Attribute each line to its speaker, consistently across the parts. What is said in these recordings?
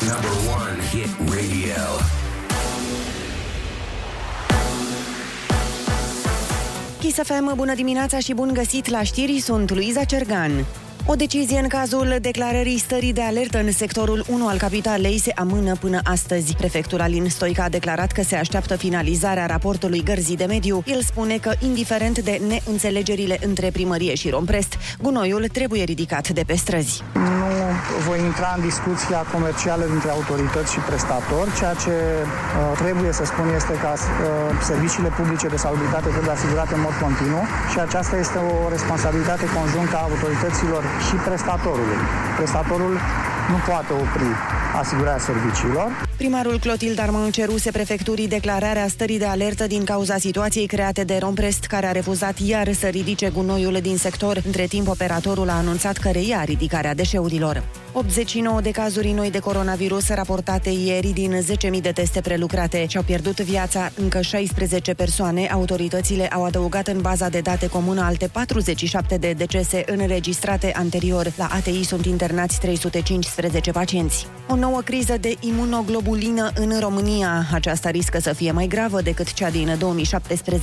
Speaker 1: Number one hit radio.
Speaker 2: Kiss FM, bună dimineața și bun găsit la știri, sunt Luiza Cergan. O decizie în cazul declarării stării de alertă în sectorul 1 al capitalei se amână până astăzi. Prefectul Alin Stoica a declarat că se așteaptă finalizarea raportului Gărzii de Mediu. El spune că, indiferent de neînțelegerile între primărie și Romprest, gunoiul trebuie ridicat de pe străzi.
Speaker 3: Nu voi intra în discuția comercială dintre autorități și prestatori. Ceea ce uh, trebuie să spun este că uh, serviciile publice de salubritate trebuie asigurate în mod continuu și aceasta este o responsabilitate conjuntă a autorităților și prestatorului. Prestatorul nu poate opri asigurarea serviciilor.
Speaker 2: Primarul Clotilde Arman ceruse prefecturii declararea stării de alertă din cauza situației create de Romprest, care a refuzat iar să ridice gunoiul din sector. Între timp, operatorul a anunțat că reia ridicarea deșeurilor. 89 de cazuri noi de coronavirus raportate ieri din 10.000 de teste prelucrate. Și-au pierdut viața încă 16 persoane. Autoritățile au adăugat în baza de date comună alte 47 de decese înregistrate anterior. La ATI sunt internați 315 pacienți. O nouă criză de imunoglobulină în România. Aceasta riscă să fie mai gravă decât cea din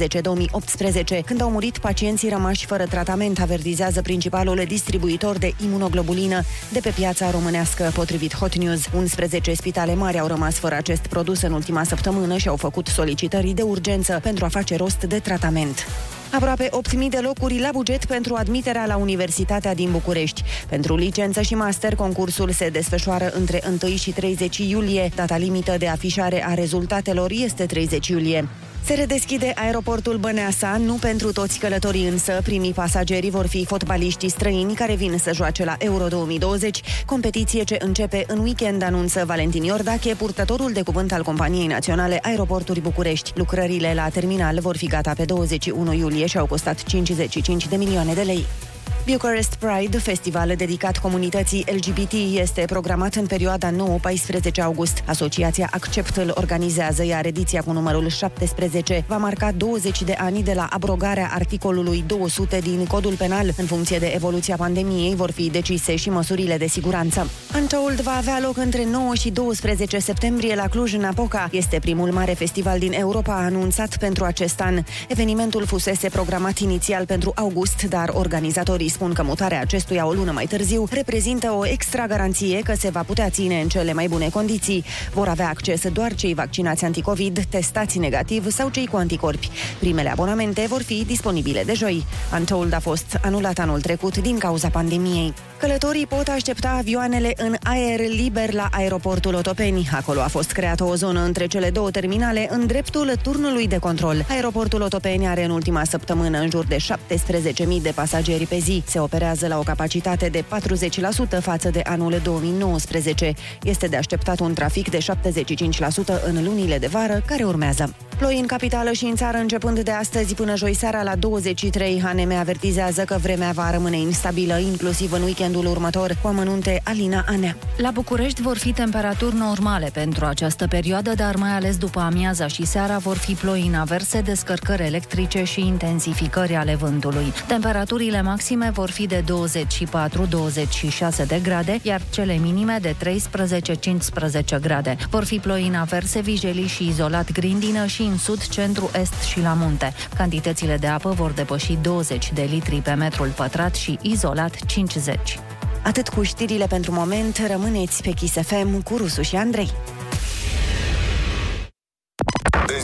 Speaker 2: 2017-2018, când au murit pacienții rămași fără tratament, avertizează principalul distribuitor de imunoglobulină de pe piața românească, potrivit Hot News. 11 spitale mari au rămas fără acest produs în ultima săptămână și au făcut solicitări de urgență pentru a face rost de tratament aproape 8.000 de locuri la buget pentru admiterea la Universitatea din București. Pentru licență și master, concursul se desfășoară între 1 și 30 iulie. Data limită de afișare a rezultatelor este 30 iulie. Se redeschide aeroportul Băneasa, nu pentru toți călătorii însă. Primii pasageri vor fi fotbaliștii străini care vin să joace la Euro 2020, competiție ce începe în weekend, anunță Valentin Iordache, purtătorul de cuvânt al companiei naționale Aeroporturi București. Lucrările la terminal vor fi gata pe 21 iulie și au costat 55 de milioane de lei. Bucharest Pride, festival dedicat comunității LGBT, este programat în perioada 9-14 august. Asociația Accept îl organizează, iar ediția cu numărul 17 va marca 20 de ani de la abrogarea articolului 200 din Codul Penal. În funcție de evoluția pandemiei, vor fi decise și măsurile de siguranță. Untold va avea loc între 9 și 12 septembrie la Cluj-Napoca. Este primul mare festival din Europa anunțat pentru acest an. Evenimentul fusese programat inițial pentru august, dar organizatorii spun că mutarea acestuia o lună mai târziu reprezintă o extra garanție că se va putea ține în cele mai bune condiții. Vor avea acces doar cei vaccinați anticovid, testați negativ sau cei cu anticorpi. Primele abonamente vor fi disponibile de joi. Untold a fost anulat anul trecut din cauza pandemiei. Călătorii pot aștepta avioanele în aer liber la aeroportul Otopeni. Acolo a fost creată o zonă între cele două terminale în dreptul turnului de control. Aeroportul Otopeni are în ultima săptămână în jur de 17.000 de pasageri pe zi. Se operează la o capacitate de 40% față de anul 2019. Este de așteptat un trafic de 75% în lunile de vară care urmează. Ploi în capitală și în țară începând de astăzi până joi seara la 23. HNM avertizează că vremea va rămâne instabilă, inclusiv în weekendul următor, cu amănunte Alina Anea.
Speaker 4: La București vor fi temperaturi normale pentru această perioadă, dar mai ales după amiaza și seara vor fi ploi în averse, descărcări electrice și intensificări ale vântului. Temperaturile maxime vor fi de 24-26 de grade, iar cele minime de 13-15 grade. Vor fi ploi în averse, vijelii și izolat grindină și în sud, centru, est și la munte. Cantitățile de apă vor depăși 20 de litri pe metrul pătrat și izolat 50.
Speaker 2: Atât cu știrile pentru moment, rămâneți pe Kiss FM cu Rusu și Andrei.
Speaker 5: În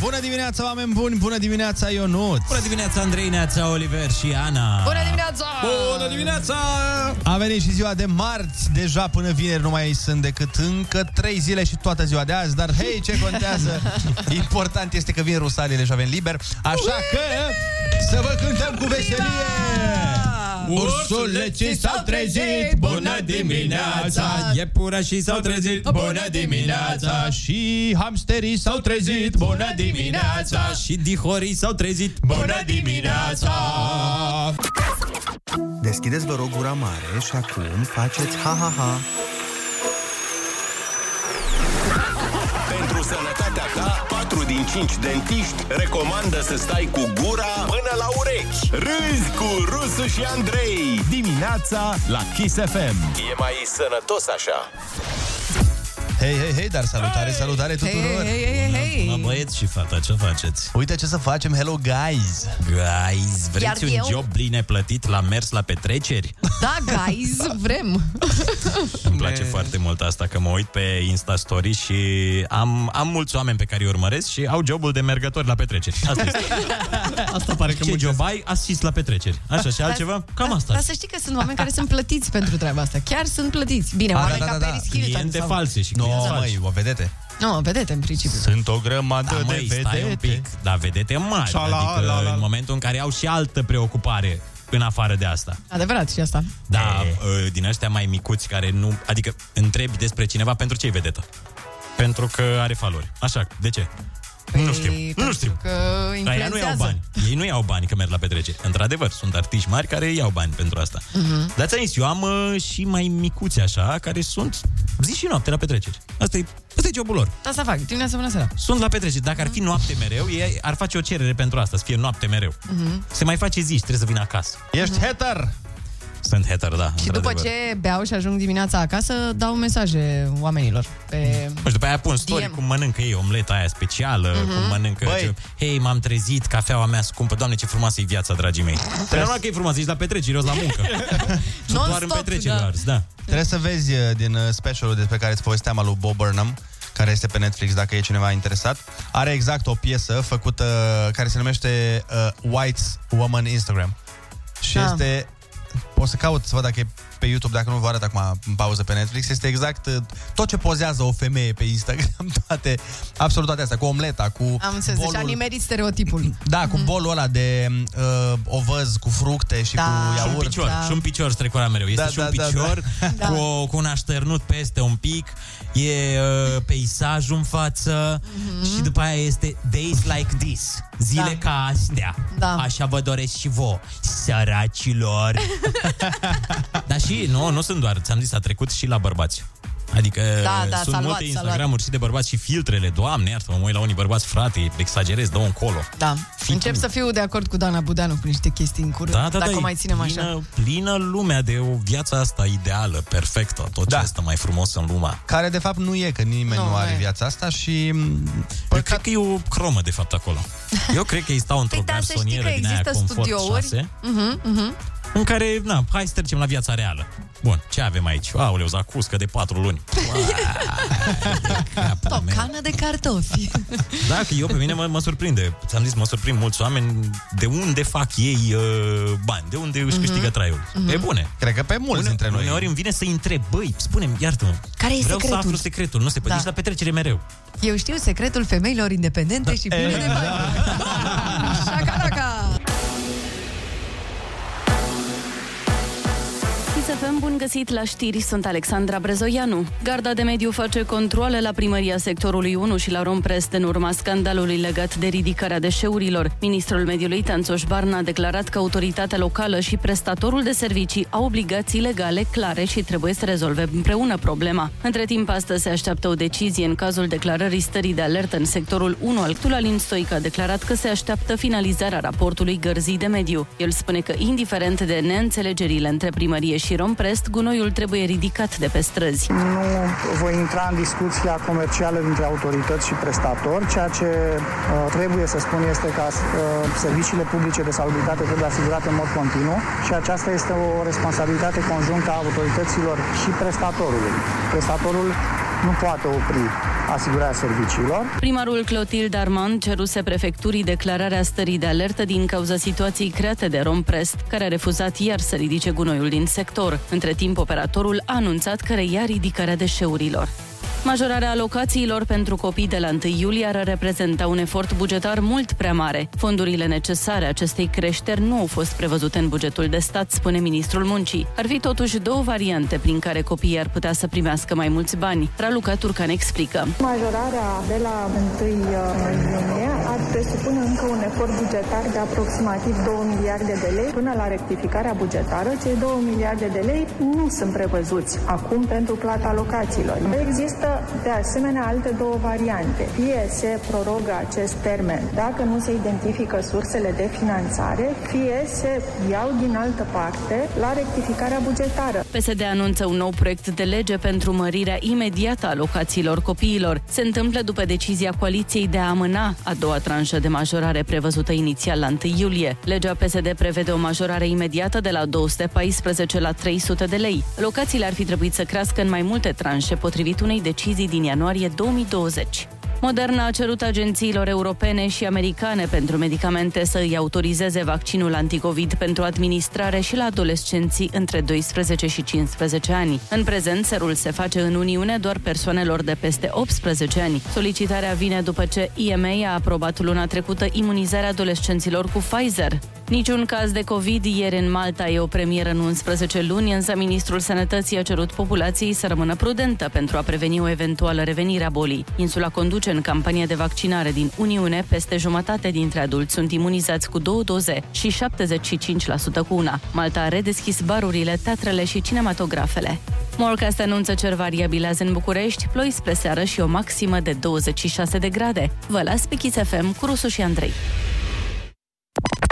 Speaker 6: Bună dimineața, oameni buni! Bună dimineața, Ionut!
Speaker 7: Bună dimineața, Andrei, Neața, Oliver și Ana.
Speaker 8: Bună dimineața! Bună dimineața!
Speaker 6: A venit și ziua de marți, deja până vineri nu mai sunt decât încă 3 zile și toată ziua de azi, dar hei, ce contează? Important este că vin rusalile și avem liber, așa că să vă cântăm cu veselie!
Speaker 9: Ursuleții s-au trezit, bună dimineața Iepurașii Da, s-au trezit, bună dimineața Și hamsterii s-au trezit, bună dimineața Și dihorii s-au trezit, bună dimineața
Speaker 10: Deschideți, vă rog, gura mare și acum faceți ha-ha-ha.
Speaker 5: Pentru sănătatea ta, 4 din 5 dentiști recomandă să stai cu gura până la urechi. Râzi cu Rusu și Andrei.
Speaker 11: Dimineața la Kiss FM.
Speaker 5: E mai sănătos așa.
Speaker 6: Hei, hei, hei, dar salutare, salutare tuturor!
Speaker 12: Hei, hei, hei, hei.
Speaker 7: Bună, băieți și fata, ce faceți?
Speaker 6: Uite ce să facem, hello guys!
Speaker 7: Guys, vreți
Speaker 12: Iar
Speaker 7: un
Speaker 12: eu?
Speaker 7: job bine plătit la mers la petreceri?
Speaker 12: Da, guys, vrem.
Speaker 7: Îmi place foarte mult asta, că mă uit pe Insta Story și am, am mulți oameni pe care îi urmăresc și au jobul de mergători la petreceri. Asta este. asta pare că Ce job ai? Asist la petreceri. Așa și
Speaker 12: Dar-
Speaker 7: altceva? Cam asta.
Speaker 12: Dar să știi că sunt oameni care sunt plătiți pentru treaba asta. Chiar sunt plătiți.
Speaker 7: Ah,
Speaker 12: Bine, oameni ca Paris Hilton.
Speaker 7: da, Cliente
Speaker 12: sau-
Speaker 7: false și
Speaker 6: No,
Speaker 7: clienți falsi.
Speaker 6: măi, o vedete.
Speaker 12: Nu, vedete în principiu.
Speaker 6: Sunt o grămadă
Speaker 7: Da, măi,
Speaker 6: de
Speaker 7: stai un
Speaker 6: vedete.
Speaker 7: pic, da, vedete mari,
Speaker 6: Șa la,
Speaker 7: adică
Speaker 6: la, la.
Speaker 7: în momentul în care au și altă preocupare în afară de asta.
Speaker 12: Adevărat și asta.
Speaker 7: Da, e. din ăștia mai micuți care nu... Adică întrebi despre cineva pentru ce e vedetă. Pentru că are valori. Așa, de ce? Păi, nu știu, nu știu.
Speaker 12: Că
Speaker 7: Dar ei nu iau
Speaker 12: Păi influențează.
Speaker 7: bani. Ei nu iau bani că merg la petreceri. Într-adevăr, sunt artiști mari care iau bani pentru asta.
Speaker 12: Mhm.
Speaker 7: Dar ți-am zis, eu am uh, și mai micuți așa, care sunt zi și noapte la petreceri. Asta e, asta e jobul lor.
Speaker 12: Asta Da, fac, dimineața până seara.
Speaker 7: Sunt la petreceri. Dacă ar fi noapte mereu, ei ar face o cerere pentru asta, să fie noapte mereu.
Speaker 12: Mhm.
Speaker 7: Se mai face zi și trebuie să vină acasă.
Speaker 6: Ești hater!
Speaker 7: Sunt hater, da.
Speaker 12: Și după
Speaker 7: într-adevăr.
Speaker 12: ce beau și ajung dimineața acasă, dau mesaje oamenilor. Pe...
Speaker 7: Nu știu, după aia pun story
Speaker 12: DM.
Speaker 7: cum mănâncă ei omleta aia specială,
Speaker 12: Mhm.
Speaker 7: cum mănâncă...
Speaker 12: Băi.
Speaker 7: Ce... Hei, m-am trezit, cafeaua mea scumpă. Doamne, ce frumoasă e viața, dragii mei. Dar normal că e frumoasă, ești la petreceri, eu sunt la muncă. Și doar în petreceri da. da.
Speaker 6: Trebuie să vezi uh, din uh, specialul despre care îți povesteam al lui Bob Burnham, care este pe Netflix dacă e cineva interesat. Are exact o piesă făcută uh, care se numește uh, White's Woman Instagram. Și
Speaker 12: Ah.
Speaker 6: este... O să caut să văd dacă e pe YouTube, dacă nu vă arăt acum în pauză pe Netflix, este exact uh, tot ce pozează o femeie pe Instagram, toate, absolut toate astea, cu omleta, cu
Speaker 12: Am înțeles, deci
Speaker 6: bolul-
Speaker 12: a nimerit stereotipul.
Speaker 6: Da,
Speaker 7: Mhm.
Speaker 6: cu bolul ăla de uh, ovăz cu fructe și
Speaker 12: Da.
Speaker 6: cu
Speaker 7: Și un
Speaker 6: iaurt.
Speaker 7: picior,
Speaker 12: da.
Speaker 7: și un picior strecura mereu. Este
Speaker 6: Da,
Speaker 7: și un
Speaker 6: da, da,
Speaker 7: picior
Speaker 6: da.
Speaker 7: Cu, o, cu un așternut peste un pic, e uh, peisajul în față și după aia este days like this, zile
Speaker 12: Mhm. Da.
Speaker 7: ca astea.
Speaker 12: Da.
Speaker 7: Așa vă doresc și vouă, săracilor. Dar și, nu, nu sunt doar, ți-am zis, a trecut și la bărbați. Adică
Speaker 12: Da, da,
Speaker 7: sunt
Speaker 12: s-a luat,
Speaker 7: multe
Speaker 12: s-a
Speaker 7: Instagram-uri și de bărbați și filtrele, doamne, iartă mă mă uit la unii bărbați, frate, exagerez, dă-o încolo.
Speaker 12: Da. Încep să fiu de acord cu Dana Budanu cu niște chestii în curând,
Speaker 7: Da, da,
Speaker 12: dacă
Speaker 7: da, e
Speaker 12: mai ținem
Speaker 7: plină,
Speaker 12: așa.
Speaker 7: plină lumea de o viața asta ideală, perfectă, tot da. ce este mai frumos în lumea.
Speaker 6: Care de fapt nu e, că nimeni nu, nu are viața asta și... mm,
Speaker 7: Păcat... Eu cred că e o cromă, de fapt, acolo. Eu cred că ei stau într-o
Speaker 12: Dar Păi da, să știi
Speaker 7: garsonieră
Speaker 12: că
Speaker 7: din aia
Speaker 12: există
Speaker 7: confort
Speaker 12: studiouri
Speaker 7: 6,
Speaker 12: Mhm, mhm.
Speaker 7: în care, na, hai să trecem la viața reală. Bun, ce avem aici? Aoleu, zacuscă de patru luni.
Speaker 12: Tocană de cartofi.
Speaker 7: Da, că eu pe mine mă, mă surprinde. Ți-am zis, mă surprind mulți oameni de unde fac ei uh, bani, de unde își
Speaker 12: Mhm.
Speaker 7: câștigă traiul.
Speaker 12: Mhm.
Speaker 7: E bune.
Speaker 6: Cred că pe mulți
Speaker 7: dintre
Speaker 6: noi.
Speaker 7: Uneori îmi vine să-i întreb, băi, spune-mi, iartă-mă,
Speaker 12: Care e
Speaker 7: vreau
Speaker 12: secretul?"
Speaker 7: să aflu secretul, nu se poate,
Speaker 12: Da.
Speaker 7: da. la petrecere mereu.
Speaker 12: Eu știu secretul femeilor independente
Speaker 7: Da.
Speaker 12: și pline de bani. Șacaraca!
Speaker 13: Chisafem, bun găsit la știri, sunt Alexandra Brezoianu. Garda de Mediu face controle la primăria sectorului 1 și la Romprest în urma scandalului legat de ridicarea deșeurilor. Ministrul Mediului Tanțoș Barna a declarat că autoritatea locală și prestatorul de servicii au obligații legale clare și trebuie să rezolve împreună problema. Între timp, astăzi se așteaptă o decizie în cazul declarării stării de alertă în sectorul 1. Altul Alin Stoica a declarat că se așteaptă finalizarea raportului Gărzii de Mediu. El spune că, indiferent de neînțelegerile între primărie și Romprest, gunoiul trebuie ridicat de pe străzi.
Speaker 3: Nu voi intra în discuția comercială dintre autorități și prestatori. Ceea ce uh, trebuie să spun este că uh, serviciile publice de salubritate trebuie asigurate în mod continuu și aceasta este o responsabilitate conjuntă a autorităților și prestatorului. Prestatorul nu poate opri asigurarea serviciilor.
Speaker 13: Primarul Clotilde Armand ceruse prefecturii declararea stării de alertă din cauza situației create de Romprest, care a refuzat iar să ridice gunoiul din sector. Între timp, operatorul a anunțat că reia ridicarea deșeurilor. Majorarea alocațiilor pentru copii de la 1 iulie ar reprezenta un efort bugetar mult prea mare. Fondurile necesare acestei creșteri nu au fost prevăzute în bugetul de stat, spune ministrul muncii. Ar fi totuși două variante prin care copiii ar putea să primească mai mulți bani. Raluca Turcan explică.
Speaker 14: Majorarea de la 1 iunie ar presupune încă un efort bugetar de aproximativ 2 miliarde de lei. Până la rectificarea bugetară, cei 2 miliarde de lei nu sunt prevăzuți acum pentru plata alocațiilor. Există, de asemenea, alte două variante. Fie se prorogă acest termen dacă nu se identifică sursele de finanțare, fie se iau din altă parte la rectificarea bugetară.
Speaker 13: PSD anunță un nou proiect de lege pentru mărirea imediată a alocațiilor copiilor. Se întâmplă după decizia coaliției de a amâna a doua tranșă de majorare prevăzută inițial la 1 iulie. Legea PSD prevede o majorare imediată de la 214 la 300 de lei. Locațiile ar fi trebuit să crească în mai multe tranșe potrivit unei decizii din ianuarie 2020. Moderna a cerut agențiilor europene și americane pentru medicamente să îi autorizeze vaccinul anticovid pentru administrare și la adolescenții între 12 și 15 ani. În prezent, serul se face în Uniune doar persoanelor de peste 18 ani. Solicitarea vine după ce EMA a aprobat luna trecută imunizarea adolescenților cu Pfizer. Niciun caz de COVID ieri în Malta e o premieră în 11 luni, însă ministrul sănătății a cerut populației să rămână prudentă pentru a preveni o eventuală revenire a bolii. Insula conduce în campania de vaccinare din Uniune, peste jumătate dintre adulți sunt imunizați cu două doze și 75% cu una. Malta a redeschis barurile, teatrele și cinematografele. Morcast anunță cer variabil azi în București, ploi spre seară și o maximă de 26 de grade. Vă las pe Kiss FM cu Rusu și Andrei.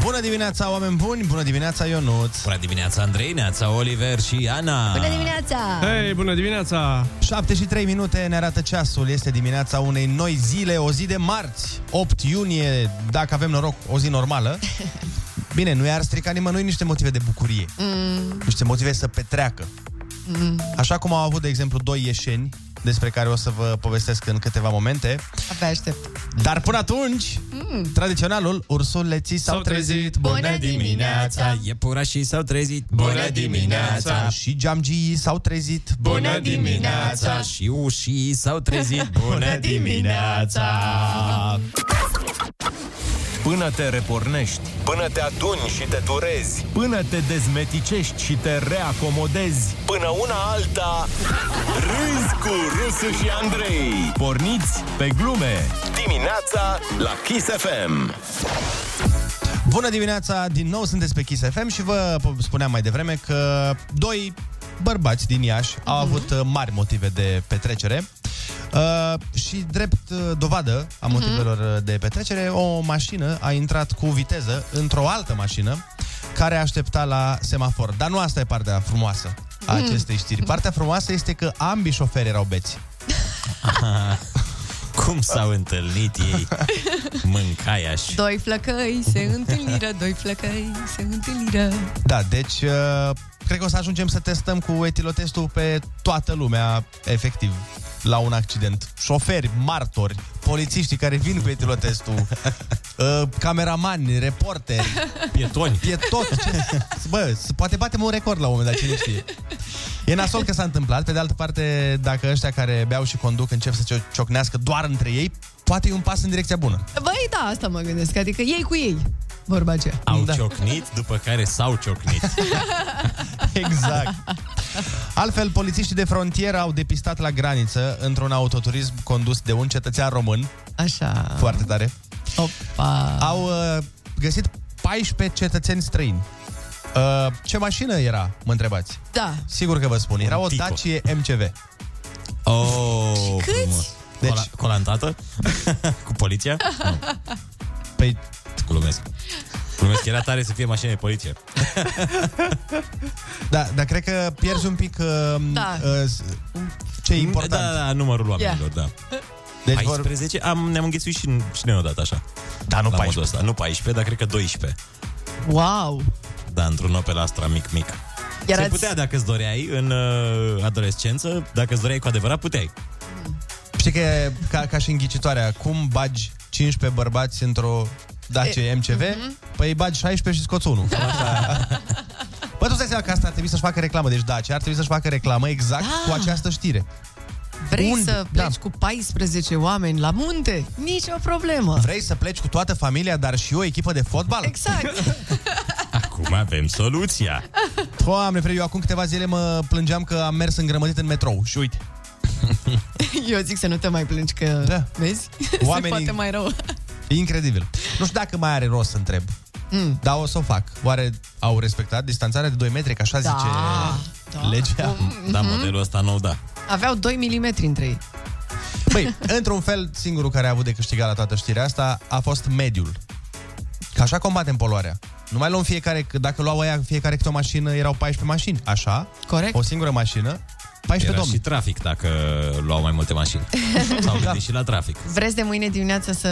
Speaker 6: Bună dimineața, oameni buni! Bună dimineața, Ionuț!
Speaker 7: Bună dimineața, Andrei, Neața, Oliver și Ana!
Speaker 12: Bună dimineața!
Speaker 6: Hei, bună dimineața! 7 și 3 minute ne arată ceasul. Este dimineața unei noi zile, o zi de marți, 8 iunie, dacă avem noroc, o zi normală. Bine, nu i-ar strica nimănui niște motive de bucurie,
Speaker 12: Mm,
Speaker 6: niște motive să petreacă.
Speaker 12: mm.
Speaker 6: Așa cum au avut, de exemplu, doi ieșeni, despre care o să vă povestesc în câteva momente.
Speaker 12: Abia aștept.
Speaker 6: Dar până atunci, mm. tradiționalul, ursuleții s-au trezit.
Speaker 12: Bună dimineața!
Speaker 6: Iepurașii s-au trezit.
Speaker 7: Bună dimineața!
Speaker 6: Și geamgii s-au trezit.
Speaker 7: Bună dimineața! Și ușii s-au trezit. Bună dimineața!
Speaker 15: Până te repornești,
Speaker 5: Până te aduni și te durezi,
Speaker 15: până te dezmeticești și te reacomodezi,
Speaker 5: până una alta, râzi cu Rusu și Andrei.
Speaker 15: porniți pe glume!
Speaker 5: Dimineața la Kiss FM.
Speaker 6: Bună dimineața! Din nou sunteți pe Kiss FM și vă po- spuneam mai devreme că doi bărbați din Iași mm-hmm. au avut uh, mari motive de petrecere uh, și drept uh, dovadă a motivelor uh, de petrecere, o mașină a intrat cu viteză într-o altă mașină care aștepta la semafor. Dar nu asta e partea frumoasă a
Speaker 12: Mm.
Speaker 6: acestei știri. Partea frumoasă este că ambii șoferi erau beți.
Speaker 7: Cum s-au întâlnit ei? Mâncaiaș.
Speaker 12: Doi flăcăi se întâlniră, doi flăcăi se întâlniră.
Speaker 6: Da, deci uh, cred că o să ajungem să testăm cu etilotestul pe toată lumea, efectiv, la un accident. Șoferi, martori, polițiștii care vin cu etilotestul, uh, cameramani, reporteri,
Speaker 7: pietoni.
Speaker 6: Pietot. Ce... Bă, s- poate batem un record la un moment dat, cine știe. E nasol că s-a întâmplat. Pe de altă parte, dacă ăștia care beau și conduc încep să cio- ciocnească doar între ei, poate e un pas în direcția bună.
Speaker 12: Băi, da, asta mă gândesc, adică ei cu ei, vorba aceea.
Speaker 7: Au da. ciocnit, după care s-au ciocnit.
Speaker 6: Exact. Altfel, polițiștii de frontieră au depistat la graniță într-un autoturism condus de un cetățean român.
Speaker 12: Așa.
Speaker 6: Foarte tare.
Speaker 12: Opa.
Speaker 6: Au uh, găsit 14 cetățeni străini. Uh, ce mașină era, mă întrebați?
Speaker 12: Da.
Speaker 6: Sigur că vă spun. Era o Dacie MCV.
Speaker 7: Oh,
Speaker 12: Câți? frumos.
Speaker 6: Deci,
Speaker 7: Cola- colantată? cu poliția? Nu.
Speaker 6: Păi...
Speaker 7: Glumesc. Glumesc, era tare să fie mașină de poliție.
Speaker 6: da, dar cred că pierzi un pic uh,
Speaker 12: Da.
Speaker 6: uh, ce e important.
Speaker 7: Mm, Da, da, numărul da, oamenilor, yeah. da. Deci 14? Am, ne-am înghesuit și, și noi odată așa. Da, nu 14. Ăsta. Nu 14, dar cred că 12.
Speaker 12: Wow!
Speaker 7: Da, într-un Opel Astra mic-mic.
Speaker 12: Iar
Speaker 7: Iar Se
Speaker 12: ați-
Speaker 7: putea dacă îți doreai în uh, adolescență, dacă îți doreai cu adevărat, puteai.
Speaker 6: Știi că e ca, ca și înghicitoarea, cum bagi 15 bărbați într-o Dacia
Speaker 7: E,
Speaker 6: MCV,
Speaker 12: mhm.
Speaker 6: păi bagi 16 și scoți unul. Cam asta. Bă, tu stai seama că asta ar trebui să-și facă reclamă, deci Dacia ar trebui să-și facă reclamă exact
Speaker 12: Da.
Speaker 6: cu această știre.
Speaker 12: Vrei
Speaker 6: Unde?
Speaker 7: da.
Speaker 12: să pleci cu 14 oameni la munte? Nici o problemă.
Speaker 6: Vrei să pleci cu toată familia, dar și o echipă de fotbal?
Speaker 12: Exact.
Speaker 7: Acum avem soluția.
Speaker 6: Doamne, frate, eu acum câteva zile mă plângeam că am mers îngrămădit în metrou și uite.
Speaker 12: Eu zic să nu te mai plângi că, da. vezi,
Speaker 6: Oamenii-
Speaker 12: se poate mai rău.
Speaker 6: E incredibil. Nu știu dacă mai are rost să întreb. Mm. Dar o să o fac. Oare au respectat distanțarea de 2 metri, că așa
Speaker 12: Da,
Speaker 6: zice
Speaker 12: da.
Speaker 6: legea?
Speaker 12: Da, Mhm. modelul
Speaker 7: ăsta nou, da.
Speaker 12: Aveau 2 mm între ei.
Speaker 6: Păi, într-un fel, singurul care a avut de câștigat la toată știrea asta a fost mediul. Că așa combatem poluarea. Nu mai luăm fiecare, că dacă luau aia fiecare câte o mașină, erau 14 mașini. Așa,
Speaker 12: Corect.
Speaker 6: o singură mașină, 14
Speaker 7: Era
Speaker 6: domni.
Speaker 7: și trafic dacă luau mai multe mașini. S-au
Speaker 12: Da.
Speaker 7: gândit și la trafic.
Speaker 12: Vreți de mâine dimineață să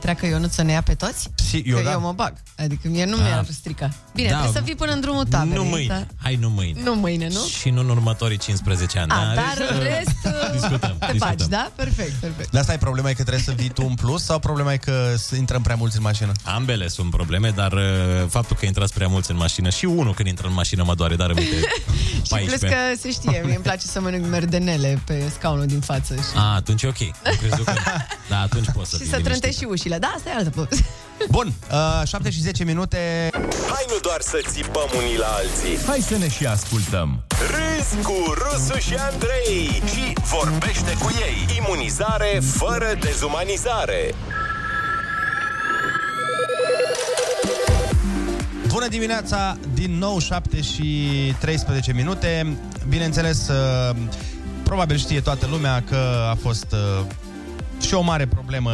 Speaker 12: treacă Ionut să ne ia pe toți?
Speaker 7: Si- eu
Speaker 12: că
Speaker 7: da.
Speaker 12: eu mă bag. Adică mie nu
Speaker 7: Da.
Speaker 12: mi-ar strica. Bine,
Speaker 7: Da.
Speaker 12: trebuie să fii până în drumul da. taberei.
Speaker 7: nu mâine.
Speaker 12: Dar...
Speaker 7: Hai, nu mâine.
Speaker 12: Nu mâine, nu?
Speaker 7: Și nu în următorii 15 ani.
Speaker 12: A,
Speaker 7: Da,
Speaker 12: dar
Speaker 7: deci,
Speaker 12: în
Speaker 7: uh,
Speaker 12: rest
Speaker 7: discutăm,
Speaker 12: te
Speaker 7: discutăm.
Speaker 12: bagi, da? Perfect, perfect.
Speaker 6: Dar asta e problema, e că trebuie să vii tu în plus sau problema e că să intrăm prea mulți în mașină?
Speaker 7: Ambele sunt probleme, dar uh, faptul că intrați prea mulți în mașină și unul când intră în mașină mă doare, dar rămâne
Speaker 12: Și plus
Speaker 7: 14.
Speaker 12: că se știe, mie îmi place să mănânc merdenele pe scaunul din față și,
Speaker 7: A, atunci e ok. Am crezut că... Da, atunci poți să
Speaker 12: și
Speaker 7: fii
Speaker 12: să
Speaker 7: liniștit.
Speaker 12: trântești și ușile. Da, asta e altă poveste.
Speaker 6: Bun, uh, 7 și 10 minute.
Speaker 5: Hai nu doar să țipăm unii la alții
Speaker 16: Hai să ne și ascultăm.
Speaker 5: Râzi cu Rusu și Andrei Și vorbește cu ei Imunizare fără dezumanizare
Speaker 6: Bună dimineața, din nou 7 și 13 minute. Bineînțeles, uh, probabil știe toată lumea că a fost uh, și o mare problemă,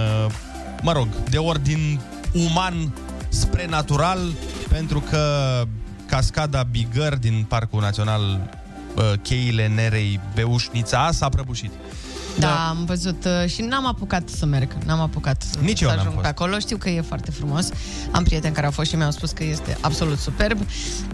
Speaker 6: mă rog, de ordin uman spre natural, pentru că cascada Bigăr din Parcul Național uh, Cheile Nerei Beușnița s-a prăbușit.
Speaker 12: Da, am văzut uh, și n-am apucat să merg. N-am apucat
Speaker 6: Nici
Speaker 12: să
Speaker 6: eu n-am
Speaker 12: ajung
Speaker 6: fost.
Speaker 12: acolo. Știu că e foarte frumos. Am prieteni care au fost și mi-au spus că este absolut superb.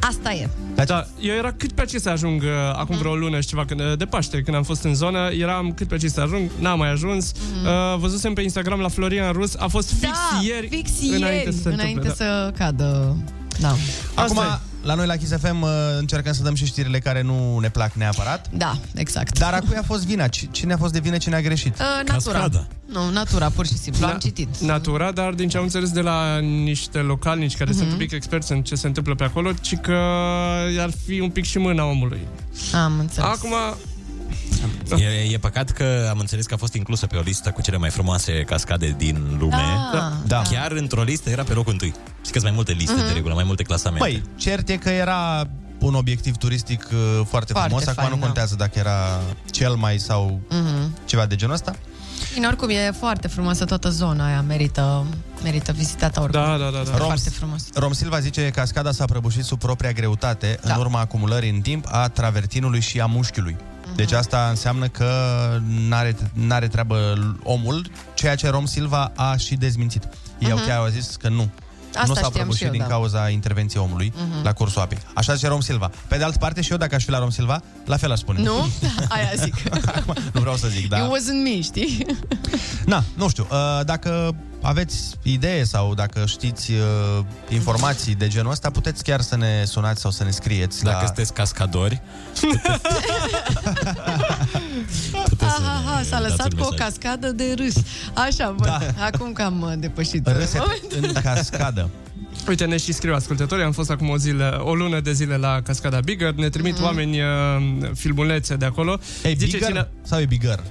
Speaker 12: Asta e.
Speaker 8: Da, eu era cât pe aici să ajung uh,
Speaker 12: Da.
Speaker 8: acum vreo lună și ceva când, uh, de Paște, când am fost în zonă, eram cât pe aici să ajung, n-am mai ajuns. Uh, văzusem pe Instagram la Florian Rus, a fost fix
Speaker 12: Mhm. da,
Speaker 8: ieri,
Speaker 12: fix
Speaker 8: înainte
Speaker 12: ieri,
Speaker 8: să se întâmple,
Speaker 12: înainte
Speaker 8: da.
Speaker 12: să cadă. Da.
Speaker 6: Acum, la noi la Kiss FM uh, încercăm să dăm și știrile care nu ne plac neapărat.
Speaker 12: Da, exact.
Speaker 6: Dar a cui a fost vina? Ci- Cine a fost de vină, cine a greșit?
Speaker 12: Uh, natura. Nu, natura, pur și simplu. Am citit.
Speaker 8: da. Natura, dar din ce am înțeles de la niște localnici care
Speaker 12: Mhm.
Speaker 8: sunt un pic experți în ce se întâmplă pe acolo, ci că ar fi un pic și mâna omului.
Speaker 12: Am înțeles.
Speaker 8: Acum,
Speaker 7: E, e păcat că am înțeles că a fost inclusă pe o listă cu cele mai frumoase cascade din lume.
Speaker 12: Da,
Speaker 7: da. Chiar într-o listă era pe locul întâi. Știi că sunt mai multe liste
Speaker 6: Mhm.
Speaker 7: de regulă, mai multe clasamente.
Speaker 6: Păi, cert e că era un obiectiv turistic uh, foarte, frumos. Acum
Speaker 12: fain,
Speaker 6: nu
Speaker 12: da.
Speaker 6: contează dacă era cel mai sau
Speaker 12: Mhm.
Speaker 6: ceva de genul ăsta.
Speaker 12: Bine, oricum e foarte frumoasă toată zona aia, merită, merită vizitată oricum.
Speaker 8: Da, da, da.
Speaker 12: Este foarte frumos.
Speaker 6: Rom Silva zice că cascada s-a prăbușit sub propria greutate da. în urma acumulării în timp a travertinului și a mușchiului.
Speaker 12: Mhm.
Speaker 6: Deci asta înseamnă că n-are, n-are treabă l- omul, ceea ce Rom Silva a și dezmințit. Ei au
Speaker 12: Mhm.
Speaker 6: chiar au zis că nu.
Speaker 12: Asta
Speaker 6: nu s-a
Speaker 12: știam și
Speaker 6: prăbușit
Speaker 12: eu,
Speaker 6: din
Speaker 12: da.
Speaker 6: cauza intervenției omului
Speaker 12: Mhm.
Speaker 6: la cursul apei. Așa zice Rom Silva. Pe de altă parte, și eu dacă aș fi la Rom Silva, la fel aș spune.
Speaker 12: Nu? Aia zic.
Speaker 6: nu vreau să zic,
Speaker 12: Da.
Speaker 6: dar...
Speaker 12: It wasn't me, știi?
Speaker 6: Na, nu știu, uh, dacă aveți idee sau dacă știți uh, informații de genul ăsta, puteți chiar să ne sunați sau să ne scrieți.
Speaker 7: Dacă
Speaker 6: la...
Speaker 7: sunteți cascadori,
Speaker 12: Aha, aha, s-a
Speaker 6: dați
Speaker 12: lăsat
Speaker 6: un
Speaker 12: cu o
Speaker 6: mesaj.
Speaker 12: cascadă de râs. Așa, bă, da. acum că am uh, depășit. momentul.
Speaker 6: cascadă.
Speaker 8: Uite, ne și scriu ascultătorii, am fost acum o, zile, o lună de zile la Cascada Bigger, ne trimit
Speaker 12: Mhm.
Speaker 8: oameni uh, filmulețe de acolo.
Speaker 6: Ei, Bigger sau e Bigger?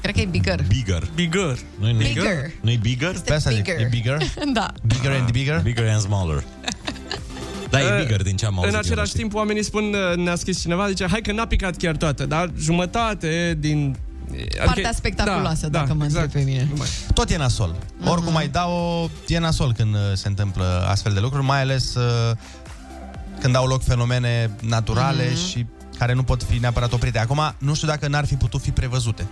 Speaker 12: Cred că e bigger.
Speaker 7: bigger.
Speaker 8: Bigger.
Speaker 7: Nu-i
Speaker 12: Bigger.
Speaker 7: bigger? Nu-i bigger?
Speaker 12: Este bigger. da.
Speaker 6: Bigger and bigger?
Speaker 7: Bigger and smaller. Da, e bigger din ce am auzit.
Speaker 8: În
Speaker 7: eu, nu
Speaker 8: același
Speaker 7: știu.
Speaker 8: timp, oamenii spun, uh, ne-a scris cineva, zice, hai că n-a picat chiar toată, dar jumătate din... Adică,
Speaker 12: Partea spectaculoasă,
Speaker 8: da,
Speaker 12: dacă mă
Speaker 8: exact.
Speaker 12: pe mine.
Speaker 6: Tot e nasol.
Speaker 8: Mhm.
Speaker 6: Oricum ai da-o, e nasol când uh, se întâmplă astfel de lucruri, mai ales uh, când au loc fenomene
Speaker 8: Mhm.
Speaker 6: naturale și care nu pot fi neapărat oprite. Acum, nu știu dacă n-ar fi putut fi prevăzute.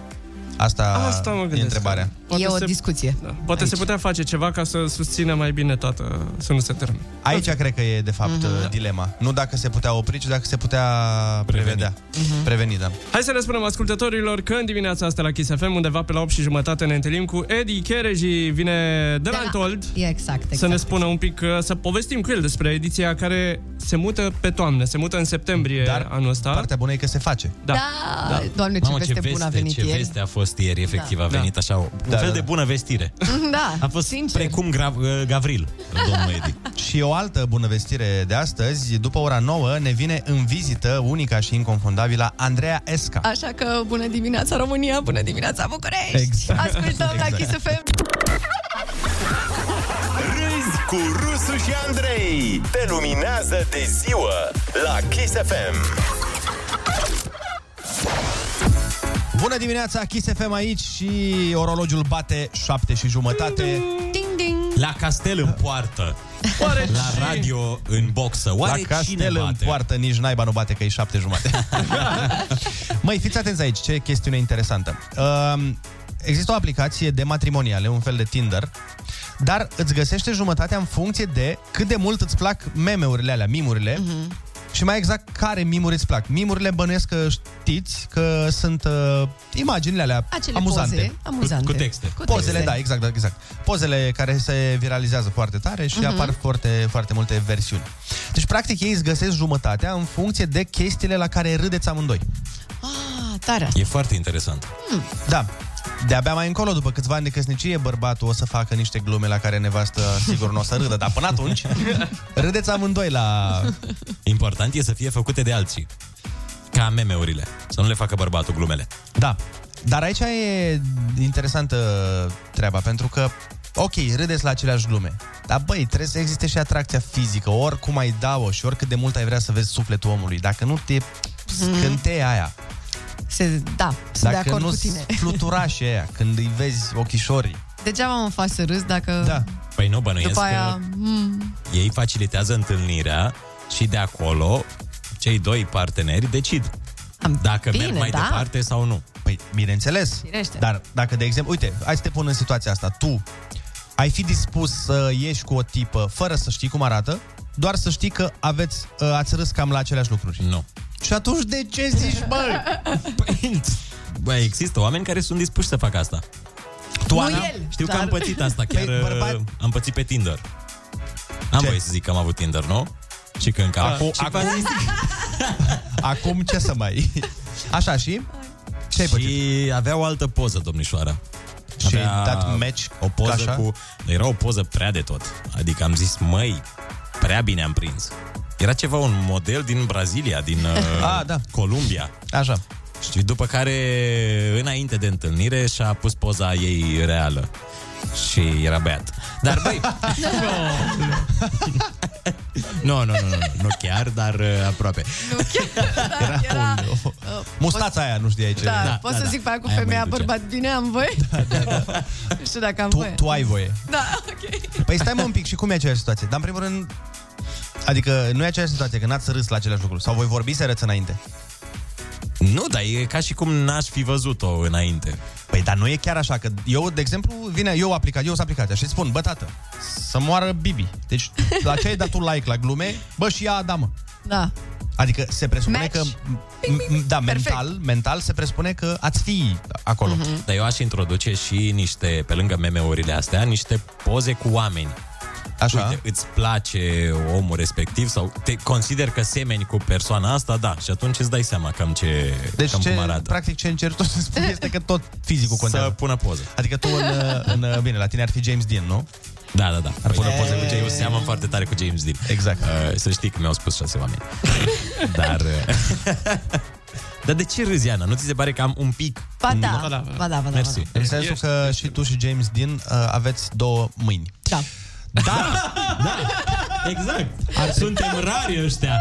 Speaker 6: Asta,
Speaker 8: Asta mă
Speaker 6: e
Speaker 8: gândesc.
Speaker 6: întrebarea.
Speaker 8: Poate
Speaker 12: e o
Speaker 8: se-
Speaker 12: discuție. Da.
Speaker 8: Poate se putea face ceva ca să susțină mai bine toată, să nu se termine.
Speaker 6: Aici cred că e, de fapt, uh,
Speaker 8: Mhm.
Speaker 6: dilema. Nu dacă se putea opri, ci dacă se putea prevedea.
Speaker 12: Mhm.
Speaker 6: Preveni, da.
Speaker 8: Hai să le spunem ascultătorilor că în dimineața asta la Kiss FM, undeva pe la 8 și jumătate, ne întâlnim cu Eddie Chereji, vine de la Antold.
Speaker 12: E exact, Da, exact.
Speaker 8: Să ne spună un pic, uh, să povestim cu el despre ediția care se mută pe toamnă, se mută în septembrie Dar anul ăsta. partea
Speaker 6: bună e că se face.
Speaker 8: Da.
Speaker 12: Da. Doamne, ce
Speaker 7: Mamă,
Speaker 12: veste bună a venit
Speaker 7: ce
Speaker 12: ieri.
Speaker 7: veste a fost ieri, efectiv,
Speaker 12: Da.
Speaker 7: a venit așa o, un
Speaker 6: Da,
Speaker 7: fel
Speaker 6: da,
Speaker 7: de
Speaker 6: da.
Speaker 7: bună vestire.
Speaker 12: Da,
Speaker 7: A fost
Speaker 12: sincer.
Speaker 7: precum Gra- uh, Gavril, domnul Edi.
Speaker 6: Și o altă bună vestire de astăzi, după ora 9, ne vine în vizită unica și inconfundabila Andreea Esca.
Speaker 12: Așa că bună dimineața România, bună dimineața București!
Speaker 6: Exact.
Speaker 12: Ascultăm la
Speaker 6: Exact.
Speaker 12: Kiss FM!
Speaker 5: Râzi cu Rusu și Andrei. Te luminează de ziua la Kiss FM.
Speaker 6: Bună dimineața, Kiss FM aici și orologiul bate 7 și jumătate.
Speaker 12: Ding, ding!
Speaker 7: La castel în poartă.
Speaker 8: Oare
Speaker 7: la radio în boxă. Oare
Speaker 6: la
Speaker 7: cine
Speaker 6: castel în
Speaker 7: bate?
Speaker 6: poartă nici naiba nu bate, că e șapte jumate. Măi, fiți atenți aici, ce chestiune interesantă. Um, există o aplicație de matrimoniale, un fel de Tinder, dar îți găsește jumătatea în funcție de cât de mult îți plac meme-urile alea, mimurile,
Speaker 12: Mhm.
Speaker 6: și mai exact care mimuri îți plac. Mimurile bănuiesc că știți că sunt uh, imaginile alea
Speaker 12: Acele
Speaker 6: amuzante.
Speaker 12: poze amuzante. Cu- cu texte. Cu texte.
Speaker 6: Pozele, da, exact, da, exact. Pozele care se viralizează foarte tare și
Speaker 12: Mhm.
Speaker 6: apar foarte, foarte multe versiuni. Deci, practic, ei îți găsesc jumătatea în funcție de chestiile la care râdeți amândoi.
Speaker 12: Ah, tare asta.
Speaker 7: E foarte interesant.
Speaker 6: Da. De-abia mai încolo, după câțiva ani de căsnicie, bărbatul o să facă niște glume la care nevastă sigur nu o să râdă, dar până atunci râdeți amândoi la...
Speaker 7: Important e să fie făcute de alții. Ca meme-urile. Să nu le facă bărbatul glumele.
Speaker 6: Da. Dar aici e interesantă treaba, pentru că, ok, râdeți la aceleași glume, dar băi, trebuie să existe și atracția fizică, oricum ai da-o și oricât de mult ai vrea să vezi sufletul omului. Dacă nu te scânteia aia,
Speaker 12: Mhm. Se, da, sunt de
Speaker 6: dacă
Speaker 12: acord
Speaker 6: nu
Speaker 12: cu tine.
Speaker 6: fluturașii aia, când îi vezi ochișorii.
Speaker 12: Degeaba mă faci să râzi dacă
Speaker 6: Da.
Speaker 7: Păi nu bănuiesc
Speaker 12: după aia...
Speaker 7: că
Speaker 12: Mm,
Speaker 7: ei facilitează întâlnirea și de acolo cei doi parteneri decid dacă
Speaker 12: bine,
Speaker 7: merg mai
Speaker 12: da.
Speaker 7: departe sau nu.
Speaker 6: Păi, bineînțeles.
Speaker 12: Firește.
Speaker 6: Dar dacă, de exemplu, uite, hai să te pun în situația asta. Tu ai fi dispus să ieși cu o tipă fără să știi cum arată, doar să știi că aveți, uh, ați râs cam la aceleași lucruri.
Speaker 7: Nu.
Speaker 6: Și atunci de ce zici, bă?
Speaker 7: Băi, există oameni care sunt dispuși să facă asta.
Speaker 6: Tu,
Speaker 7: Ana, știu că am pățit asta, chiar
Speaker 6: Păi,
Speaker 7: uh, am pățit pe Tinder. Am voie să zic că am avut Tinder, nu? Și că încă
Speaker 6: Acum-
Speaker 7: acum,
Speaker 6: acum-
Speaker 7: acum,
Speaker 6: Acum ce să mai... Așa și? Ce ai
Speaker 7: Și avea o altă poză, domnișoara.
Speaker 6: Și ai dat match
Speaker 7: o poză
Speaker 6: așa?
Speaker 7: cu... Era o poză prea de tot. Adică am zis, măi, prea bine am prins. Era ceva, un model din Brazilia, din uh,
Speaker 6: Ah, da.
Speaker 7: Columbia.
Speaker 6: Așa.
Speaker 7: Și după care, înainte de întâlnire, și-a pus poza ei reală. Și era băiat. Dar băi... nu, nu, nu, nu, nu, nu chiar, dar uh, aproape.
Speaker 12: da, era...
Speaker 6: Mustața aia, nu știi ce.
Speaker 12: Da, da, pot să zic pe aia cu femeia bărbat, bine, am voie? Nu știu dacă am
Speaker 6: Da, Tu,
Speaker 12: voie.
Speaker 6: tu ai voie.
Speaker 12: Da, ok.
Speaker 6: Păi stai mă un pic, și cum e aceeași situație? Dar în primul rând, adică nu e aceeași situație, că n-ați râs la aceleași lucruri. Sau voi vorbi să răți înainte.
Speaker 7: Nu, dar e ca și cum n-aș fi văzut-o înainte.
Speaker 6: Păi, dar nu e chiar așa, că eu, de exemplu, vine, eu aplicat, eu sunt aplicația și spun, bă, tată, să moară Bibi. Deci, la ce ai dat tu like la glume? Bă, și ea Adamă.
Speaker 12: Da.
Speaker 6: Adică se presupune
Speaker 12: Match.
Speaker 6: că, m- da, mental, mental se presupune că ați fi acolo. Mm-hmm.
Speaker 7: Dar eu aș introduce și niște, pe lângă meme-urile astea, niște poze cu oameni.
Speaker 6: Așa.
Speaker 7: Uite, îți place omul respectiv sau te consider că semeni cu persoana asta, da, și atunci îți dai seama cam ce
Speaker 6: Deci,
Speaker 7: cam
Speaker 6: ce,
Speaker 7: cum arată.
Speaker 6: practic, ce încerc tot să spun este că tot fizicul contează.
Speaker 7: Să pună poze.
Speaker 6: Adică tu, în, în, bine, la tine ar fi James Dean, nu?
Speaker 7: Da, da, da. Ar pune poze cu James. Eu seamăn foarte tare cu James Dean.
Speaker 6: Exact.
Speaker 7: Uh, să știi că mi-au spus șase oameni. Dar... Uh, dar de ce râzi, Ana? Nu ți se pare că am un pic?
Speaker 12: Ba da,
Speaker 7: Nu?
Speaker 12: ba da, ba da, ba da.
Speaker 7: Mm. Mersi.
Speaker 6: În sensul că și tu și James Dean uh, aveți două mâini.
Speaker 12: Da.
Speaker 7: Da, da, exact. Ar Suntem rari ăștia.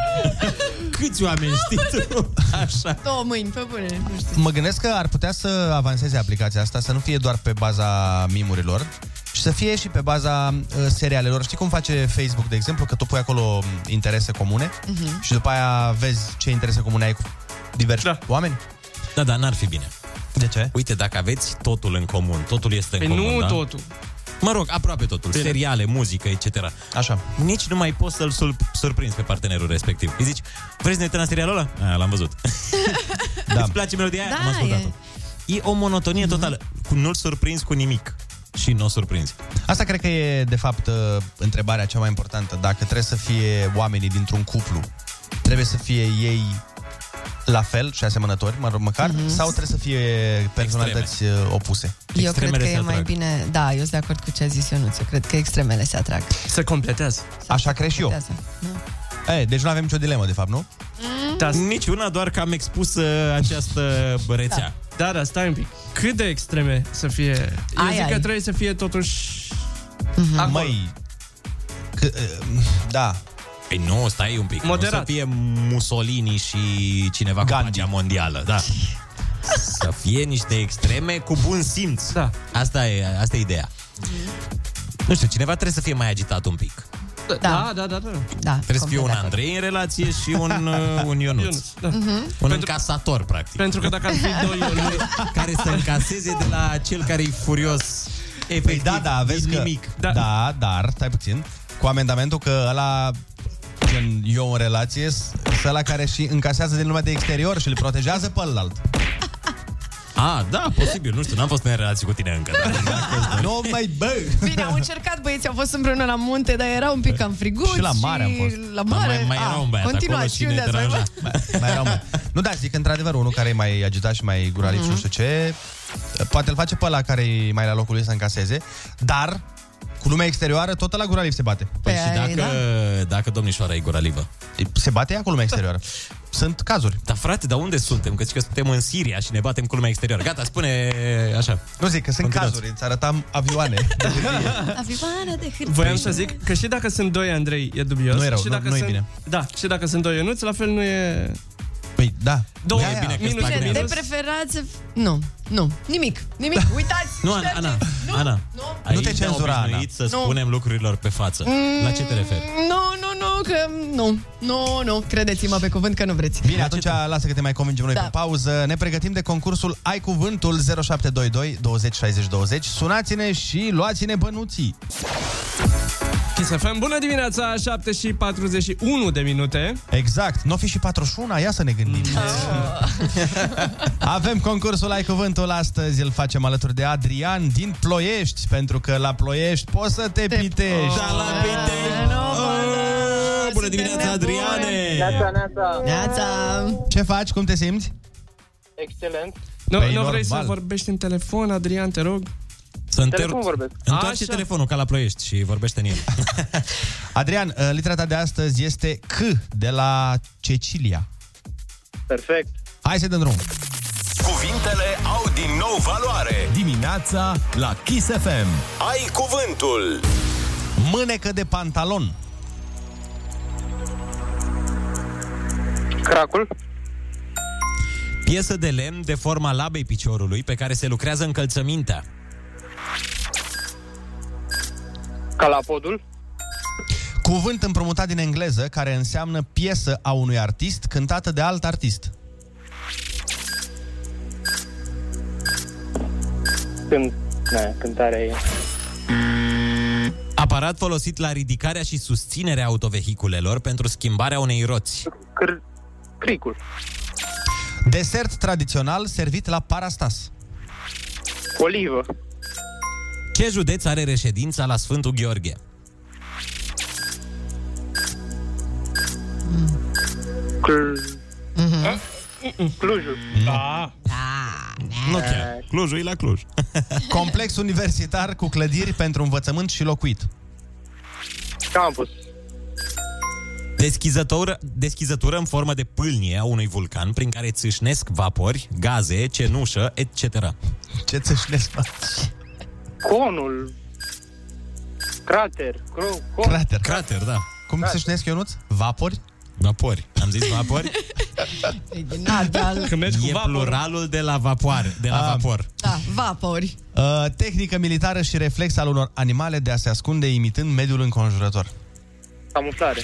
Speaker 7: Câți oameni știi tu? Așa.
Speaker 12: Două mâini, pe bune, nu știu.
Speaker 6: Mă gândesc că ar putea să avanseze aplicația asta, să nu fie doar pe baza mimurilor, și să fie și pe baza uh, serialelor. Știi cum face Facebook, de exemplu, că tu pui acolo m, interese comune
Speaker 12: Mhm.
Speaker 6: și după aia vezi ce interese comune ai cu diversi da. oameni?
Speaker 7: Da, da, n-ar fi bine.
Speaker 6: De ce?
Speaker 7: Uite, dacă aveți totul în comun, totul este
Speaker 8: Păi
Speaker 7: în comun,
Speaker 8: nu
Speaker 7: da?
Speaker 8: totul.
Speaker 7: Mă rog, aproape totul.
Speaker 8: Bine.
Speaker 7: Seriale, muzică, etc.
Speaker 6: Așa.
Speaker 7: Nici nu mai poți să-l sul- surprinzi pe partenerul respectiv. Îi zici, vrei să ne uităm la serialul ăla? Aia, l-am văzut. da. Îți place melodia aia?
Speaker 12: Da,
Speaker 7: am ascultat-o. E... o monotonie
Speaker 6: Mhm.
Speaker 7: totală. Cu- Nu-l surprinzi cu nimic. Și nu o surprinzi.
Speaker 6: Asta cred că e, de fapt, ă, întrebarea cea mai importantă. Dacă trebuie să fie oamenii dintr-un cuplu, trebuie să fie ei la fel și asemănători, mă rog, măcar, mm-hmm. sau trebuie să fie personalități ă, opuse?
Speaker 12: Mhm. Eu cred că e mai bine... Da, eu sunt de acord cu ce a zis Ionuț. Eu cred că extremele se atrag.
Speaker 6: Se completează. Așa cred și eu. E, deci nu avem nicio dilemă, de fapt, nu?
Speaker 12: Mm.
Speaker 8: Da,
Speaker 7: nici una, doar că am expus uh, această rețea.
Speaker 8: Da, da, stai un pic. Cât de extreme să fie? Eu
Speaker 7: Ai,
Speaker 8: zic
Speaker 7: ai.
Speaker 8: că trebuie să fie totuși...
Speaker 12: Mhm.
Speaker 6: Mm-hmm. Măi, că, da.
Speaker 7: Păi nu, stai un pic.
Speaker 8: Moderat.
Speaker 7: Nu să fie Mussolini și cineva cu pacea mondială. Da. Să fie niște extreme cu bun simț. Da. Asta e, asta e ideea. Nu știu, cineva trebuie să fie mai agitat un pic.
Speaker 8: Da, da, da, da.
Speaker 12: da
Speaker 7: Trebuie să fie un Andrei în relație și un, uh, un Ionuț. Ionuț.
Speaker 8: Da.
Speaker 12: Mhm.
Speaker 7: Un încasator, practic.
Speaker 8: Pentru că dacă ar fi doi Ionuț...
Speaker 7: care să încaseze de la cel care e furios. Efectiv,
Speaker 6: păi da, da, vezi că, nimic. Da. da, dar, stai puțin, cu amendamentul că ăla gen eu în relație, să la care și încasează din lumea de exterior și îl protejează pe ălalt. Ah,
Speaker 7: A, da, posibil, nu știu, n-am fost în relație cu tine încă. da.
Speaker 6: Nu mai bă!
Speaker 12: Bine, am încercat, băieți, au fost împreună la munte, dar era un pic cam friguți.
Speaker 6: Și la mare am fost.
Speaker 12: La mare.
Speaker 6: Mai- mai
Speaker 12: A,
Speaker 6: era un băiat acolo
Speaker 12: Ah, continuați,
Speaker 6: și ne
Speaker 12: unde ați mai
Speaker 6: deranja.
Speaker 12: fost?
Speaker 6: Mai erau, mai. Nu, da, zic, într-adevăr, unul care e mai agitat și mai guralic mm-hmm.
Speaker 12: Mhm.
Speaker 6: și nu știu ce, poate îl face pe ăla care e mai la locul lui să încaseze, dar cu lumea exterioară, tot la guraliv se bate.
Speaker 7: Păi și dacă, dacă domnișoara e guralivă?
Speaker 6: da. Se bate ea cu lumea exterioară. Sunt cazuri.
Speaker 7: Dar frate, dar unde suntem? Că zici că suntem în Siria și ne batem cu lumea exterioară. Gata, spune așa.
Speaker 6: Nu zic, că sunt cazuri, îți arătam avioane.
Speaker 17: Avioană de hârtie.
Speaker 8: Voiam să zic că și dacă sunt doi Andrei, e dubios.
Speaker 6: Nu e rău,
Speaker 8: și
Speaker 6: nu-
Speaker 8: dacă
Speaker 6: nu e
Speaker 8: sunt,
Speaker 6: bine.
Speaker 8: Da, și dacă sunt doi Ionuț, la fel nu e...
Speaker 6: Păi, da.
Speaker 8: Două,
Speaker 7: Da, e bine că
Speaker 8: minus,
Speaker 7: stagnează.
Speaker 8: minus.
Speaker 12: De preferat să... f- Nu, nu, nimic, nimic,
Speaker 6: Da.
Speaker 12: uitați!
Speaker 7: Nu, Ana, Ana, Ana.
Speaker 12: Nu.
Speaker 7: Aici
Speaker 12: Nu te
Speaker 7: ne-au
Speaker 12: cenzura,
Speaker 7: obișnuit
Speaker 12: Ana.
Speaker 7: să
Speaker 12: Nu.
Speaker 7: spunem lucrurilor pe față.
Speaker 12: Mm.
Speaker 7: La ce te referi?
Speaker 12: Nu, nu, nu, că nu, nu, nu, credeți-mă pe cuvânt că nu vreți.
Speaker 6: Bine, atunci lasă că te mai convingem noi
Speaker 12: Da.
Speaker 6: da. pe pauză. Ne pregătim de concursul Ai Cuvântul 0722 20 60 20. Sunați-ne și luați-ne bănuții.
Speaker 8: Kiss FM, bună dimineața, 7 și 41 de minute.
Speaker 6: Exact, nu n-o fi și 41, ia să ne gândim. Avem concursul Ai Cuvântul astăzi, îl facem alături de Adrian din Ploiești, pentru că la Ploiești poți să te, pitești.
Speaker 7: Da, la pitești. Oh, Bună dimineața, Adriane!
Speaker 18: Neața, neața.
Speaker 6: Ce faci? Cum te simți?
Speaker 18: Excelent.
Speaker 8: Nu,
Speaker 6: Păi,
Speaker 8: nu vrei să
Speaker 6: normal.
Speaker 8: vorbești în telefon, Adrian, te rog?
Speaker 7: Să
Speaker 8: Telefon vorbesc.
Speaker 7: Întoarce
Speaker 8: Așa.
Speaker 7: telefonul ca la ploiești și vorbește în el.
Speaker 6: Adrian, uh, litera ta de astăzi este C de la Cecilia.
Speaker 18: Perfect.
Speaker 6: Hai să dăm drum.
Speaker 5: Cuvintele au din nou valoare.
Speaker 6: Dimineața la Kiss FM.
Speaker 5: Ai cuvântul.
Speaker 6: Mânecă de pantalon.
Speaker 18: Cracul.
Speaker 7: Piesă de lemn de forma labei piciorului pe care se lucrează încălțămintea.
Speaker 18: Calapodul.
Speaker 6: Cuvânt împrumutat din engleză care înseamnă piesă a unui artist cântată de alt artist.
Speaker 18: Când... Na, da, cântarea e.
Speaker 7: Aparat folosit la ridicarea și susținerea autovehiculelor pentru schimbarea unei roți.
Speaker 18: Cricul.
Speaker 6: Desert tradițional servit la parastas.
Speaker 18: Olivă.
Speaker 7: Ce județ are reședința la Sfântul Gheorghe?
Speaker 18: Cl- Clujul.
Speaker 7: Mhm.
Speaker 6: Mm.
Speaker 7: Da. Nu chiar. Clujul e la Cluj.
Speaker 6: Complex universitar cu clădiri pentru învățământ și locuit.
Speaker 18: Campus.
Speaker 7: Deschizătură, deschizătură în formă de pâlnie a unui vulcan prin care țâșnesc vapori, gaze, cenușă, etc.
Speaker 6: Ce țâșnesc?
Speaker 18: Conul. Crater. Cro- con-
Speaker 6: Crater.
Speaker 7: Crater, da.
Speaker 6: Cum
Speaker 18: Crater.
Speaker 6: țâșnesc, Ionuț? Vapori?
Speaker 7: Vapori. Am zis vapori?
Speaker 12: Nadal.
Speaker 7: e pluralul de la vapoare, de la
Speaker 6: Ah.
Speaker 7: vapor.
Speaker 12: Da, vapori.
Speaker 6: Uh, tehnică militară și reflex al unor animale de a se ascunde imitând mediul înconjurător.
Speaker 18: Camuflare.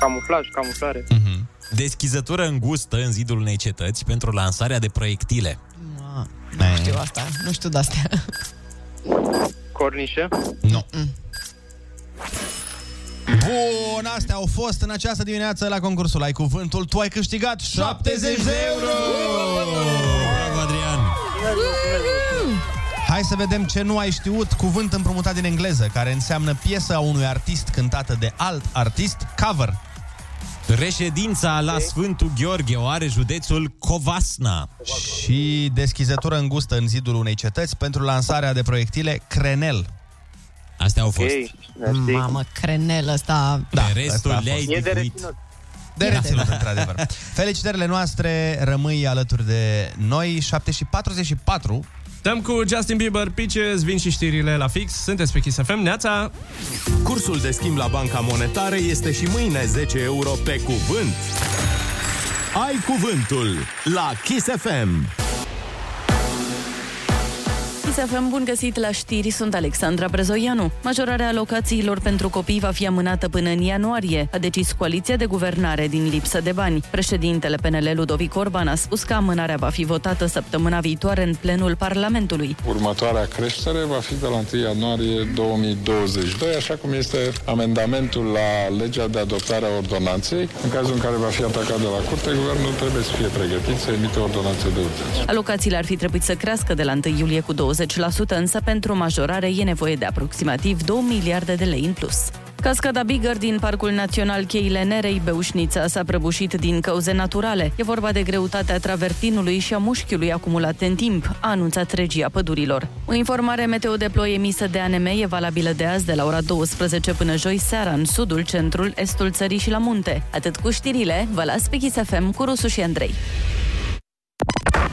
Speaker 18: Camuflaj, camuflare.
Speaker 7: Mhm. Deschizătură îngustă în zidul unei cetăți pentru lansarea de proiectile.
Speaker 12: Nu știu asta. Nu știu de-astea.
Speaker 19: Cornișe.
Speaker 6: Nu. Bun, astea au fost în această dimineață la concursul Ai Cuvântul. Tu ai câștigat 70 de euro! Bravo, Adrian! Hai să vedem ce nu ai știut. Cuvânt împrumutat din engleză, care înseamnă piesă a unui artist cântată de alt artist, cover.
Speaker 7: Reședința la Sfântul Gheorghe o are județul Covasna.
Speaker 6: Și deschizătură îngustă în zidul unei cetăți pentru lansarea de proiectile Crenel. da,
Speaker 7: Astea au
Speaker 6: fost.
Speaker 12: Mamă, crenel ăsta...
Speaker 6: Da, Pe restul asta a le-ai fost.
Speaker 12: de
Speaker 6: De reținut, într-adevăr. Felicitările noastre, rămâi alături de noi, 7 și 44.
Speaker 8: Dăm cu Justin Bieber, Peaches, vin și știrile la fix. Sunteți pe Kiss FM, neața!
Speaker 5: Cursul de schimb la Banca Monetară este și mâine 10 euro pe cuvânt. Ai cuvântul la Kiss FM.
Speaker 13: ISFM, bun găsit la știri, sunt Alexandra Brezoianu. Majorarea alocațiilor pentru copii va fi amânată până în ianuarie, a decis coaliția de guvernare din lipsă de bani. Președintele PNL Ludovic Orban a spus că amânarea va fi votată săptămâna viitoare în plenul Parlamentului.
Speaker 20: Următoarea creștere va fi de la 1 ianuarie 2022, așa cum este amendamentul la legea de adoptare a ordonanței. În cazul în care va fi atacat de la curte, guvernul trebuie să fie pregătit să emite ordonanțe de urgență.
Speaker 13: Alocațiile ar fi trebuit să crească de la 1 iulie cu 20%, însă pentru majorare e nevoie de aproximativ 2 miliarde de lei în plus. Cascada Bigger din Parcul Național Cheile Nerei, Beușnița, s-a prăbușit din cauze naturale. E vorba de greutatea travertinului și a mușchiului acumulate în timp, a anunțat regia pădurilor. O informare meteo de ploi emisă de ANM e valabilă de azi de la ora 12 până joi seara în sudul, centrul, estul țării și la munte. Atât cu știrile, vă las pe Kiss FM cu Rusu și Andrei.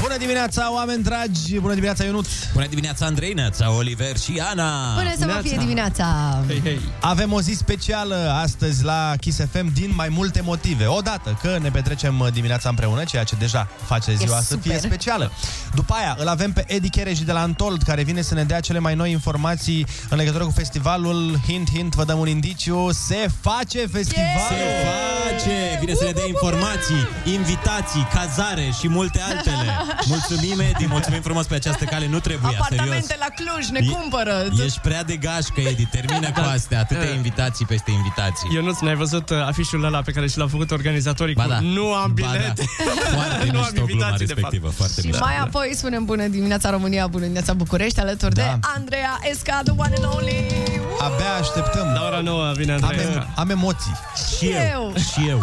Speaker 6: Bună dimineața, oameni dragi! Bună dimineața, Ionut!
Speaker 7: Bună dimineața, Andrei, Neața, Oliver și Ana!
Speaker 12: Până să vă fie dimineața!
Speaker 6: Avem o zi specială astăzi la Kiss FM din mai multe motive. Odată că ne petrecem uh, dimineața împreună, ceea ce deja face ziua să fie
Speaker 21: super.
Speaker 6: specială. După aia îl avem pe Edi Chereji de la Antold, care vine să ne dea cele mai noi informații în legătură cu festivalul. Hint, hint, vă dăm un indiciu. Se face festivalul!
Speaker 7: Face! Vine să ne dea informații, invitații, cazare și multe altele. Mulțumim, Edi, mulțumim frumos pe această cale. Nu trebuia, serios.
Speaker 12: Apartamente la Cluj ne cumpără!
Speaker 7: Ești prea de gașcă, Edi, termină
Speaker 12: Da.
Speaker 7: cu astea. Atâtea invitații peste invitații.
Speaker 8: Eu nu n-ai văzut uh, afișul ăla pe care și l-au făcut organizatorii cu nu am bilet.
Speaker 7: da. Foarte
Speaker 8: Nu am
Speaker 7: mișto gluma
Speaker 8: invitații, de
Speaker 7: respectivă, foarte
Speaker 12: Și
Speaker 7: mișto.
Speaker 12: mai apoi spunem bună dimineața România, bună dimineața București, alături
Speaker 7: Da.
Speaker 12: de Andreea Esca, the one and only!
Speaker 6: Abia așteptăm.
Speaker 8: La ora 9 vine Andrei.
Speaker 6: Am, am emoții.
Speaker 7: Și eu. Și eu.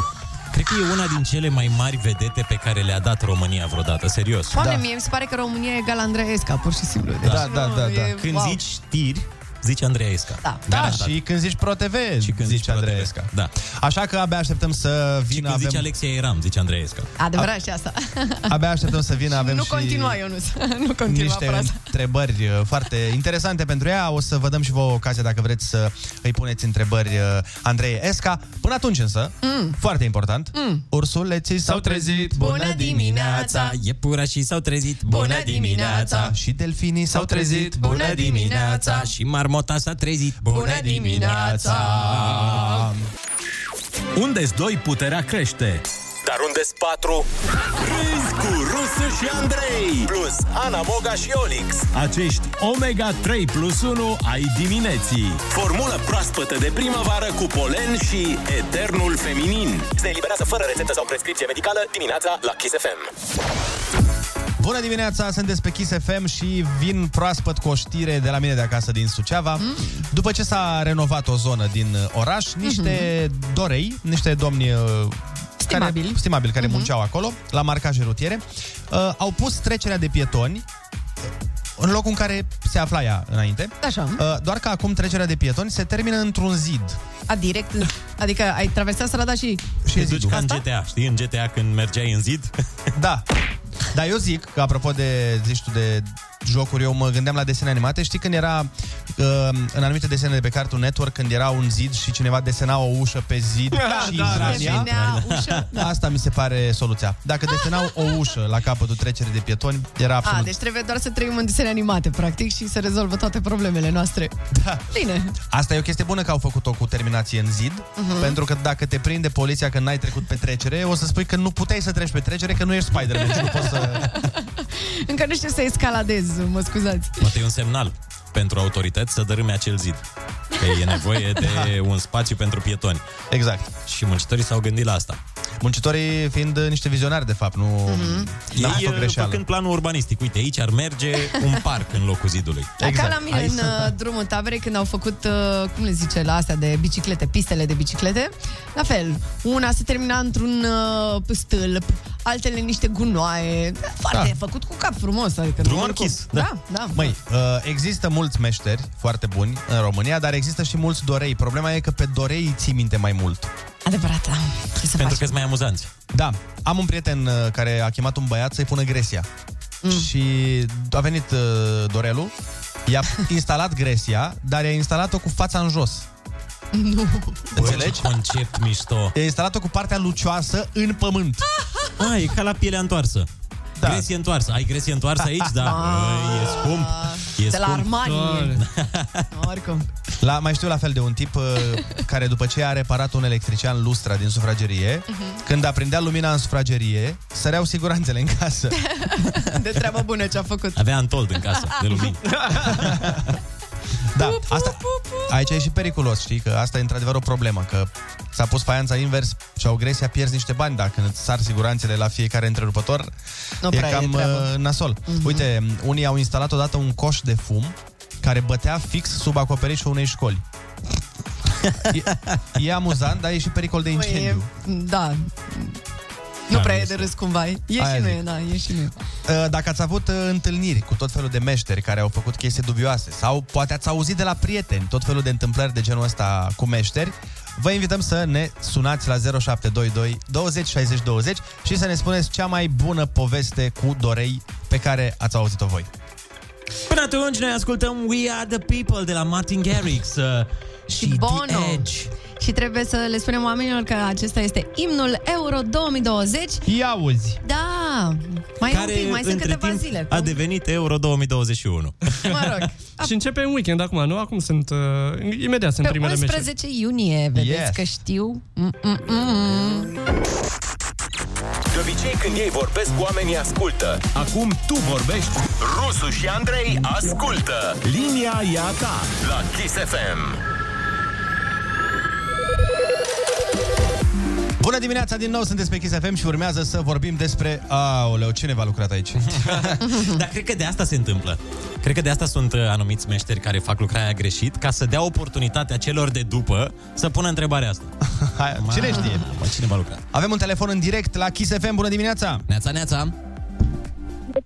Speaker 7: Cred că e una din cele mai mari vedete pe care le-a dat România vreodată, serios.
Speaker 6: Da.
Speaker 12: Oameni, mie mi se pare că România e egal Andreea Esca, pur și simplu. Deci,
Speaker 7: Da, da,
Speaker 12: nu,
Speaker 7: da,
Speaker 12: e-
Speaker 7: da. Când
Speaker 12: wow.
Speaker 7: zici știri, zici Andreea Esca.
Speaker 12: Da.
Speaker 6: Da, și când zici ProTV, și când zici Andreesca.
Speaker 7: Da.
Speaker 6: Așa că abia așteptăm să
Speaker 7: Și
Speaker 6: vină...
Speaker 7: când
Speaker 6: avem...
Speaker 7: zici Alexia Eram, zici Andreea Esca.
Speaker 12: Adevărat și asta.
Speaker 6: Abia așteptăm să vină, avem
Speaker 12: nu
Speaker 6: și...
Speaker 12: continua, Ionuț. nu continua
Speaker 6: niște
Speaker 12: fraza.
Speaker 6: întrebări uh, foarte interesante pentru ea. O să vă dăm și vouă ocazia dacă vreți să îi puneți întrebări uh, Andrei Esca. Până atunci însă, mm. foarte important, mm. ursuleții s-au trezit.
Speaker 12: Bună dimineața!
Speaker 7: Iepurașii s-au trezit.
Speaker 12: Bună dimineața!
Speaker 6: Și delfinii s-au trezit.
Speaker 7: Bună dimineața! Și marmota s-a trezit.
Speaker 12: Bună dimineața!
Speaker 5: unde s doi, puterea crește. Dar unde s patru? Râzi cu Rusu și Andrei, plus Ana Moga și Olix.
Speaker 22: Acești Omega 3 plus 1 ai dimineții.
Speaker 5: Formulă proaspătă de primăvară cu polen și eternul feminin. Se eliberează fără rețetă sau prescripție medicală dimineața la Kiss FM.
Speaker 6: Bună dimineața, sunteți pe Kiss FM și vin proaspăt cu o știre de la mine de acasă din Suceava. Mm. După ce s-a renovat o zonă din uh, oraș,
Speaker 12: Mhm.
Speaker 6: niște mm-hmm. dorei, niște domni uh,
Speaker 12: Stimabili. Mhm.
Speaker 6: care, stimabili, care mm-hmm. munceau acolo, la marcaje rutiere, uh, au pus trecerea de pietoni uh, în locul în care se afla ea înainte.
Speaker 12: Așa.
Speaker 6: Uh, doar că acum trecerea de pietoni se termină într-un zid.
Speaker 12: A, direct, adică ai traversat strada și...
Speaker 6: Și
Speaker 7: Te duci ca în GTA, știi? În GTA când mergeai în zid.
Speaker 6: Da. Dar eu zic că, apropo de, zici tu, de jocuri, eu mă gândeam la desene animate. Știi când era uh, în anumite desene de pe Cartoon Network, când era un zid și cineva desena o ușă pe zid
Speaker 23: Da,
Speaker 6: și
Speaker 23: da, da,
Speaker 6: izranea?
Speaker 23: desenea ușă.
Speaker 6: Asta mi se pare soluția. Dacă
Speaker 12: Ah.
Speaker 6: desenau o ușă la capătul trecerii de pietoni, era absolut...
Speaker 12: A, deci trebuie doar să trăim în desene animate, practic, și să rezolvă toate problemele noastre.
Speaker 6: Da.
Speaker 12: Bine.
Speaker 6: Asta e o chestie bună că au făcut-o cu terminație în zid,
Speaker 12: Mhm.
Speaker 6: pentru că dacă te prinde poliția că n-ai trecut pe trecere, o să spui că nu puteai să treci pe trecere, că nu ești Spider-Man și nu poți să...
Speaker 12: Încă nu știu să escaladez, mă scuzați.
Speaker 7: Poate e un semnal pentru autorități să dărâme acel zid. Că e nevoie de un spațiu pentru pietoni.
Speaker 6: Exact.
Speaker 7: Și muncitorii s-au gândit la asta.
Speaker 6: Muncitorii fiind niște vizionari, de fapt, nu... Mm-hmm. N-am
Speaker 7: Ei, uh,
Speaker 6: făcut o greșeală.
Speaker 7: făcând planul urbanistic, uite, aici ar merge un parc în locul zidului. da.
Speaker 12: Da,
Speaker 6: Exact.
Speaker 12: Ca la mine în uh, drumul taberei când au făcut, uh, cum le zice, la astea de biciclete, pistele de biciclete, la fel, una se termina într-un uh, stâlp, altele niște gunoaie, foarte da. făcut cu cap frumos, adică
Speaker 6: Drum
Speaker 12: nu oricum.
Speaker 6: închis, da.
Speaker 12: Da, da.
Speaker 6: Măi, uh, există mulți meșteri foarte buni în România, dar există și mulți dorei. Problema e că pe dorei îi ții minte mai mult.
Speaker 12: Adevărat, da. Ce să
Speaker 7: Pentru
Speaker 12: faci?
Speaker 7: că sunt mai amuzanți.
Speaker 6: Da, am un prieten uh, care a chemat un băiat să-i pună gresia. Mm. Și a venit uh, Dorelu, i-a instalat gresia, dar i-a instalat-o cu fața în jos.
Speaker 12: Nu.
Speaker 7: Înțelegi? concept mișto.
Speaker 6: I-a instalat-o cu partea lucioasă în pământ.
Speaker 7: Ah, e ca la pielea întoarsă. Da. Gresie întoarsă. Ai gresie întoarsă aici? Da. Băi, e scump. E
Speaker 12: Ah. De la
Speaker 7: scump.
Speaker 12: Armani. Oricum.
Speaker 6: La, mai știu la fel de un tip uh, care după ce a reparat un electrician lustra din sufragerie,
Speaker 12: Mhm.
Speaker 6: uh-huh. când aprindea lumina în sufragerie, săreau siguranțele în casă.
Speaker 12: Da. De treabă bună ce a făcut.
Speaker 7: Avea antold în casă de lumini.
Speaker 6: Da, asta, aici e și periculos, știi, că asta e într-adevăr o problemă, că s-a pus faianța invers și au gresia, pierzi niște bani dacă îți sar siguranțele la fiecare întrerupător.
Speaker 23: Nu
Speaker 6: e
Speaker 23: prea e
Speaker 6: cam
Speaker 23: treabă.
Speaker 6: uh, nasol.
Speaker 23: Mhm.
Speaker 6: Uite, unii au instalat odată un coș de fum care bătea fix sub acoperișul unei școli. E, e amuzant, dar e și pericol de
Speaker 12: Măi,
Speaker 6: incendiu.
Speaker 12: e, da. Nu
Speaker 6: Da,
Speaker 12: prea e
Speaker 6: este.
Speaker 12: de râs cumva. E
Speaker 6: Aia
Speaker 12: și nu
Speaker 6: zic.
Speaker 12: e, da, e și nu e.
Speaker 6: Uh, Dacă ați avut uh, întâlniri cu tot felul de meșteri care au făcut chestii dubioase sau poate ați auzit de la prieteni tot felul de întâmplări de genul ăsta cu meșteri, vă invităm să ne sunați la 0722 20 60 20 și să ne spuneți cea mai bună poveste cu dorei pe care ați auzit-o voi.
Speaker 7: Până atunci noi ascultăm We Are The People de la Martin Garrix uh, și The
Speaker 12: Bono.
Speaker 7: Edge.
Speaker 12: Și trebuie să le spunem oamenilor că acesta este imnul Euro 2020.
Speaker 6: Ia uzi!
Speaker 12: Da! Mai e un pic, mai sunt
Speaker 7: între
Speaker 12: câteva
Speaker 7: timp,
Speaker 12: zile.
Speaker 7: A devenit Euro 2021.
Speaker 12: Mă rog.
Speaker 8: Și începe în weekend acum, nu? Acum sunt... Uh, imediat sunt
Speaker 12: Pe
Speaker 8: primele meciuri.
Speaker 12: 11 iunie, vedeți
Speaker 8: Yes.
Speaker 12: că știu. Mm, Mm-mm-mm.
Speaker 5: De obicei când ei vorbesc, oamenii ascultă. Acum tu vorbești. Rusu și Andrei ascultă. Linia e a ta la Kiss FM.
Speaker 6: Bună dimineața din nou, sunteți pe Kiss FM și urmează să vorbim despre... Aoleu, cine v-a lucrat aici?
Speaker 7: Dar cred că de asta se întâmplă. Cred că de asta sunt uh, anumiți meșteri care fac lucrarea aia greșit, ca să dea oportunitatea celor de după să pună întrebarea asta.
Speaker 6: Hai, cine știe?
Speaker 7: Mă, cine va lucra?
Speaker 6: Avem un telefon în direct la Kiss FM, bună dimineața!
Speaker 7: Neața, neața!
Speaker 24: Deci,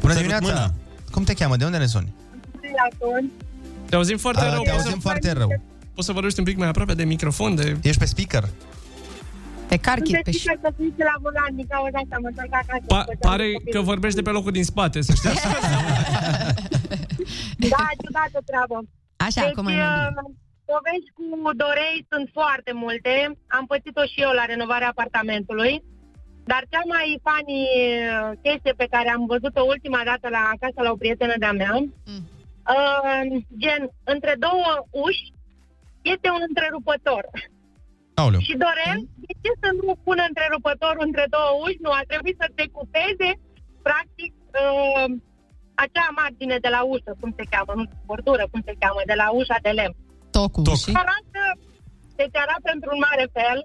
Speaker 6: Bună dimineața! Cum te cheamă? De unde ne suni?
Speaker 8: Te auzim foarte
Speaker 6: Ah,
Speaker 8: rău.
Speaker 6: te auzim foarte rău.
Speaker 8: Poți să vorbești un pic mai aproape de microfon? De...
Speaker 6: Ești pe speaker?
Speaker 12: Pe carchit, pe
Speaker 24: și... să fiți la volan, din cauza asta mă întorc acasă.
Speaker 8: Pa-
Speaker 24: Făceam
Speaker 8: pare
Speaker 24: copil.
Speaker 8: că vorbești de pe locul din spate, să știi.
Speaker 24: Da, ciudată treabă.
Speaker 12: Așa,
Speaker 24: deci,
Speaker 12: acum e mai bine.
Speaker 24: uh, Povești cu dorei sunt foarte multe. Am pățit-o și eu la renovarea apartamentului. Dar cea mai funny uh, chestie pe care am văzut-o ultima dată la acasă la o prietenă de-a mea,
Speaker 12: Mm.
Speaker 24: uh, gen, între două uși este un întrerupător.
Speaker 6: Aoleu.
Speaker 24: Și dorem,
Speaker 12: Mm.
Speaker 24: de ce să nu pună întrerupătorul între două uși? Nu, a trebuit să decupeze, practic, uh, acea margine de la ușă, cum se cheamă, nu, bordură, cum se cheamă, de la ușa de lemn.
Speaker 12: Tocul. Toc.
Speaker 24: Arată, deci arată într-un mare fel.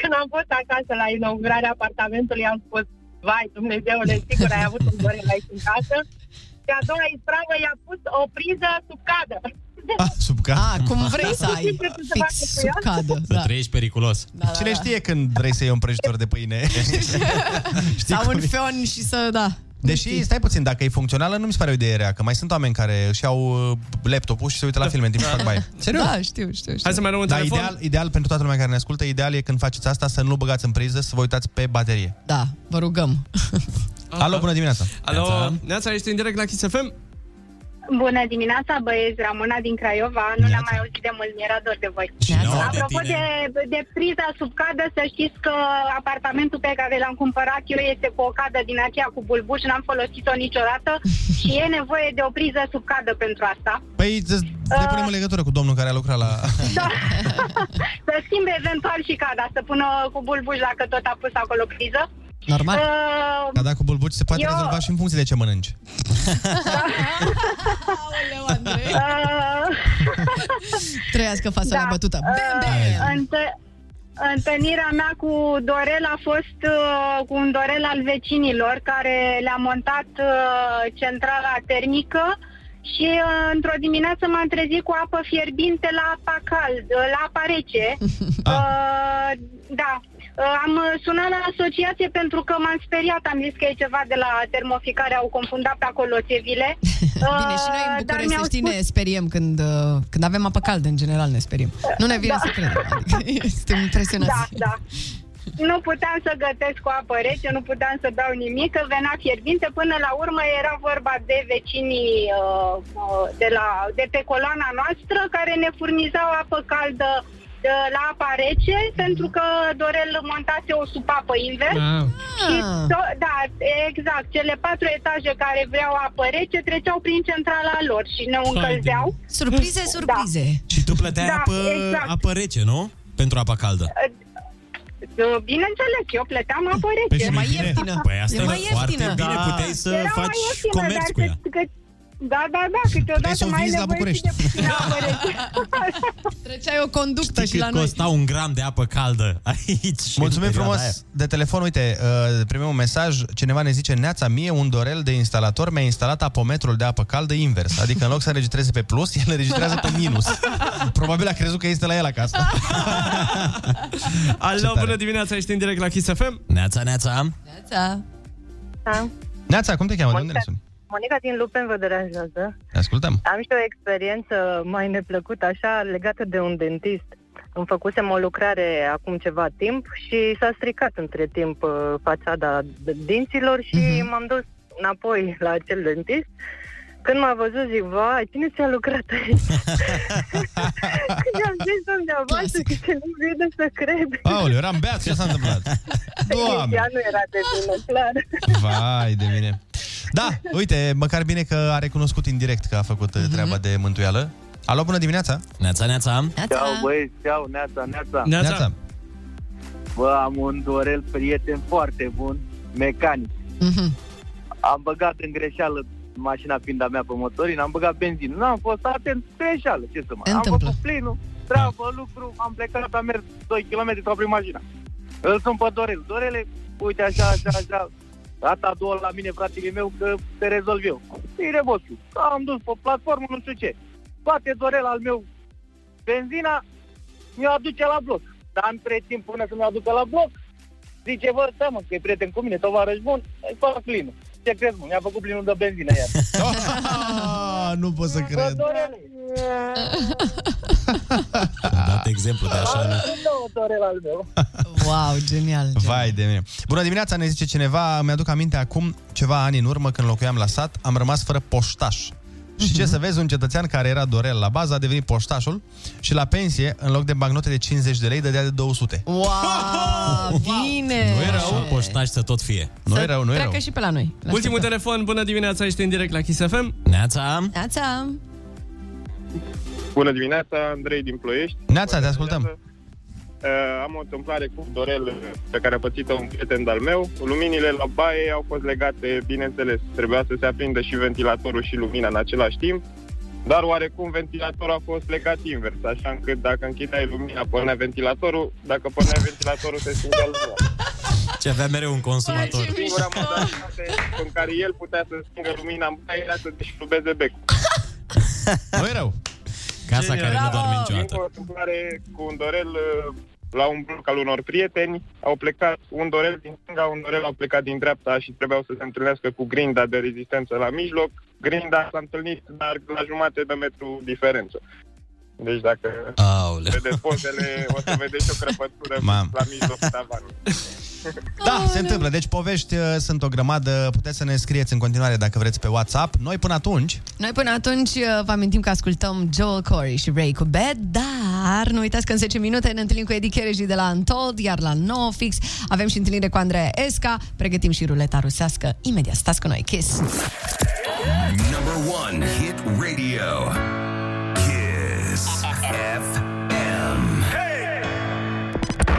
Speaker 24: Când am fost acasă la inaugurarea apartamentului, am spus, vai, Dumnezeule, sigur ai avut un dorem aici în casă. Și a doua ispravă i-a pus o priză sub cadă.
Speaker 6: Ah, Sub cadă.
Speaker 12: A, Ah, cum vrei să ai.
Speaker 24: Nu știu ce să
Speaker 12: Fix
Speaker 24: facă cu
Speaker 12: sub
Speaker 24: ea.
Speaker 12: cadă. Da.
Speaker 7: Trăiești periculos.
Speaker 12: da,
Speaker 6: Cine
Speaker 12: da.
Speaker 6: știe când vrei să iei un prăjitor de pâine? Știi
Speaker 12: Sau
Speaker 6: cum
Speaker 12: un
Speaker 6: e?
Speaker 12: feon și să, da.
Speaker 6: Deși, stai puțin, dacă e funcțională, nu mi se pare o idee rea, că mai sunt oameni care își iau uh, laptopul și se uită la filme în timp ce fac baie. Serios?
Speaker 12: Da, știu, știu, știu.
Speaker 6: Dar ideal, ideal pentru toată lumea care ne ascultă, ideal e când faceți asta să nu băgați în priză, să vă uitați pe baterie.
Speaker 12: Da, vă rugăm.
Speaker 6: Alo, bună dimineața!
Speaker 8: Alo, Neața, ești în direct la Kiss FM?
Speaker 25: Bună dimineața, băieți, Ramona din Craiova. Nu ne-am mai auzit de mult, mi-era dor de voi.
Speaker 6: nouă de
Speaker 25: Apropo de, de, priza sub cadă, să știți că apartamentul pe care l-am cumpărat eu este cu o cadă din aceea cu bulbuș, n-am folosit-o niciodată și e nevoie de o priză sub cadă pentru asta.
Speaker 6: Păi, să ne punem în legătură cu domnul care a lucrat la...
Speaker 25: Da. să schimbe eventual și cada, să pună cu bulbuș dacă tot a pus acolo priză.
Speaker 6: Normal.
Speaker 25: Uh,
Speaker 6: Dar dacă cu bulbuci se poate
Speaker 25: eu-
Speaker 6: rezolva și în funcție de ce mănânci.
Speaker 12: Trăiască fasolea bătută. Bam, bam!
Speaker 25: Uh, întă- întâlnirea mea cu Dorel a fost uh, cu un Dorel al vecinilor care le-a montat uh, centrala termică și uh, într-o dimineață m-am trezit cu apă fierbinte la apa cald, uh, la apa rece. Uh, da. Uh, Am uh, sunat la asociație pentru că m-am speriat, am zis că e ceva de la termoficare, au confundat pe acolo țevile.
Speaker 12: Bine, și noi
Speaker 25: Uh,
Speaker 12: în
Speaker 25: dar
Speaker 12: București,
Speaker 25: mi-au
Speaker 12: să știi,
Speaker 25: spus-
Speaker 12: ne speriem când, uh, când avem apă caldă, în general ne speriem. Nu ne vine
Speaker 25: Da.
Speaker 12: să credem, adică suntem impresionați.
Speaker 25: Da, da. Nu puteam să gătesc cu apă rece, nu puteam să beau nimic, că venea fierbinte. Până la urmă era vorba de vecinii uh, uh, de, la, de pe coloana noastră care ne furnizau apă caldă uh, la apa rece, pentru că Dorel montase o supapă invers.
Speaker 21: Ah.
Speaker 25: Și to- da, exact. Cele patru etaje care vreau apă rece treceau prin centrala lor și ne
Speaker 7: Hai de
Speaker 25: încălzeau.
Speaker 12: Surprize, surprize! Da.
Speaker 7: Și tu plăteai
Speaker 25: Da,
Speaker 7: apă,
Speaker 25: exact.
Speaker 7: apă rece, nu? Pentru apa caldă.
Speaker 25: Da, Bineînțeles, eu plăteam apă rece.
Speaker 7: și mai bine. Păi asta e foarte bine, puteai să
Speaker 25: Era mai
Speaker 7: faci
Speaker 25: ieftină,
Speaker 7: comerț
Speaker 25: dar
Speaker 7: cu ea.
Speaker 25: Că, că, da, da, da, câteodată mai e nevoie și de puțină apă rece.
Speaker 12: Treceai o conductă și
Speaker 7: Cât
Speaker 12: la noi.
Speaker 7: costa un gram de apă caldă aici? Deci, da,
Speaker 6: Mulțumim
Speaker 7: în perioada
Speaker 6: frumos
Speaker 7: aia?
Speaker 6: de telefon. Uite, uh, primim un mesaj. Cineva ne zice, Neața, mie un dorel de instalator mi-a instalat apometrul de apă caldă invers. Adică în loc să înregistreze pe plus, el înregistrează pe minus. Probabil a crezut că este la el acasă.
Speaker 8: Alo, bună dimineața, ești în direct la Kiss FM?
Speaker 7: Neața, neața.
Speaker 26: Da. Da.
Speaker 6: Neața, cum te cheamă? De unde ne suni?
Speaker 26: Monica din Lupen vă deranjează.
Speaker 6: Ne Ascultăm.
Speaker 26: Am și o experiență mai neplăcută, așa, legată de un dentist. Îmi făcusem o lucrare acum ceva timp și s-a stricat între timp uh, fațada d- dinților și m-am dus înapoi la acel dentist. Când m-a văzut, zic, vai, cine ți-a lucrat aici? Când i-am zis dumneavoastră, zice, nu vine să cred.
Speaker 6: Aoleu, eram beat, ce s-a întâmplat? Doamne!
Speaker 26: Ea nu era de vină, clar.
Speaker 6: Vai de mine. Da, uite, măcar bine că a recunoscut indirect că a făcut uh, treaba de mântuială. Alo, bună dimineața!
Speaker 7: Neața, neața!
Speaker 27: Ceau, băieți, ceau, neața, neața.
Speaker 6: Neața.
Speaker 27: Bă, am un dorel prieten foarte bun, mecanic.
Speaker 6: Mhm.
Speaker 27: Am băgat în greșeală mașina fiind a mea pe motorină, am băgat benzină. Nu am fost atent, greșeală, ce să mai... Am
Speaker 28: Întâmplă.
Speaker 27: făcut plinul, treabă, lucru, am plecat, am mers 2 km, s-a oprit mașina. Îl sun pe Dorel. Dorele, uite așa, așa, așa, data două la mine, fratele meu, că te rezolv eu. Bine, bossul, am dus pe platformă, nu știu ce. Poate Dorel al meu benzina, mi-o aduce la bloc. Dar între timp, până să mi-o aducă la bloc, zice, bă, stai mă, că e prieten cu mine, tovarăș bun, îi fac plinul. Ce crezi, mă, mi-a făcut plinul de benzină iar.
Speaker 6: Ah, nu pot să
Speaker 27: Bă,
Speaker 6: cred.
Speaker 27: Dorele,
Speaker 7: Dat exemplu de
Speaker 6: Ah.
Speaker 7: așa.
Speaker 27: am două Dorel al meu.
Speaker 6: Wow, genial, Vai de mine. Bună dimineața, ne zice cineva, mi-aduc aminte acum ceva ani în urmă când locuiam la sat, am rămas fără poștaș. Și ce să vezi, un cetățean care era dorel la bază a devenit poștașul și la pensie, în loc de bagnote de 50 de lei, dădea de 200.
Speaker 12: Wow, bine!
Speaker 6: Nu e rău.
Speaker 7: Așa, poștaș să tot fie.
Speaker 6: Nu e rău, nu e rău.
Speaker 12: Treacă și pe la noi. La
Speaker 8: Ultimul telefon, bună dimineața, ești în direct la Kiss FM?
Speaker 7: Neața!
Speaker 12: Neața!
Speaker 29: Bună dimineața, Andrei din Ploiești.
Speaker 6: Neața, te ascultăm.
Speaker 29: Uh, am o întâmplare cu Dorel pe care a pățit-o un prieten al meu. Luminile la baie au fost legate, bineînțeles. Trebuia să se aprindă și ventilatorul și lumina în același timp. Dar oarecum ventilatorul a fost legat invers, așa încât dacă închideai lumina, pornea ventilatorul, dacă pornea ventilatorul, se stingea lumina.
Speaker 7: Ce avea mereu un consumator.
Speaker 29: Singura modalitate în care el putea să stingă lumina în baie era să deșlubeze becul.
Speaker 6: Nu e rău.
Speaker 7: Casa care nu doarme niciodată.
Speaker 29: Încă o întâmplare cu un dorel uh, la un bloc al unor prieteni, au plecat un dorel din stânga, un dorel au plecat din dreapta și trebuiau să se întâlnească cu grinda de rezistență la mijloc. Grinda s-a întâlnit, dar la jumate de metru diferență. Deci dacă Aole. vedeți pozele, o să vedeți o crăpătură
Speaker 6: Mam.
Speaker 29: la mijlocul tavanului.
Speaker 6: Da, se întâmplă. Deci povești uh, sunt o grămadă. Puteți să ne scrieți în continuare dacă vreți pe WhatsApp. Noi până atunci
Speaker 12: Noi până atunci uh, vă amintim că ascultăm Joel Corey și Ray cu Bad, dar nu uitați că în 10 minute ne întâlnim cu Eddie Chereji de la Untold, iar la 9 fix avem și întâlnire cu Andreea Esca, pregătim și ruleta rusească. Imediat, stați cu noi, Kiss!
Speaker 1: Number one hit radio. Kiss FM.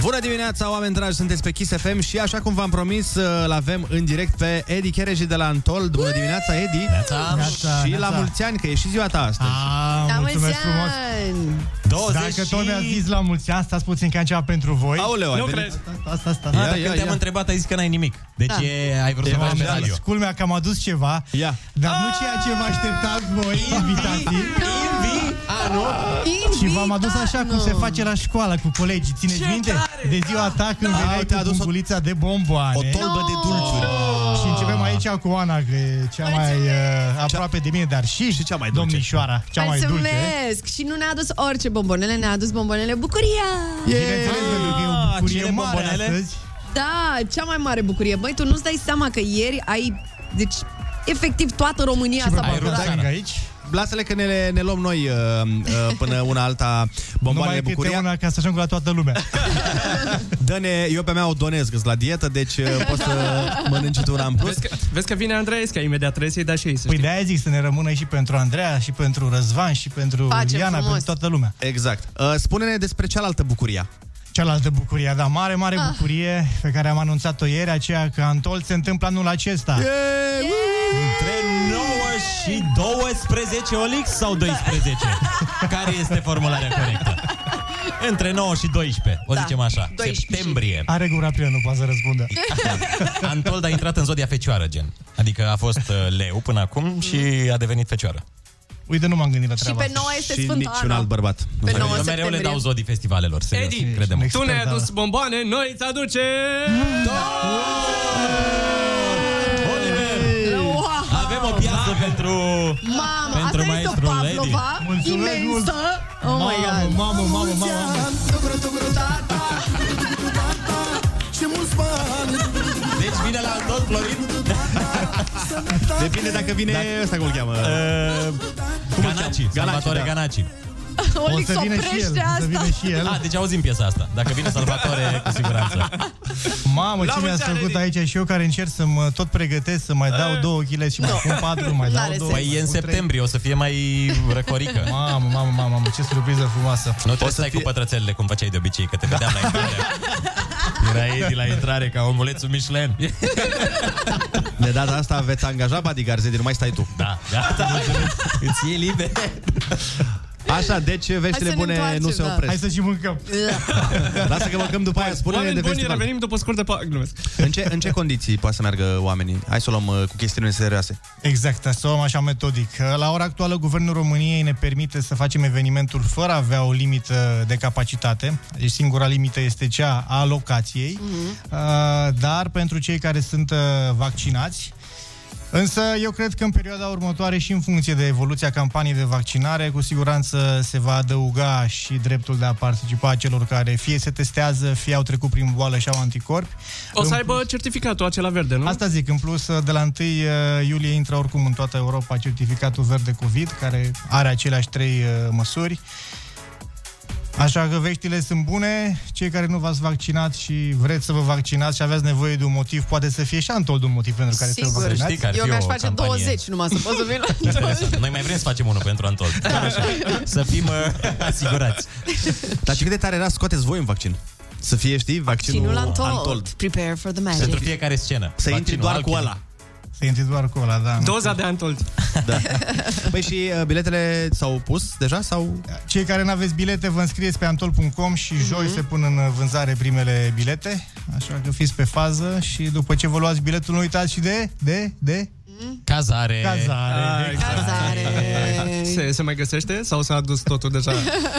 Speaker 6: Bună dimineața, oameni dragi, sunteți pe Kiss FM și așa cum v-am promis, uh, îl avem în direct pe Edi Chereji de la Antold. Bună dimineața, Edi!
Speaker 21: Neața,
Speaker 6: Și
Speaker 21: neața.
Speaker 6: la mulți ani, că e și ziua ta astăzi. Da,
Speaker 21: Ah, mulțumesc frumos.
Speaker 12: ani!
Speaker 21: 20 Dacă tot mi-a zis la mulți ani, stați puțin că am ceva pentru voi.
Speaker 7: Aoleu, ai Păi, Nu venit- cred.
Speaker 21: Asta, asta, asta.
Speaker 7: Ah, dar când te-am întrebat, ai zis că n-ai nimic. Deci
Speaker 21: Da.
Speaker 7: e, ai vrut să faci
Speaker 21: V-am dat
Speaker 7: medaliu.
Speaker 21: Culmea că am adus ceva,
Speaker 6: Ia.
Speaker 21: dar nu ceea ce vă așteptați voi, invitații.
Speaker 12: Invi-
Speaker 21: Și v-am adus așa cum se face la școală cu colegii. Țineți minte? De ziua ta când veneai cu adus bungulița de bomboane. O
Speaker 6: tolbă de dulciuri.
Speaker 21: Și începem aici cu Ana, că e cea mai uh, aproape de mine, dar și, și cea mai dulce. domnișoara, cea mai dulce.
Speaker 12: Mulțumesc! Și nu ne-a adus orice bombonele, ne-a adus bombonele Bucuria!
Speaker 21: Bineînțeles, pentru că e o bucurie mare astăzi.
Speaker 12: Da, cea mai mare bucurie. Băi, tu nu-ți dai seama că ieri ai... Deci, efectiv, toată România s-a bucurat.
Speaker 21: aici?
Speaker 6: Lasă-le că ne, le- ne luăm noi uh, uh, până una alta
Speaker 21: Numai
Speaker 6: bomboanele
Speaker 21: câte
Speaker 6: Bucuria.
Speaker 21: una ca să ajung la toată lumea.
Speaker 6: Dă-ne, eu pe mea o donez, că la dietă, deci uh, poți să mănânci tu una în plus.
Speaker 8: Vezi că, vezi că vine Andrei Esca, imediat trebuie să-i dai și ei să
Speaker 21: Păi de-aia zic să ne rămână și pentru Andreea, și pentru Răzvan, și pentru
Speaker 8: Facem
Speaker 21: Iana,
Speaker 8: frumos.
Speaker 21: pentru toată lumea.
Speaker 6: Exact. Uh, spune-ne despre cealaltă bucuria.
Speaker 21: Cealaltă bucurie, da, mare, mare ah. bucurie pe care am anunțat-o ieri, aceea că Antol se întâmplă anul acesta.
Speaker 7: Între 9 și 12 Olix sau 12? Care este formularea corectă? Între 9 și 12, o
Speaker 21: Da,
Speaker 7: zicem așa.
Speaker 21: 12.
Speaker 7: Septembrie.
Speaker 21: Are gura plină, nu poate să răspundă.
Speaker 7: Antold a intrat în zodia fecioară, gen. Adică a fost uh, leu până acum și a devenit fecioară.
Speaker 21: Uite, nu m-am gândit la
Speaker 7: Și
Speaker 21: treaba
Speaker 7: pe
Speaker 21: asta.
Speaker 7: nouă este Și Sfânta niciun Ana. alt
Speaker 6: bărbat.
Speaker 7: Pe nouă mereu le dau zodii festivalelor, serios,
Speaker 8: Edi,
Speaker 7: credem.
Speaker 8: tu ne-ai adus
Speaker 6: da.
Speaker 8: bomboane, noi îți aducem...
Speaker 7: Avem o piață pentru...
Speaker 12: Mamă,
Speaker 7: pentru
Speaker 12: asta este o
Speaker 7: maestrul Lady.
Speaker 12: pavlova imensă. Oh my God.
Speaker 21: Mamă, mamă, mamă.
Speaker 7: Deci vine la tot Florin?
Speaker 6: Depinde dacă vine ăsta cum îl cheamă.
Speaker 7: Uh, cum Ganaci, Salvatore
Speaker 6: da.
Speaker 7: Ganaci.
Speaker 12: Olix, oprește asta.
Speaker 7: Ah, deci auzim piesa asta. Dacă vine Salvatore, cu siguranță.
Speaker 21: Mamă, ce mi-ați făcut aici și eu care încerc să mă tot pregătesc, să mai dau două chile și mai pun patru, mai dau două.
Speaker 7: Păi e în septembrie, o să fie mai răcorică.
Speaker 21: Mamă, mamă, mamă, mamă, ce surpriză frumoasă.
Speaker 7: Nu trebuie să stai cu pătrățelele cum făceai de obicei, că te vedeam la intrare. Era Edi la intrare ca omulețul Michelin.
Speaker 6: De data asta veți angaja bodyguards, Edi, nu mai stai tu.
Speaker 7: Da, gata, mulțumesc. Îți iei liber.
Speaker 6: Așa, deci veștile bune nu se opresc.
Speaker 21: Hai să și mâncăm.
Speaker 6: Lasă că mâncăm după aia, spune-ne de
Speaker 8: Oameni buni,
Speaker 6: festival.
Speaker 8: revenim după scurtă pa... Glumesc.
Speaker 6: În ce, în ce condiții poate să meargă oamenii? Hai să o luăm uh, cu chestiuni serioase.
Speaker 21: Exact, să o luăm așa metodic. La ora actuală, Guvernul României ne permite să facem evenimentul fără a avea o limită de capacitate. Deci singura limită este cea a locației. Uh, Dar pentru cei care sunt uh, vaccinați, Însă eu cred că în perioada următoare și în funcție de evoluția campaniei de vaccinare, cu siguranță se va adăuga și dreptul de a participa a celor care fie se testează, fie au trecut prin boală și au anticorpi.
Speaker 8: O să
Speaker 21: În
Speaker 8: aibă certificatul acela verde, nu?
Speaker 21: Asta zic, în plus, de la 1 iulie intră oricum în toată Europa certificatul verde COVID, care are aceleași trei uh, măsuri. Așa că veștile sunt bune, cei care nu v-ați vaccinat și vreți să vă vaccinați și aveți nevoie de un motiv, poate să fie și Antol de un motiv pentru care să vă
Speaker 12: Sigur,
Speaker 21: vaccinați.
Speaker 7: ar
Speaker 12: eu
Speaker 7: fi
Speaker 12: mi-aș
Speaker 7: o
Speaker 12: face
Speaker 7: campanie.
Speaker 12: 20 numai să pot să vin la
Speaker 7: Interesant. Noi mai vrem să facem unul pentru Antol. Așa. Să fim uh, asigurați.
Speaker 6: Dar și cât de tare era să scoateți voi în vaccin? Să fie, știi, vaccinul,
Speaker 12: Cinul Antold. Prepare for the magic.
Speaker 7: Pentru fiecare scenă.
Speaker 6: Să intri
Speaker 7: Vaccinul
Speaker 6: doar cu
Speaker 7: Alchemy.
Speaker 6: ăla.
Speaker 21: Se intri doar cu ăla, da. nu?
Speaker 8: Doza de antolt.
Speaker 6: Da. Păi și uh, biletele s-au pus deja sau...
Speaker 21: Cei care nu aveți bilete, vă înscrieți pe antol.com și
Speaker 8: Mhm.
Speaker 21: joi se pun în uh, vânzare primele bilete, așa că fiți pe fază și după ce vă luați biletul, nu uitați și de, de, de...
Speaker 7: Cazare.
Speaker 21: Cazare.
Speaker 8: Cazare. Se, se mai găsește sau s-a dus totul deja?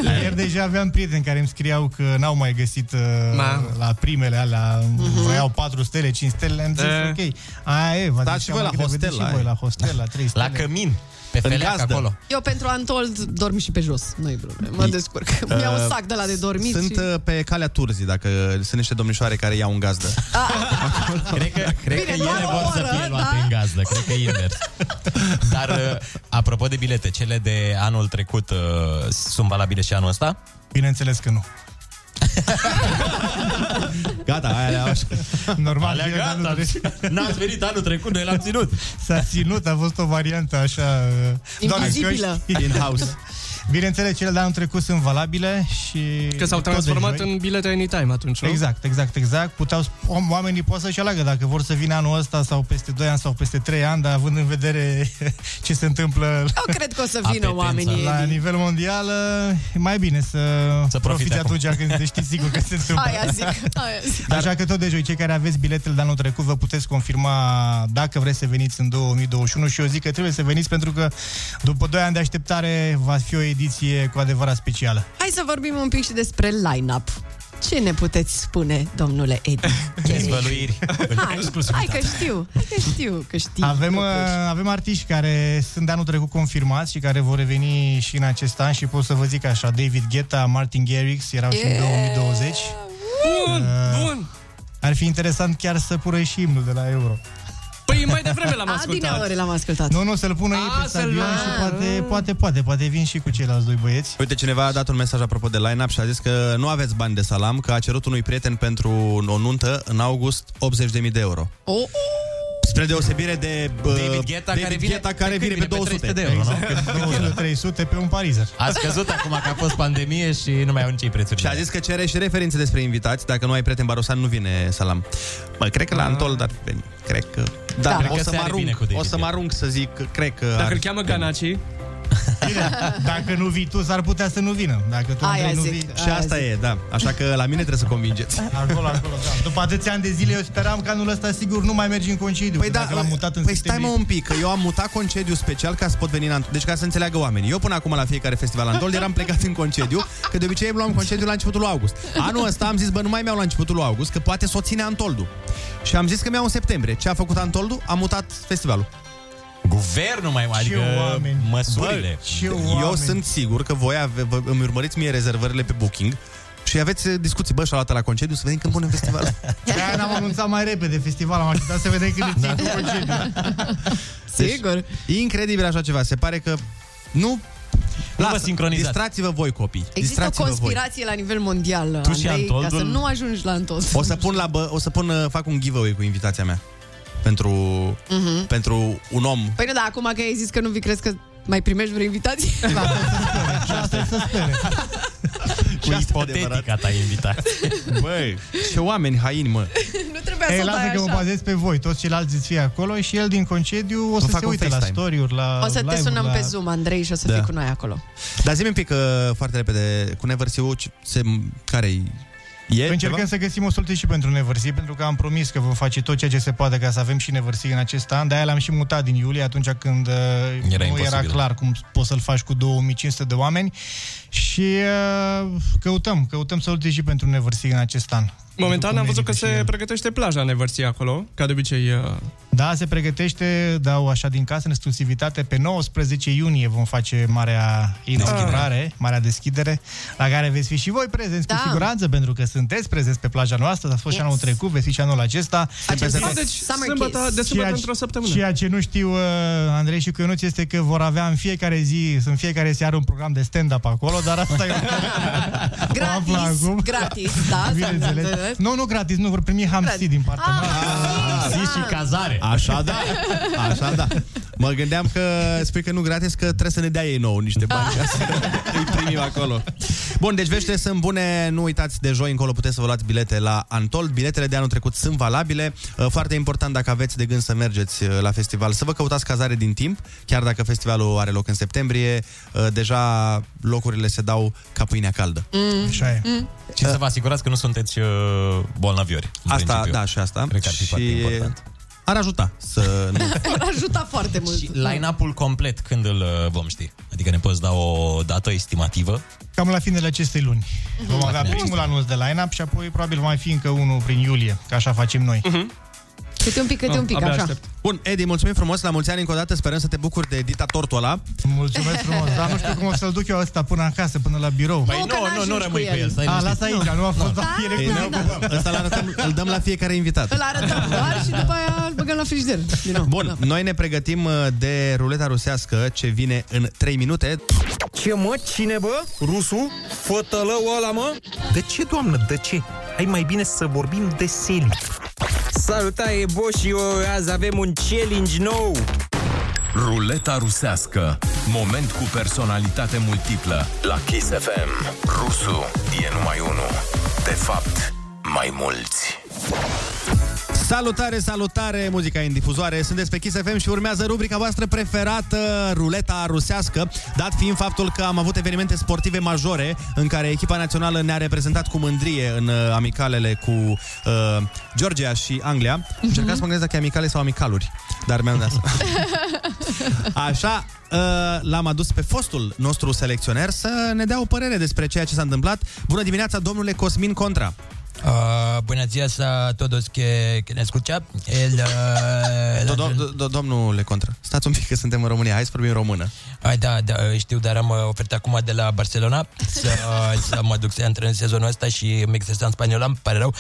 Speaker 8: Da.
Speaker 21: Ieri deja aveam prieteni care îmi scriau că n-au mai găsit uh,
Speaker 8: Ma.
Speaker 21: la primele alea,
Speaker 8: Mhm.
Speaker 21: vreau 4 stele, 5 stele, am zis,
Speaker 8: E.
Speaker 21: ok. Aia e, v-ați
Speaker 6: Stați
Speaker 21: zis
Speaker 6: și
Speaker 21: că
Speaker 6: voi
Speaker 21: mai
Speaker 6: la
Speaker 21: greu, vedeți
Speaker 6: hostel,
Speaker 21: și
Speaker 6: la
Speaker 21: voi
Speaker 6: aia.
Speaker 21: la hostel, la 3 stele.
Speaker 6: La cămin. Pe
Speaker 21: În
Speaker 6: feleac
Speaker 21: gazdă.
Speaker 6: acolo.
Speaker 12: Eu pentru Antol dorm și pe jos, nu e problemă, mă descurc. Mi-au un sac de la de dormit
Speaker 6: Uh, Sunt
Speaker 12: și...
Speaker 6: uh, pe calea Turzii, dacă sunt niște domnișoare care iau în gazdă.
Speaker 7: Cred că, cred
Speaker 12: Bine,
Speaker 7: că
Speaker 12: doar
Speaker 7: ele
Speaker 12: o
Speaker 7: vor să
Speaker 12: oră,
Speaker 7: fie luate
Speaker 12: da?
Speaker 7: în gazdă, cred că e invers. Dar, uh, apropo de bilete, cele de anul trecut uh, sunt valabile și anul ăsta?
Speaker 21: Bineînțeles că nu.
Speaker 6: Gata, aia le-au așa.
Speaker 21: Normal,
Speaker 7: Alea
Speaker 21: bine, dar nu
Speaker 7: gata. N-ați venit anul trecut, noi l-am ținut.
Speaker 21: S-a ținut, a fost o variantă așa... uh, doar în
Speaker 8: Invizibilă.
Speaker 21: căști.
Speaker 8: In-house.
Speaker 21: Bineînțeles, cele de anul trecut sunt valabile și...
Speaker 8: Că s-au
Speaker 21: tot de
Speaker 8: transformat
Speaker 21: joi.
Speaker 8: în bilete anytime atunci, nu?
Speaker 21: Exact, exact, exact. Puteau, om- oamenii pot să-și aleagă dacă vor să vină anul ăsta sau peste 2 ani sau peste 3 ani, dar având în vedere ce se întâmplă
Speaker 12: Eu cred că o să vină oamenii.
Speaker 21: la
Speaker 12: Eli.
Speaker 21: nivel mondial, e mai bine să, să
Speaker 7: profite
Speaker 21: profiți
Speaker 7: acum.
Speaker 21: atunci când se știți sigur că se întâmplă.
Speaker 12: Aia zic, aia zic.
Speaker 21: Dar... Așa că tot de joi, cei care aveți biletele de anul trecut, vă puteți confirma dacă vreți să veniți în 2021 și eu zic că trebuie să veniți pentru că după 2 ani de așteptare va fi o ediție cu adevărat specială.
Speaker 12: Hai să vorbim un pic și despre line-up. Ce ne puteți spune, domnule Edi?
Speaker 7: Dezvăluiri.
Speaker 12: Hai, hai că știu, hai că știu, că știu.
Speaker 21: Avem, uh, avem artiști care sunt de anul trecut confirmați și care vor reveni și în acest an și pot să vă zic așa, David Guetta, Martin Garrix erau și în
Speaker 12: Yeah.
Speaker 21: 2020.
Speaker 8: Bun,
Speaker 21: Uh,
Speaker 8: bun.
Speaker 21: Ar fi interesant chiar să pură și imnul de la Euro.
Speaker 8: Păi mai devreme l-am
Speaker 12: A,
Speaker 8: ascultat.
Speaker 12: adineori l-am ascultat.
Speaker 21: Nu, nu, să-l pună ei
Speaker 8: A,
Speaker 21: pe
Speaker 8: să-l
Speaker 21: stadion
Speaker 8: pună.
Speaker 21: și poate, poate, poate, poate vin și cu ceilalți doi băieți.
Speaker 6: Uite, cineva a dat un mesaj apropo de line-up și a zis că nu aveți bani de salam, că a cerut unui prieten pentru o nuntă în august 80.000 de euro.
Speaker 12: Oh,
Speaker 6: Spre deosebire de uh,
Speaker 7: David Guetta care vine-
Speaker 6: Guetta care
Speaker 7: pe
Speaker 6: vine
Speaker 7: cât
Speaker 6: pe
Speaker 7: vine? Pe 300
Speaker 6: 200
Speaker 7: de euro, nu?
Speaker 6: Exact.
Speaker 21: 200-300 pe un parizer.
Speaker 7: A scăzut acum că a fost pandemie și nu mai au nici ei prețuri.
Speaker 6: Și a zis că cere și referințe despre invitați. Dacă nu ai prieten barosan, nu vine salam. Bă, cred că la Antol, dar veni. cred că...
Speaker 7: Ah. Da.
Speaker 6: Da,
Speaker 7: Cred
Speaker 6: o
Speaker 7: că
Speaker 6: să
Speaker 7: se
Speaker 6: mă
Speaker 7: are bine
Speaker 6: arunc,
Speaker 7: cu David
Speaker 6: o să mă
Speaker 7: Guetta.
Speaker 6: arunc să zic, cred că...
Speaker 8: Dacă
Speaker 6: ar-
Speaker 8: îl cheamă Ganaci,
Speaker 21: Dacă nu vii tu, s-ar putea să nu vină. Dacă tu,
Speaker 12: Aia
Speaker 21: Andrei, nu
Speaker 12: zic,
Speaker 21: vii...
Speaker 6: Și asta e, da. Așa că la mine trebuie să convingeți.
Speaker 21: Acolo, acolo, da. După atâția ani de zile, eu speram că anul ăsta sigur nu mai mergi în concediu.
Speaker 6: Păi
Speaker 21: că
Speaker 6: da,
Speaker 21: dacă l-am mutat în
Speaker 6: păi stai
Speaker 21: septembrie-
Speaker 6: mă un pic, că eu am mutat concediu special ca să pot veni în Antol. Deci ca să înțeleagă oamenii. Eu până acum la fiecare festival Antol eram plecat în concediu, că de obicei îmi luam concediu la începutul lui august. Anul ăsta am zis, bă, nu mai mi-au la începutul lui august, că poate să o ține Antoldu. Și am zis că mi-au în septembrie. Ce a făcut Antoldu? A mutat festivalul.
Speaker 7: Guvernul mai adică
Speaker 21: oameni.
Speaker 7: măsurile.
Speaker 6: Eu sunt sigur că voi ave, vă, îmi urmăriți mie rezervările pe Booking și aveți eh, discuții. Bă, și-a luat la concediu să vedem când punem festival.
Speaker 21: De-aia n-am anunțat mai repede festival, am așteptat să vedem când
Speaker 6: Da.
Speaker 21: îți ții tu concediu.
Speaker 6: Sigur. Deci, incredibil așa ceva. Se pare că nu...
Speaker 7: Nu vă sincronizați.
Speaker 6: Distrați-vă voi, copii.
Speaker 12: Există o
Speaker 6: distrați-vă
Speaker 12: conspirație la nivel mondial,
Speaker 6: Tu și
Speaker 12: Andrei, ca
Speaker 6: Antoldul?
Speaker 12: să nu ajungi la Antol.
Speaker 6: Voi. O să pun la bă, o să pun uh, fac un giveaway cu invitația mea pentru
Speaker 12: Mhm.
Speaker 6: pentru un om.
Speaker 12: Păi nu, dar acum că ai zis că nu vii, crezi că mai primești vreo invitație?
Speaker 7: Cu ipotetica ta invitație.
Speaker 6: Băi, ce oameni haini, mă.
Speaker 12: nu trebuia
Speaker 21: Ei,
Speaker 12: să o
Speaker 21: lasă
Speaker 12: dai
Speaker 21: că mă
Speaker 12: așa.
Speaker 21: bazez pe voi, toți ceilalți îți fie acolo și el din concediu o
Speaker 6: Vă
Speaker 21: să
Speaker 6: fac
Speaker 21: se
Speaker 6: un
Speaker 21: uite la
Speaker 6: FaceTime.
Speaker 21: story-uri, la
Speaker 12: O să te
Speaker 21: live-uri,
Speaker 12: sunăm
Speaker 21: la...
Speaker 12: pe Zoom, Andrei, și o să
Speaker 6: Da.
Speaker 12: fii cu noi acolo.
Speaker 6: Dar zi-mi un pic uh, foarte repede cu Neversiu ce- se care
Speaker 7: Păi
Speaker 6: e
Speaker 21: Încercăm
Speaker 6: ceva?
Speaker 21: să găsim o soluție și pentru nevărsi, pentru că am promis că vom face tot ceea ce se poate ca să avem și nevărsi în acest an, de-aia l-am și mutat din iulie, atunci când uh, nu
Speaker 7: imposibil.
Speaker 21: era clar cum poți să-l faci cu 2500 de oameni și uh, căutăm, căutăm soluții și pentru nevărsi în acest an.
Speaker 8: momentan
Speaker 21: După
Speaker 8: am văzut că
Speaker 21: merită și
Speaker 8: se
Speaker 21: el.
Speaker 8: pregătește plaja Neversea acolo, ca de obicei. uh,
Speaker 21: Da, se pregătește, dau așa din casă, în exclusivitate. Pe 19 iunie vom face marea inaugurare, marea deschidere, la care veți fi și voi prezenți
Speaker 12: Da.
Speaker 21: cu siguranță, pentru că sunteți prezenți pe plaja noastră, ați fost și
Speaker 12: Yes.
Speaker 21: anul trecut, veți fi și anul acesta.
Speaker 12: Acest
Speaker 8: Ah, deci
Speaker 12: summer
Speaker 8: sâmbătă,
Speaker 12: kiss.
Speaker 8: de sâmbătă
Speaker 21: Ceea-
Speaker 8: într-o săptămână.
Speaker 21: Ceea ce nu știu uh, Andrei și cu Ionuț este că vor avea în fiecare zi, în fiecare seară un program de stand-up acolo, dar asta e aflu
Speaker 12: Gratis,
Speaker 21: acum.
Speaker 12: gratis, da. Ah,
Speaker 21: Bineînțeles. Nu, nu gratis, nu, vor primi hamsi din partea noastră.
Speaker 7: Zi și cazare.
Speaker 6: Așa da. Așa da. Mă gândeam că spui că nu gratis, că trebuie să ne dea ei nou niște bani ca să îi primim acolo. Bun, deci veștile sunt bune, nu uitați de joi încolo puteți să vă luați bilete la Antol. Biletele de anul trecut sunt valabile. Uh, Foarte important dacă aveți de gând să mergeți uh, la festival, să vă căutați cazare din timp, chiar dacă festivalul are loc în septembrie, Uh, deja locurile se dau ca pâinea caldă.
Speaker 12: Mm.
Speaker 21: Așa e.
Speaker 12: Mm.
Speaker 7: Și să vă asigurați că nu sunteți uh, bolnaviori. în
Speaker 6: Asta,
Speaker 7: principiu.
Speaker 6: da, și asta.
Speaker 7: Cred că ar fi
Speaker 6: Și-
Speaker 7: foarte important.
Speaker 6: Ar ajuta să nu
Speaker 12: Ar ajuta foarte mult.
Speaker 7: Și Mhm. line-up-ul complet când îl uh, vom ști? Adică ne poți da o dată estimativă?
Speaker 21: Cam la finele acestei luni. Vom
Speaker 6: Mhm.
Speaker 7: La
Speaker 21: avea
Speaker 7: finele
Speaker 21: primul anunț de line-up și apoi probabil va mai fi încă unul prin iulie, că așa facem noi.
Speaker 6: Mhm.
Speaker 12: Câte un pic, câte
Speaker 6: Ah,
Speaker 12: un pic, așa.
Speaker 6: Bun, Edi, mulțumim frumos, la mulți ani încă o dată, sperăm să te bucuri de Dita Tortul ăla.
Speaker 21: Mulțumesc frumos, dar nu știu cum o să-l duc eu ăsta până acasă, până la birou.
Speaker 6: Păi Nu, că nu, n-ajungi nu, nu rămâi cu cu el. el, stai
Speaker 21: A,
Speaker 6: liniștit.
Speaker 21: lasă aici, nu a fost la fiecare
Speaker 6: Ei,
Speaker 21: cu
Speaker 6: ne-am- Ăsta l arătăm, îl dăm la fiecare invitat.
Speaker 12: Îl arătăm doar și după aia îl băgăm la frigider. Din nou.
Speaker 6: Bun, noi ne pregătim uh, de ruleta rusească ce vine în 3 minute.
Speaker 2: Ce mă? Cine bă? Rusu? Fătălău ăla mă? De ce, doamnă, de ce? Hai mai bine să vorbim de seli.
Speaker 3: Salutare, Bo și eu, azi avem un challenge nou.
Speaker 13: Ruleta rusească. Moment cu personalitate multiplă. La Kiss FM. Rusu e numai unul. De fapt, mai mulți.
Speaker 6: Salutare, salutare, muzica e în difuzoare, sunteți pe Kiss FM și urmează rubrica voastră preferată, ruleta rusească, dat fiind faptul că am avut evenimente sportive majore în care echipa națională ne-a reprezentat cu mândrie în uh, amicalele cu uh, Georgia și Anglia. Uh-huh. Încercați să mă gândesc dacă e amicale sau amicaluri, dar mi-am dat seama. Așa, uh, l-am adus pe fostul nostru selecționer să ne dea o părere despre ceea ce s-a întâmplat. Bună dimineața, domnule Cosmin Contra!
Speaker 9: Ah, buenos días a todos que, que nos escucha. El, uh,
Speaker 6: Do- do- do- domnule Contra, stați un pic că suntem în România, hai să vorbim română.
Speaker 9: Ai, da, da, știu, dar am uh, ofertă acum de la Barcelona să, să mă duc să antrenez sezonul ăsta și îmi exersa în spaniola, îmi pare rău.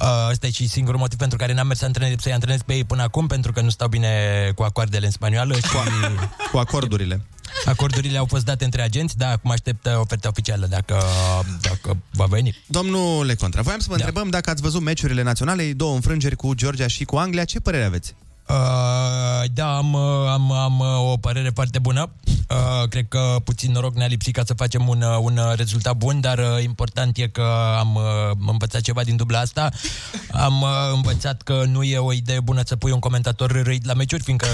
Speaker 9: Uh, Ăsta e și singurul motiv pentru care n-am mers să antrenez, să-i antrenez pe ei până acum, pentru că nu stau bine cu acoardele în spaniolă și...
Speaker 6: Cu acordurile.
Speaker 9: Acordurile au fost date între agenți, da, acum aștept uh, oferta oficială dacă, dacă va veni.
Speaker 6: Domnule Contra, voiam să vă da. întrebăm dacă ați văzut meciurile naționale, două înfrângeri cu Georgia și cu Anglia, ce părere aveți?
Speaker 9: Uh, da, am, uh, am, am uh, o părere foarte bună. Uh, cred că puțin noroc ne-a lipsit ca să facem un, uh, un uh, rezultat bun, dar uh, important e că am uh, învățat ceva din dubla asta. Am uh, învățat că nu e o idee bună să pui un comentator răit la meciuri, fiindcă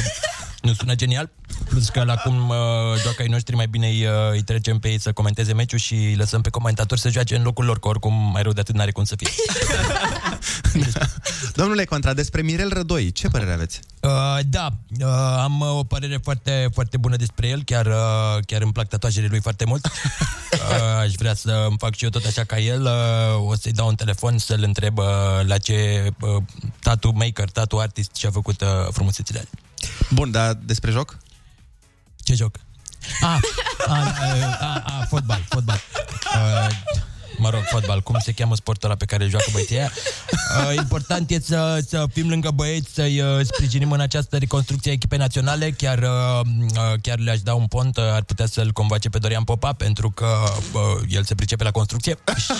Speaker 9: nu sună genial. Plus că la cum uh, joacă ai noștri, mai bine îi, uh, îi trecem pe ei să comenteze meciul și îi lăsăm pe comentatori să joace în locul lor, că oricum mai rău de atât n-are cum să fie.
Speaker 6: Domnule Contra, despre Mirel Rădoi, ce părere aveți?
Speaker 9: Uh, da, uh, am uh, o părere foarte, foarte bună despre el, chiar, uh, chiar îmi plac tatuajele lui foarte mult. Uh, aș vrea să îmi fac și eu tot așa ca el. Uh, o să-i dau un telefon să-l întreb uh, la ce uh, tatu maker, tatu artist și-a făcut uh, frumusețile alea.
Speaker 6: Bun, dar despre joc?
Speaker 9: Ce joc?
Speaker 7: Ah,
Speaker 9: A, a, a, a, a fotbal, fotbal. Uh, mă rog, fotbal, cum se cheamă sportul ăla pe care îl joacă băieții aia? Uh, important e să, să fim lângă băieți, să-i uh, sprijinim în această reconstrucție a echipei naționale. Chiar, uh, uh, chiar le-aș da un pont, uh, ar putea să-l convoace pe Dorian Popa, pentru că uh, el se pricepe la construcție și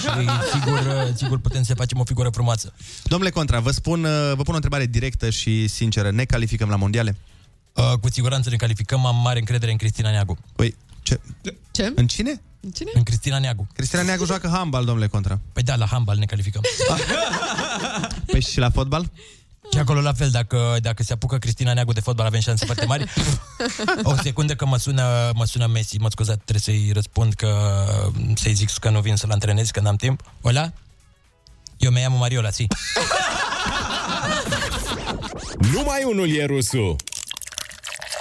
Speaker 9: sigur, uh, sigur putem să facem o figură frumoasă.
Speaker 6: Domnule Contra, vă spun, uh, vă pun o întrebare directă și sinceră. Ne calificăm la mondiale?
Speaker 9: Uh, cu siguranță ne calificăm, am mare încredere în Cristina Neagu.
Speaker 6: Păi, ce?
Speaker 12: Ce?
Speaker 6: În cine?
Speaker 12: Cine?
Speaker 9: În Cristina Neagu.
Speaker 6: Cristina Neagu joacă handbal, domnule Contra.
Speaker 9: Păi da, la handbal ne calificăm.
Speaker 6: Păi și la fotbal?
Speaker 9: Și acolo la fel, dacă, dacă se apucă Cristina Neagu de fotbal, avem șanse foarte mari.
Speaker 12: Oh.
Speaker 9: O secundă că mă sună, mă sună Messi, mă scuzați, trebuie să-i răspund că să-i zic că nu vin să-l antrenez, că n-am timp. Ola? Eu mă iau Mariola, si.
Speaker 13: Numai unul e rusul.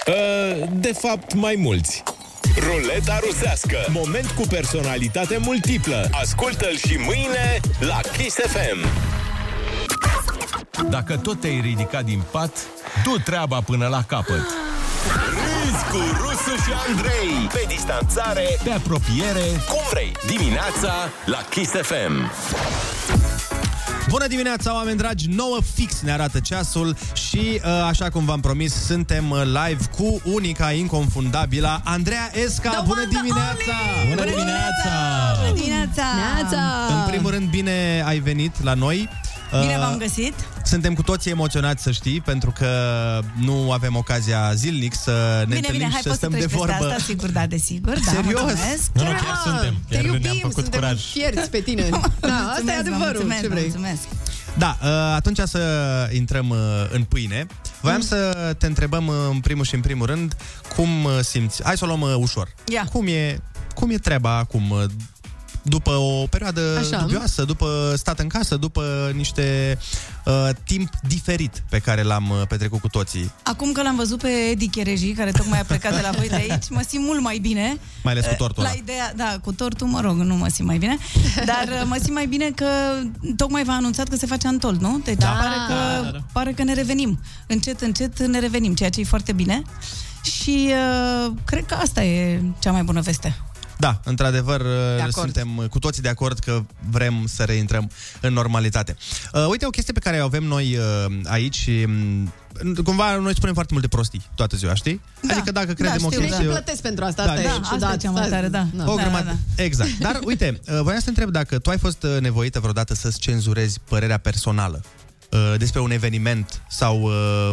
Speaker 13: Uh, De fapt, mai mulți. Ruleta rusească. Moment cu personalitate multiplă. Ascultă-l și mâine la Kiss FM. Dacă tot te-ai ridicat din pat, du treaba până la capăt. Râzi cu Rusu și Andrei. Pe distanțare, pe apropiere, cum vrei. Dimineața la Kiss FM.
Speaker 6: Bună dimineața, oameni dragi! 9 fix ne arată ceasul și, uh, așa cum v-am promis, suntem uh, live cu unica inconfundabilă, Andreea Esca. Bună dimineața! Bună dimineața!
Speaker 28: Bună dimineața!
Speaker 6: În primul rând, bine ai venit la noi.
Speaker 17: Bine
Speaker 6: Uh,
Speaker 17: v-am găsit.
Speaker 6: Suntem cu toții emoționați, să știi, pentru că nu avem ocazia zilnic să ne
Speaker 17: bine,
Speaker 6: întâlnim
Speaker 17: bine, hai
Speaker 6: și să
Speaker 17: poți să
Speaker 6: stăm de
Speaker 17: treci peste
Speaker 6: vorbă.
Speaker 17: asta, sigur, da, desigur. Da,
Speaker 6: Serios?
Speaker 17: mulțumesc.
Speaker 6: Nu, nu, chiar
Speaker 17: Da,
Speaker 6: suntem.
Speaker 17: te
Speaker 6: Chiar ne-am
Speaker 17: iubim,
Speaker 6: făcut
Speaker 17: suntem
Speaker 6: curaj.
Speaker 12: Fierți pe tine. Da, asta e
Speaker 17: Mulțumesc, vă
Speaker 12: adevărul.
Speaker 17: mulțumesc,
Speaker 12: Ce
Speaker 17: vă
Speaker 12: vrei?
Speaker 17: Mulțumesc.
Speaker 6: Da, uh, atunci să intrăm uh, în pâine. Voiam
Speaker 17: Mm.
Speaker 6: să te întrebăm uh, în primul și în primul rând cum uh, simți. Hai să o luăm uh, ușor.
Speaker 17: Ia.
Speaker 6: Cum e cum e treaba acum uh, după o perioadă
Speaker 12: Așa.
Speaker 6: dubioasă, după stat în casă, după niște uh, timp diferit pe care l-am uh, petrecut cu toții,
Speaker 17: Acum că l-am văzut pe Edi Chereji, care tocmai a plecat de la voi de aici, mă simt mult mai bine. Eh,
Speaker 6: mai ales cu tortul
Speaker 17: La
Speaker 6: ăla.
Speaker 17: ideea, da, cu tortul, mă rog, nu mă simt mai bine, dar uh, mă simt mai bine că tocmai v-a anunțat că se face antol, nu? Deci da. pare, că,
Speaker 14: Da, da, da.
Speaker 17: pare că ne revenim. Încet, încet ne revenim, ceea ce e foarte bine. Și uh, cred că asta e cea mai bună veste.
Speaker 6: Da, într-adevăr,
Speaker 17: acord.
Speaker 6: suntem cu toții de acord că vrem să reintrăm în normalitate. Uh, Uite, o chestie pe care o avem noi uh, aici, um, cumva noi spunem foarte multe prostii toată ziua, știi? Da. Adică dacă credem o
Speaker 12: știu,
Speaker 6: chestie...
Speaker 12: da. plătesc pentru asta,
Speaker 6: Da,
Speaker 12: asta
Speaker 6: da,
Speaker 12: e
Speaker 6: asta
Speaker 12: ciudat.
Speaker 17: e cea mai
Speaker 12: asta-
Speaker 17: tare, da.
Speaker 12: na.
Speaker 6: O grămadă. Exact. Dar, uite, uh, voiam să te întreb dacă tu ai fost uh, nevoită vreodată să-ți cenzurezi părerea personală uh, despre un eveniment sau uh,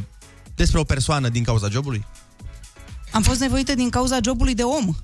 Speaker 6: despre o persoană din cauza jobului?
Speaker 17: Am fost nevoită din cauza jobului de om.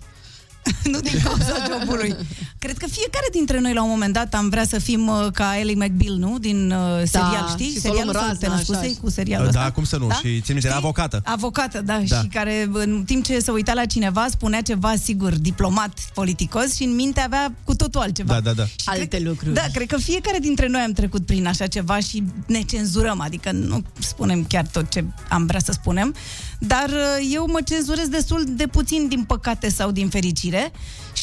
Speaker 17: nu din cauza jobului. Cred că fiecare dintre noi la un moment dat am vrea să fim uh, ca Ellie McBeal, nu? Din uh, serial, știi?
Speaker 12: Da. și să o luăm
Speaker 17: Serialul sau
Speaker 12: razna,
Speaker 17: te născusei
Speaker 12: așa.
Speaker 17: cu serialul
Speaker 6: Uh,
Speaker 17: ăsta?
Speaker 6: Da, cum să nu?
Speaker 17: Da?
Speaker 6: Și țin minte, era avocată.
Speaker 17: Avocată, da,
Speaker 6: Da.
Speaker 17: da, și care în timp ce se uita la cineva spunea ceva, sigur, diplomat, politicos și în minte avea cu totul altceva.
Speaker 6: Da, da, da.
Speaker 17: Și Alte cred, lucruri. Da, cred că fiecare dintre noi am trecut prin așa ceva și ne cenzurăm, adică nu spunem chiar tot ce am vrea să spunem, dar uh, eu mă cenzurez destul de puțin, din păcate sau din fericire,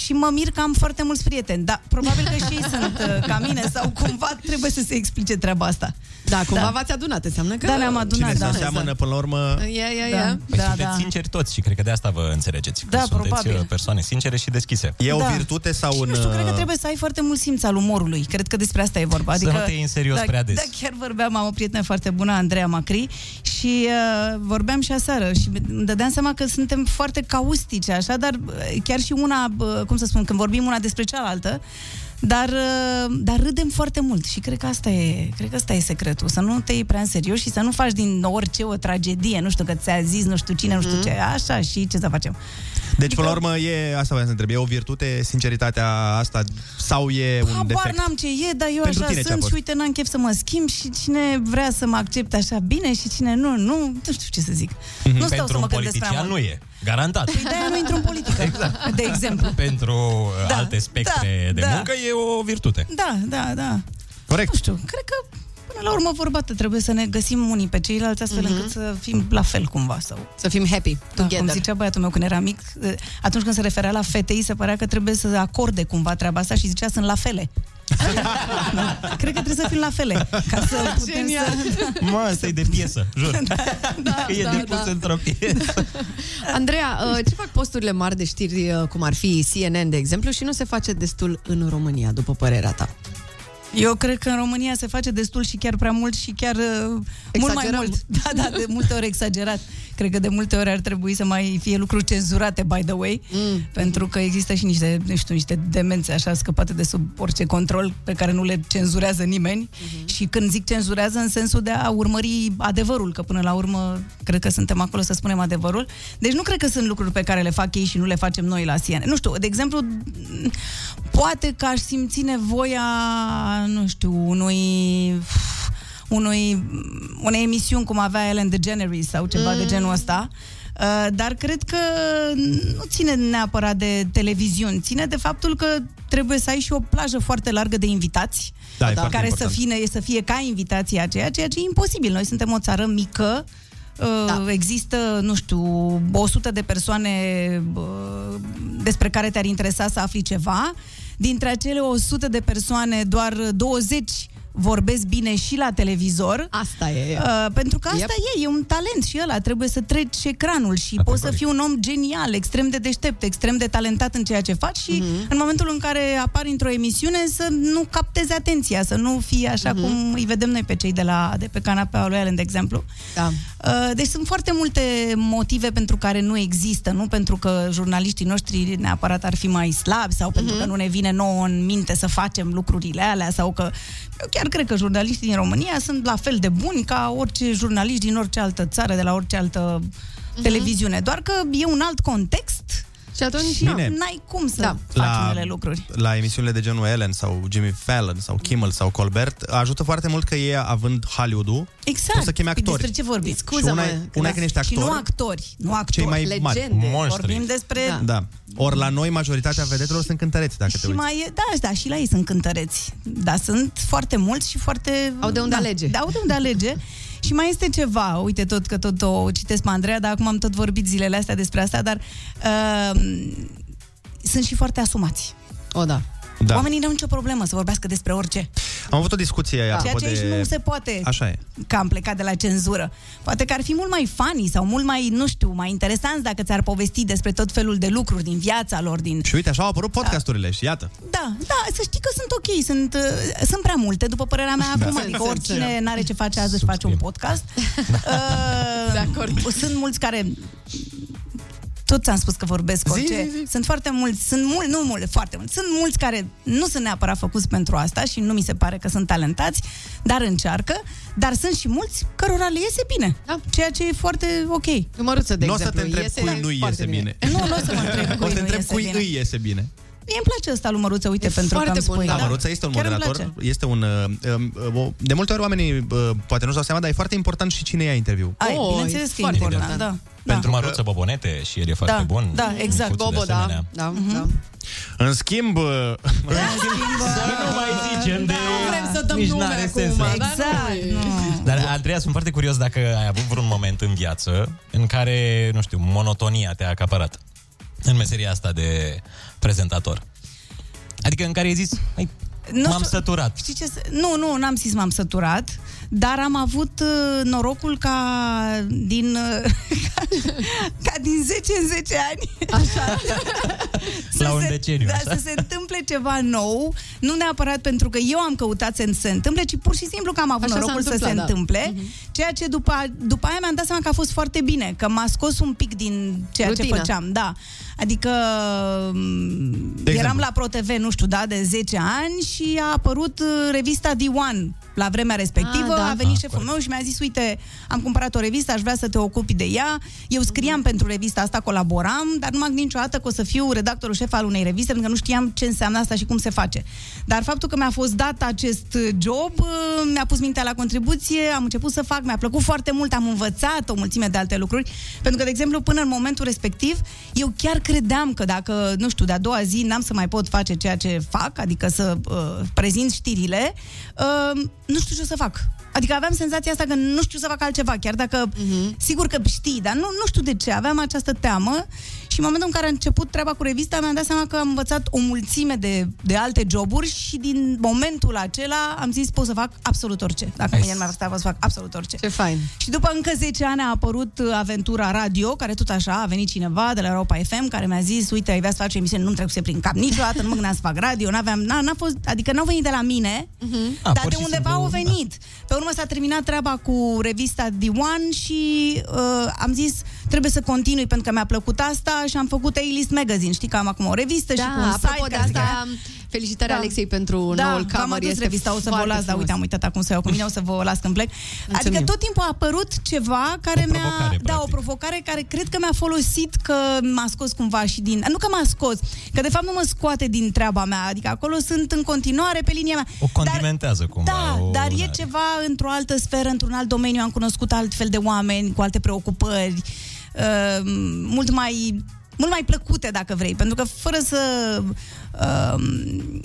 Speaker 17: și mă mir că am foarte mulți prieteni, dar probabil că și ei sunt uh, ca mine sau cumva trebuie să se explice treaba asta.
Speaker 12: Da, cumva v-ați adunat, înseamnă că...
Speaker 17: Da, ne-am adunat,
Speaker 6: Cine
Speaker 17: da.
Speaker 6: se seamănă, până la urmă...
Speaker 12: Ia, ia,
Speaker 17: Da.
Speaker 12: ia.
Speaker 7: Păi da, sunteți da. sinceri toți și cred că de asta vă înțelegeți. Că
Speaker 17: Da,
Speaker 7: sunteți
Speaker 17: probabil.
Speaker 7: uh, persoane sincere și deschise.
Speaker 6: E
Speaker 17: o Da. virtute
Speaker 6: sau uh,
Speaker 17: Nu știu, cred că trebuie să ai foarte mult simț al umorului. Cred că despre asta e vorba.
Speaker 7: uh, Să
Speaker 17: Adică,
Speaker 7: nu te iei în serios
Speaker 17: da,
Speaker 7: prea des.
Speaker 17: Da, chiar vorbeam, am o prietenă foarte bună, Andreea Macri, și uh, vorbeam și aseară și îmi dădeam seama că suntem foarte caustice, așa, dar uh, chiar și una, uh, cum să spun, când vorbim una despre cealaltă, dar, uh, dar râdem foarte mult și cred că asta e, cred că asta e secretul, să nu te iei prea în serios și să nu faci din orice o tragedie, nu știu că ți-a zis nu știu cine, nu știu ce, așa și ce să facem.
Speaker 6: Deci, până la urmă, e, asta vreau să întreb, e o virtute, sinceritatea asta, sau e un
Speaker 17: Habar
Speaker 6: defect?
Speaker 17: n-am ce e, dar eu
Speaker 6: Pentru
Speaker 17: așa
Speaker 6: tine ce a
Speaker 17: sunt
Speaker 6: fost?
Speaker 17: și uite, n-am chef să mă schimb și cine vrea să mă accepte așa bine și cine nu, nu, nu știu ce să zic. Nu stau
Speaker 7: Mhm. Pentru
Speaker 17: să mă
Speaker 7: un
Speaker 17: gândesc prea
Speaker 7: politician
Speaker 17: mult.
Speaker 7: nu e. Garantat.
Speaker 17: Păi de-aia nu intru în politică, exact. de exemplu.
Speaker 7: Pentru uh, alte spectre
Speaker 17: da,
Speaker 7: de
Speaker 17: da.
Speaker 7: muncă e o virtute.
Speaker 17: Da, da, da.
Speaker 6: Corect.
Speaker 17: Nu știu, cred că până la urmă vorbată trebuie să ne găsim unii pe ceilalți astfel încât să fim la fel cumva sau...
Speaker 12: Să fim happy
Speaker 17: together. Da, cum zicea băiatul meu când era mic, ă, atunci când se referea la fete, îi se părea că trebuie să acorde cumva treaba asta și zicea sunt la fele. Da. Cred că trebuie să fim la fele ca să putem
Speaker 12: Genial.
Speaker 17: să...
Speaker 7: Mă, asta e de piesă, jur.
Speaker 12: Da,
Speaker 7: Că e
Speaker 12: da,
Speaker 7: depus
Speaker 12: da.
Speaker 7: într-o piesă.
Speaker 12: Andreea, uh, ce fac posturile mari de știri, uh, cum ar fi CNN, de exemplu, și nu se face destul în România, după părerea ta?
Speaker 17: Eu cred că în România se face destul și chiar prea mult și chiar uh, mult mai
Speaker 12: Exagerăm.
Speaker 17: mult. Da, da, de multe ori exagerat. Cred că de multe ori ar trebui să mai fie lucruri cenzurate, by the way, mm. pentru că există și niște, nu știu, niște demențe așa scăpate de sub orice control pe care nu le cenzurează nimeni. Mm-hmm. Și când zic cenzurează în sensul de a urmări adevărul, că până la urmă cred că suntem acolo să spunem adevărul. Deci nu cred că sunt lucruri pe care le fac ei și nu le facem noi la CNN. Nu știu, de exemplu, poate că aș simți nevoia, nu știu, unui unui, unei emisiuni cum avea Ellen DeGeneres sau ceva mm. de genul ăsta. Uh, Dar cred că nu ține neapărat de televiziuni, ține de faptul că trebuie să ai și o plajă foarte largă de invitați
Speaker 4: Da, e
Speaker 17: care
Speaker 4: foarte
Speaker 17: să,
Speaker 4: important.
Speaker 17: fie, să fie ca invitații aceea, ceea ce e imposibil. Noi suntem o țară mică, da. există, nu știu, 100 de persoane uh, despre care te-ar interesa să afli ceva. Dintre acele 100 de persoane, doar 20 vorbesc bine și la televizor.
Speaker 12: Asta e.
Speaker 17: Uh, pentru că asta e, e un talent și ăla. Trebuie să treci ecranul și poți să fii un om genial, extrem de deștept, extrem de talentat în ceea ce faci și în momentul în care apari într-o emisiune să nu captezi atenția, să nu fii așa cum îi vedem noi pe cei de, la, de pe canapea lui Allen, de exemplu.
Speaker 12: Da.
Speaker 17: Uh, Deci sunt foarte multe motive pentru care nu există, nu pentru că jurnaliștii noștri neapărat Mhm. ar fi mai slabi sau pentru că nu ne vine nouă în minte să facem lucrurile alea sau că eu chiar Chiar cred că jurnaliștii din România sunt la fel de buni ca orice jurnaliști din orice altă țară, de la orice altă Mhm. televiziune. Doar că e un alt context
Speaker 12: și atunci
Speaker 6: Bine.
Speaker 17: n-ai cum să da. faci unele lucruri.
Speaker 6: la emisiunile de genul Ellen sau Jimmy Fallon sau Kimmel sau Colbert, ajută foarte mult că ei, având Hollywood-ul,
Speaker 17: Exact.
Speaker 6: pot să cheme actori.
Speaker 17: Despre ce vorbim?
Speaker 6: și una, e- una e când ești actor,
Speaker 17: Și nu actori, nu actori.
Speaker 6: cei mai mari,
Speaker 17: Vorbim despre...
Speaker 6: Da. da. Ori la noi majoritatea vedetelor sunt cântăreți, dacă te
Speaker 17: Și
Speaker 6: uiți.
Speaker 17: mai e, da, da, și la ei sunt cântăreți. Da, sunt foarte mulți și foarte... Au de unde da, alege. Da, au de unde alege. și mai este ceva, uite tot că tot o citesc pe Andreea, dar acum am tot vorbit zilele astea despre asta, dar uh, sunt și foarte asumați.
Speaker 12: O, da.
Speaker 6: Da.
Speaker 17: Oamenii nu au nicio problemă să vorbească despre orice.
Speaker 6: Am avut o discuție
Speaker 17: Da. Ceea
Speaker 6: apropo
Speaker 17: ce aici
Speaker 6: de...
Speaker 17: nu se poate.
Speaker 6: Așa e.
Speaker 17: Că am plecat de la cenzură. Poate că ar fi mult mai funny sau mult mai, nu știu, mai interesant dacă ți-ar povesti despre tot felul de lucruri din viața lor, din
Speaker 6: Și uite, așa au apărut podcasturile și iată.
Speaker 17: da, da, să știi că sunt ok, sunt, uh, sunt prea multe, după părerea mea,
Speaker 6: Da.
Speaker 17: acum,
Speaker 6: Sunt,
Speaker 17: adică
Speaker 6: sunt,
Speaker 17: oricine
Speaker 6: sunt. Da.
Speaker 17: n-are ce face azi își face un podcast. Uh, Sunt mulți care tot ți-am spus că vorbesc
Speaker 2: Zi,
Speaker 17: orice.
Speaker 2: zi,
Speaker 17: Sunt foarte mulți, sunt mulți, nu mulți, foarte mulți. Sunt mulți care nu sunt neapărat făcuți pentru asta și nu mi se pare că sunt talentați, dar încearcă. Dar sunt și mulți cărora le iese bine. Da. Ceea ce e foarte ok.
Speaker 12: Măruță,
Speaker 6: Nu o să te întreb cui nu iese bine.
Speaker 17: Nu, nu o să mă întreb cui
Speaker 6: O să te
Speaker 17: nu
Speaker 6: întreb
Speaker 17: iese
Speaker 6: cui
Speaker 17: bine.
Speaker 6: îi iese bine.
Speaker 17: Mie îmi place ăsta lui Măruță, uite, pentru că
Speaker 6: foarte
Speaker 17: am spui.
Speaker 6: Da, Măruța este un
Speaker 17: Chiar îmi
Speaker 6: moderator,
Speaker 17: place.
Speaker 6: este un... uh, um, uh, o- De multe ori oamenii uh, poate nu-și dau seama, dar e foarte important și cine ia interviu.
Speaker 17: Ai, bineînțeles că e important, da.
Speaker 6: Pentru
Speaker 7: da. Măruță Bobonete și el e foarte
Speaker 17: da,
Speaker 7: bun.
Speaker 17: Da, exact. Mhm.
Speaker 7: Micuțu, de Bobo, da, asemenea.
Speaker 12: da, da.
Speaker 6: În schimb... uh,
Speaker 17: Da.
Speaker 7: Să nu mai zicem de...
Speaker 12: Nu vrem să dăm
Speaker 7: Nici
Speaker 12: nume
Speaker 7: n-are
Speaker 12: acum,
Speaker 7: sens, da.
Speaker 12: dar exact, nu.
Speaker 27: Da.
Speaker 12: e.
Speaker 7: Dar, Andreea, sunt foarte curios dacă ai avut vreun moment în viață în care, nu știu, monotonia te-a acaparat în meseria asta de prezentator. Adică în care ai zis, "Hai,
Speaker 17: Nu
Speaker 7: m-am
Speaker 17: știu-
Speaker 7: săturat.
Speaker 17: Știi ce? se- Nu, nu, n-am zis m-am săturat, dar am avut uh, norocul ca din uh, ca din 10 în 10 ani. Așa.
Speaker 7: La un deceniu,
Speaker 17: Da,
Speaker 7: așa.
Speaker 17: să se întâmple ceva nou, nu neapărat pentru că eu am căutat să se întâmple, ci pur și simplu că am avut
Speaker 12: Așa s-a
Speaker 17: norocul să se
Speaker 12: întâmplat, da.
Speaker 17: întâmple, ceea ce după, după aia mi-am dat seama că a fost foarte bine, că m-a scos un pic din ceea ce
Speaker 12: Rutină.
Speaker 17: făceam, da. Adică m,
Speaker 12: De
Speaker 17: eram
Speaker 12: exemplu.
Speaker 17: la ProTV, nu știu, da, de 10 ani și a apărut uh, revista D1 la vremea respectivă,
Speaker 12: Ah,
Speaker 17: ah,
Speaker 12: da.
Speaker 17: da. a venit
Speaker 12: Ah,
Speaker 17: ah, șeful meu și mi-a zis, uite, am cumpărat o revistă, aș vrea să te ocupi de ea. Eu scriam mm-hmm. pentru revista asta, colaboram, dar nu m-am gândit niciodată că o să fiu redactorul șef al unei reviste, pentru că nu știam ce înseamnă asta și cum se face. Dar faptul că mi-a fost dat acest uh, job, uh, mi-a pus mintea la contribuție, am început să fac, mi-a plăcut foarte mult, am învățat o mulțime de alte lucruri, pentru că, de exemplu, până în momentul respectiv, eu chiar credeam că dacă, nu știu, de-a doua zi n-am să mai pot face ceea ce fac, adică să uh, prezint știrile, uh, nu știu ce o să fac. Adică aveam senzația asta că nu știu să fac altceva, chiar dacă uh-huh. sigur că știi, dar nu, nu știu de ce, aveam această teamă și în momentul în care a început treaba cu revista mi-am dat seama că am învățat o mulțime de, de alte joburi și din momentul acela am zis pot să fac absolut orice. Dacă mâine mi-ar sta, pot să fac absolut orice.
Speaker 12: Ce fain.
Speaker 17: Și după încă 10 ani a apărut uh, Aventura Radio, care tot așa a venit cineva de la Europa FM care mi-a zis, uite, ai vrea să faci o emisiune, nu-mi trecuse prin cap niciodată, nu mă gândeam să fac radio, n-aveam, n-a, n-a fost, adică n-au venit de la mine, uh-huh.
Speaker 2: A,
Speaker 17: dar
Speaker 2: Da, pur
Speaker 17: de
Speaker 2: și
Speaker 17: undeva
Speaker 2: simplu,
Speaker 17: au venit. Pe urmă s-a terminat treaba cu revista D1 și uh, am zis, trebuie să continui pentru că mi-a plăcut asta și am făcut A-List Magazine, știi că am acum o revistă și
Speaker 12: Da,
Speaker 17: cu un site.
Speaker 12: apropo de
Speaker 17: care-
Speaker 12: asta, felicitări Alexei pentru
Speaker 17: da,
Speaker 12: noul
Speaker 17: v-am
Speaker 12: cover,
Speaker 17: adus
Speaker 12: este
Speaker 17: revista, o să vă
Speaker 12: foarte
Speaker 17: las, dar
Speaker 12: frumos.
Speaker 17: uite, am uitat acum să o iau cu mine, o să vă o las când plec.
Speaker 12: Mulțumim.
Speaker 17: Adică tot timpul a apărut ceva care mi-a... Da, o provocare care cred că mi-a folosit, că m-a scos cumva și din... Nu că m-a scos, că de fapt nu mă scoate din treaba mea, adică acolo sunt în continuare pe linia mea.
Speaker 7: O condimentează cumva.
Speaker 17: Da,
Speaker 7: o,
Speaker 17: dar e ceva într-o altă sferă, într-un alt domeniu. Am cunoscut altfel de oameni cu alte preocupări, uh, mult mai mult mai plăcute, dacă vrei, pentru că fără să uh,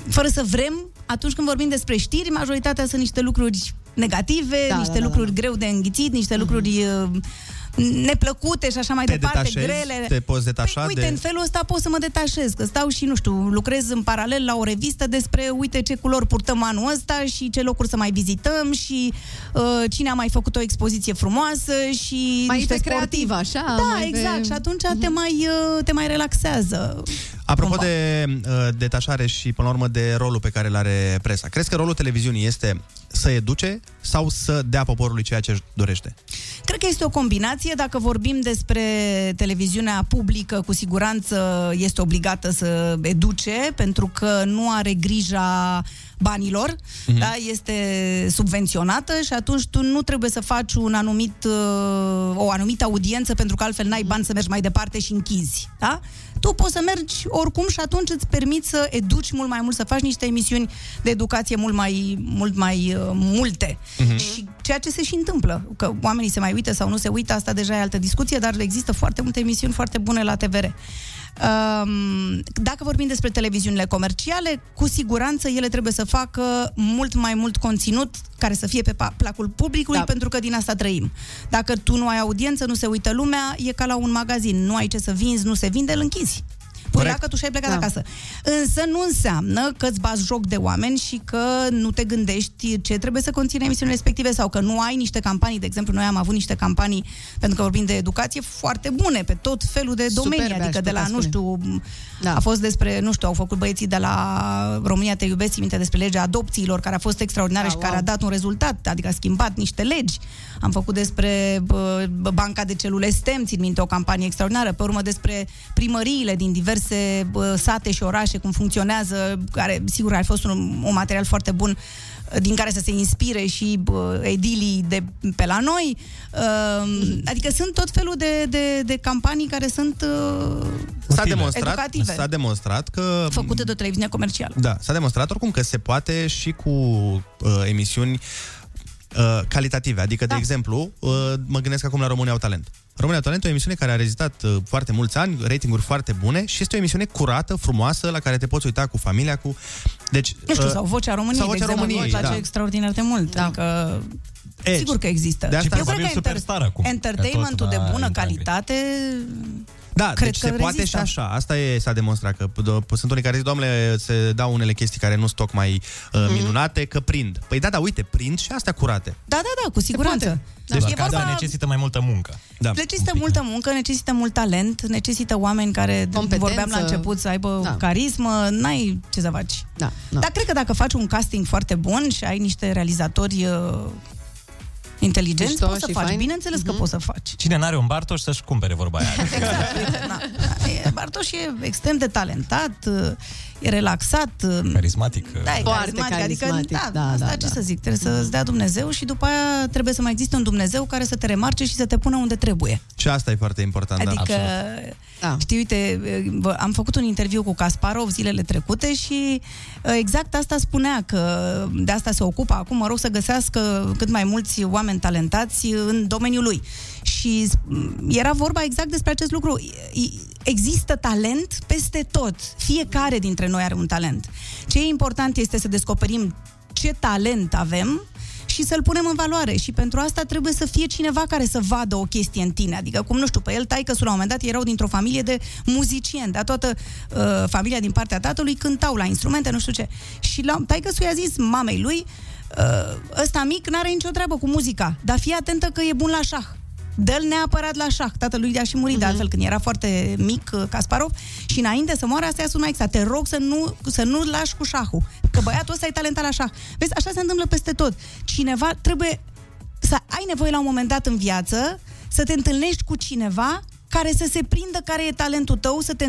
Speaker 17: fără să vrem, atunci când vorbim despre știri, majoritatea sunt niște lucruri negative,
Speaker 12: Da,
Speaker 17: da,
Speaker 12: da,
Speaker 17: niște
Speaker 12: da, Mhm. da,
Speaker 17: lucruri greu de înghițit, niște lucruri uh, neplăcute și așa mai
Speaker 6: Te
Speaker 17: departe,
Speaker 6: detașezi,
Speaker 17: grele.
Speaker 6: te poți detașa
Speaker 17: păi, uite,
Speaker 6: de-
Speaker 17: în felul ăsta pot să mă detașez, că stau și, nu știu, lucrez în paralel la o revistă despre, uite, ce culori purtăm anul ăsta și ce locuri să mai vizităm și uh, cine a mai făcut o expoziție frumoasă și
Speaker 12: Mai
Speaker 17: niște
Speaker 12: pe creativ,
Speaker 17: sportivi.
Speaker 12: așa,
Speaker 17: Da,
Speaker 12: mai Mhm. pe-
Speaker 17: exact, și atunci te mai, uh, te mai relaxează.
Speaker 6: Apropo de uh, detașare și, până la urmă, de rolul pe care îl are presa, crezi că rolul televiziunii este să educe sau să dea poporului ceea ce își dorește?
Speaker 17: Cred că este o combinație. Dacă vorbim despre televiziunea publică, cu siguranță este obligată să educe, pentru că nu are grija banilor,
Speaker 2: Mhm.
Speaker 17: mm-hmm. da, este subvenționată și atunci tu nu trebuie să faci un anumit, uh, o anumită audiență pentru că altfel n-ai bani să mergi mai departe și închizi. Da? Tu poți să mergi oricum și atunci îți permiți să educi mult mai mult, să faci niște emisiuni de educație mult mai, mult mai uh, multe.
Speaker 2: Mhm.
Speaker 17: Și ceea ce se și întâmplă, că oamenii se mai uită sau nu se uită, asta deja e altă discuție, dar există foarte multe emisiuni foarte bune la TVR. Um, dacă vorbim despre televiziunile comerciale, cu siguranță ele trebuie să facă mult mai mult conținut care să fie pe pa- placul publicului, da. pentru că din asta trăim. Dacă tu nu ai audiență, nu se uită lumea, e ca la un magazin. Nu ai ce să vinzi, nu se vinde, îl închizi. Până
Speaker 2: Corect.
Speaker 17: dacă tu și-ai plecat
Speaker 2: Da.
Speaker 17: da. acasă. Însă nu înseamnă că îți bați joc de oameni și că nu te gândești ce trebuie să conține emisiunile respective sau că nu ai niște campanii. De exemplu, noi am avut niște campanii, pentru că vorbim de educație, foarte bune pe tot felul de domenii.
Speaker 12: Superbe,
Speaker 17: adică
Speaker 12: aș
Speaker 17: de la,
Speaker 12: putea
Speaker 17: nu știu, da. a fost despre, nu știu, au făcut băieții de la România Te Iubesc, țin minte despre legea adopțiilor, care a fost extraordinară
Speaker 2: Da,
Speaker 17: și care
Speaker 2: wow.
Speaker 17: a dat un rezultat, adică a schimbat niște legi. Am făcut despre bă, banca de celule STEM, țin minte, o campanie extraordinară, pe urmă despre primăriile din diverse bă, sate și orașe, cum funcționează, care sigur ar fost un, un material foarte bun ă, din care să se inspire și bă, edilii de pe la noi. Uh, Adică sunt tot felul de, de, de campanii care sunt uh,
Speaker 6: S-a demonstrat,
Speaker 17: educative.
Speaker 6: s-a uh, demonstrat că
Speaker 17: făcute de o televiziune comercială.
Speaker 6: Da, s-a demonstrat oricum că se poate și cu uh, emisiuni uh, calitative. Adică, da. de exemplu, uh, mă gândesc acum la România au talent. România au talent e o emisiune care a rezistat uh, foarte mulți ani, ratinguri foarte bune și este o emisiune curată, frumoasă, la care te poți uita cu familia, cu... Deci,
Speaker 17: Nu știu,
Speaker 6: uh,
Speaker 17: sau Vocea României,
Speaker 6: sau
Speaker 17: de
Speaker 6: vocea
Speaker 17: exemplu,
Speaker 6: României,
Speaker 17: îmi place
Speaker 6: da.
Speaker 17: extraordinar de mult. Da. Adică,
Speaker 6: Edge.
Speaker 17: sigur că există.
Speaker 6: De asta
Speaker 17: Eu cred
Speaker 6: probabil
Speaker 17: că
Speaker 6: Superstar
Speaker 17: enter-
Speaker 6: acum, că
Speaker 17: entertainmentul
Speaker 6: tot
Speaker 17: de
Speaker 6: va
Speaker 17: bună
Speaker 6: intra în
Speaker 17: calitate...
Speaker 6: Da,
Speaker 17: Cred
Speaker 6: Cred deci
Speaker 17: că
Speaker 6: se poate
Speaker 17: rezistă.
Speaker 6: și așa. Asta e, s-a demonstrat. Că do- sunt unii care zic, doamne, se dau unele chestii care nu sunt tocmai
Speaker 17: Mhm.
Speaker 6: uh, minunate, că prind. Păi da, da, uite, prind și astea curate.
Speaker 17: Da, da, da, cu siguranță.
Speaker 6: Deci,
Speaker 17: e vorba...
Speaker 6: necesită mai multă muncă. Da.
Speaker 17: Necesită multă muncă, necesită mult talent, necesită oameni care,
Speaker 12: Competență.
Speaker 17: vorbeam la început, să aibă
Speaker 12: Da.
Speaker 17: da. carismă, n-ai ce să faci.
Speaker 12: Da,
Speaker 17: da. Dar cred că dacă faci un casting foarte bun și ai niște realizatori uh, inteligenți,
Speaker 12: Mișto
Speaker 17: poți să
Speaker 12: și
Speaker 17: faci.
Speaker 12: fain. Mhm.
Speaker 17: Bineînțeles că poți să faci.
Speaker 7: Cine n-are un Bartoș să-și cumpere vorba aia.
Speaker 17: E- Bartoș e extrem de talentat, uh, e relaxat, uh,
Speaker 7: Carismatic. uh,
Speaker 17: da, e
Speaker 12: Foarte
Speaker 17: carismatic, adică,
Speaker 12: carismatic,
Speaker 17: da,
Speaker 12: da,
Speaker 17: da, asta
Speaker 12: da,
Speaker 17: ce
Speaker 12: da.
Speaker 17: să zic, trebuie să-ți dea Dumnezeu și după aia trebuie să mai existe un Dumnezeu care să te remarce și să te pună unde trebuie.
Speaker 6: Și asta e foarte important.
Speaker 17: Adică,
Speaker 6: da. Absolut.
Speaker 17: da. știi, uite, vă- am făcut un interviu cu Kasparov zilele trecute și uh, exact asta spunea, că de asta se ocupă acum, mă rog să găsească cât mai mulți oameni talentați în domeniul lui. Și mm, era vorba exact despre acest lucru. I- i- Există talent peste tot. Fiecare dintre noi are un talent. Ce e important este să descoperim ce talent avem și să-l punem în valoare. Și pentru asta trebuie să fie cineva care să vadă o chestie în tine. Adică, cum nu știu, pe el, taică la un moment dat erau dintr-o familie de muzicieni, dar toată uh, familia din partea tatălui cântau la instrumente, nu știu ce. Și la taică i-a zis mamei lui, uh, ăsta mic n-are nicio treabă cu muzica, dar fii atentă că e bun la șah dă-l neapărat la șah. Tatălui i-a și murit
Speaker 12: Mhm.
Speaker 17: de altfel când era foarte mic uh, Kasparov și înainte să moară asta i-a sunat exact. Te rog să nu, să nu lași cu șahul, că băiatul ăsta e talentat la șah. Vezi, așa se întâmplă peste tot. Cineva trebuie să ai nevoie la un moment dat în viață să te întâlnești cu cineva care să se prindă care e talentul tău, să te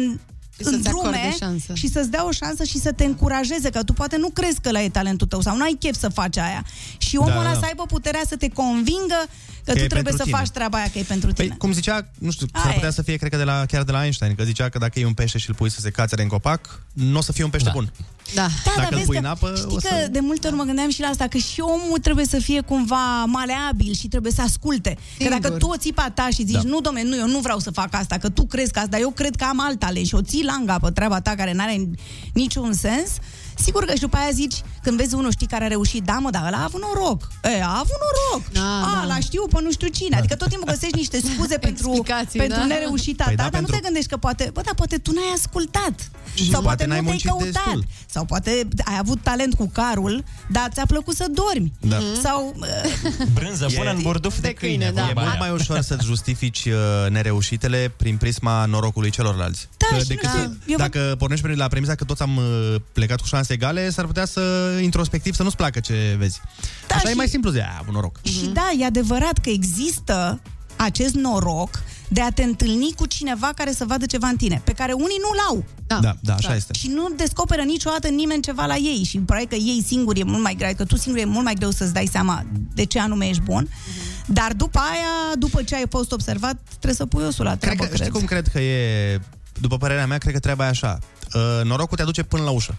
Speaker 12: să-ți
Speaker 17: îndrume
Speaker 12: acorde șansă.
Speaker 17: și să-ți dea o șansă și să te încurajeze, că tu poate nu crezi că la e talentul tău sau nu ai chef să faci aia. Și omul
Speaker 6: Da,
Speaker 17: ăla
Speaker 6: da.
Speaker 17: să aibă puterea să te convingă că,
Speaker 6: Că
Speaker 17: tu
Speaker 6: e
Speaker 17: trebuie
Speaker 6: pentru
Speaker 17: să
Speaker 6: tine.
Speaker 17: faci treaba aia că e pentru tine.
Speaker 6: Păi, cum zicea, nu știu, s-ar putea să fie, cred că, de la, chiar de la Einstein, că zicea că dacă e un pește și îl pui să se cațere în copac, nu o să fie un pește da. bun.
Speaker 17: Da,
Speaker 6: Dacă
Speaker 17: dar
Speaker 6: îl
Speaker 17: vezi
Speaker 6: pui
Speaker 17: că,
Speaker 6: în apă,
Speaker 17: știi
Speaker 6: o să-
Speaker 17: că de multe ori mă gândeam și la asta, că și omul trebuie să fie cumva maleabil și trebuie să asculte. Că dacă
Speaker 12: Singur.
Speaker 17: tu o ții pe a ta și zici,
Speaker 12: Da.
Speaker 17: nu, domne, nu, eu nu vreau să fac asta, că tu crezi că asta, dar eu cred că am alta lege și o ții langa pe treaba ta care n-are niciun sens, sigur că și după aia zici, Când vezi unul, știi care a reușit, da, mă, dar ăla a avut noroc. E, a avut noroc. Da, a, da. la știu pe nu știu cine. Adică tot timpul găsești niște scuze pentru, pentru
Speaker 12: da.
Speaker 17: nereușita
Speaker 12: Păi
Speaker 17: ta,
Speaker 12: da,
Speaker 17: dar nu
Speaker 12: pentru-
Speaker 17: te gândești că poate, bă, dar poate tu n-ai ascultat.
Speaker 12: Și
Speaker 17: sau
Speaker 12: poate
Speaker 17: poate,
Speaker 12: n-ai
Speaker 17: nu te-ai
Speaker 12: muncit
Speaker 17: căutat.
Speaker 12: destul.
Speaker 17: Sau poate ai avut talent cu carul, dar ți-a plăcut să dormi. Mm-hmm.
Speaker 6: Da.
Speaker 17: Sau... uh,
Speaker 6: Brânză bună în burduf de, câine,
Speaker 17: câine, da.
Speaker 6: E mult
Speaker 17: Aia.
Speaker 6: mai ușor să-ți justifici uh, nereușitele prin prisma norocului celorlalți.
Speaker 17: Da,
Speaker 6: Că
Speaker 17: și nu
Speaker 6: decât
Speaker 17: știu,
Speaker 6: să-
Speaker 17: eu vă-
Speaker 6: dacă pornești prin la premisa că toți am uh, plecat cu șanse egale, s-ar putea să, introspectiv, să nu-ți placă ce vezi. Da, Așa e mai simplu de a, un noroc.
Speaker 17: Și da, e adevărat că există acest noroc de a te întâlni cu cineva care să vadă ceva în tine, pe care unii nu-l au.
Speaker 6: Da, da, așa este.
Speaker 17: Și nu descoperă niciodată nimeni ceva la ei și probabil că ei singuri e mult mai greu, că tu singur e mult mai greu să-ți dai seama de ce anume ești bun,
Speaker 6: Mm-hmm.
Speaker 17: dar după aia, după ce ai fost observat, trebuie să pui osul la treabă,
Speaker 6: Cred că, știi cum cred că e, după părerea mea, cred că treaba e așa. Uh, norocul te aduce până la ușă.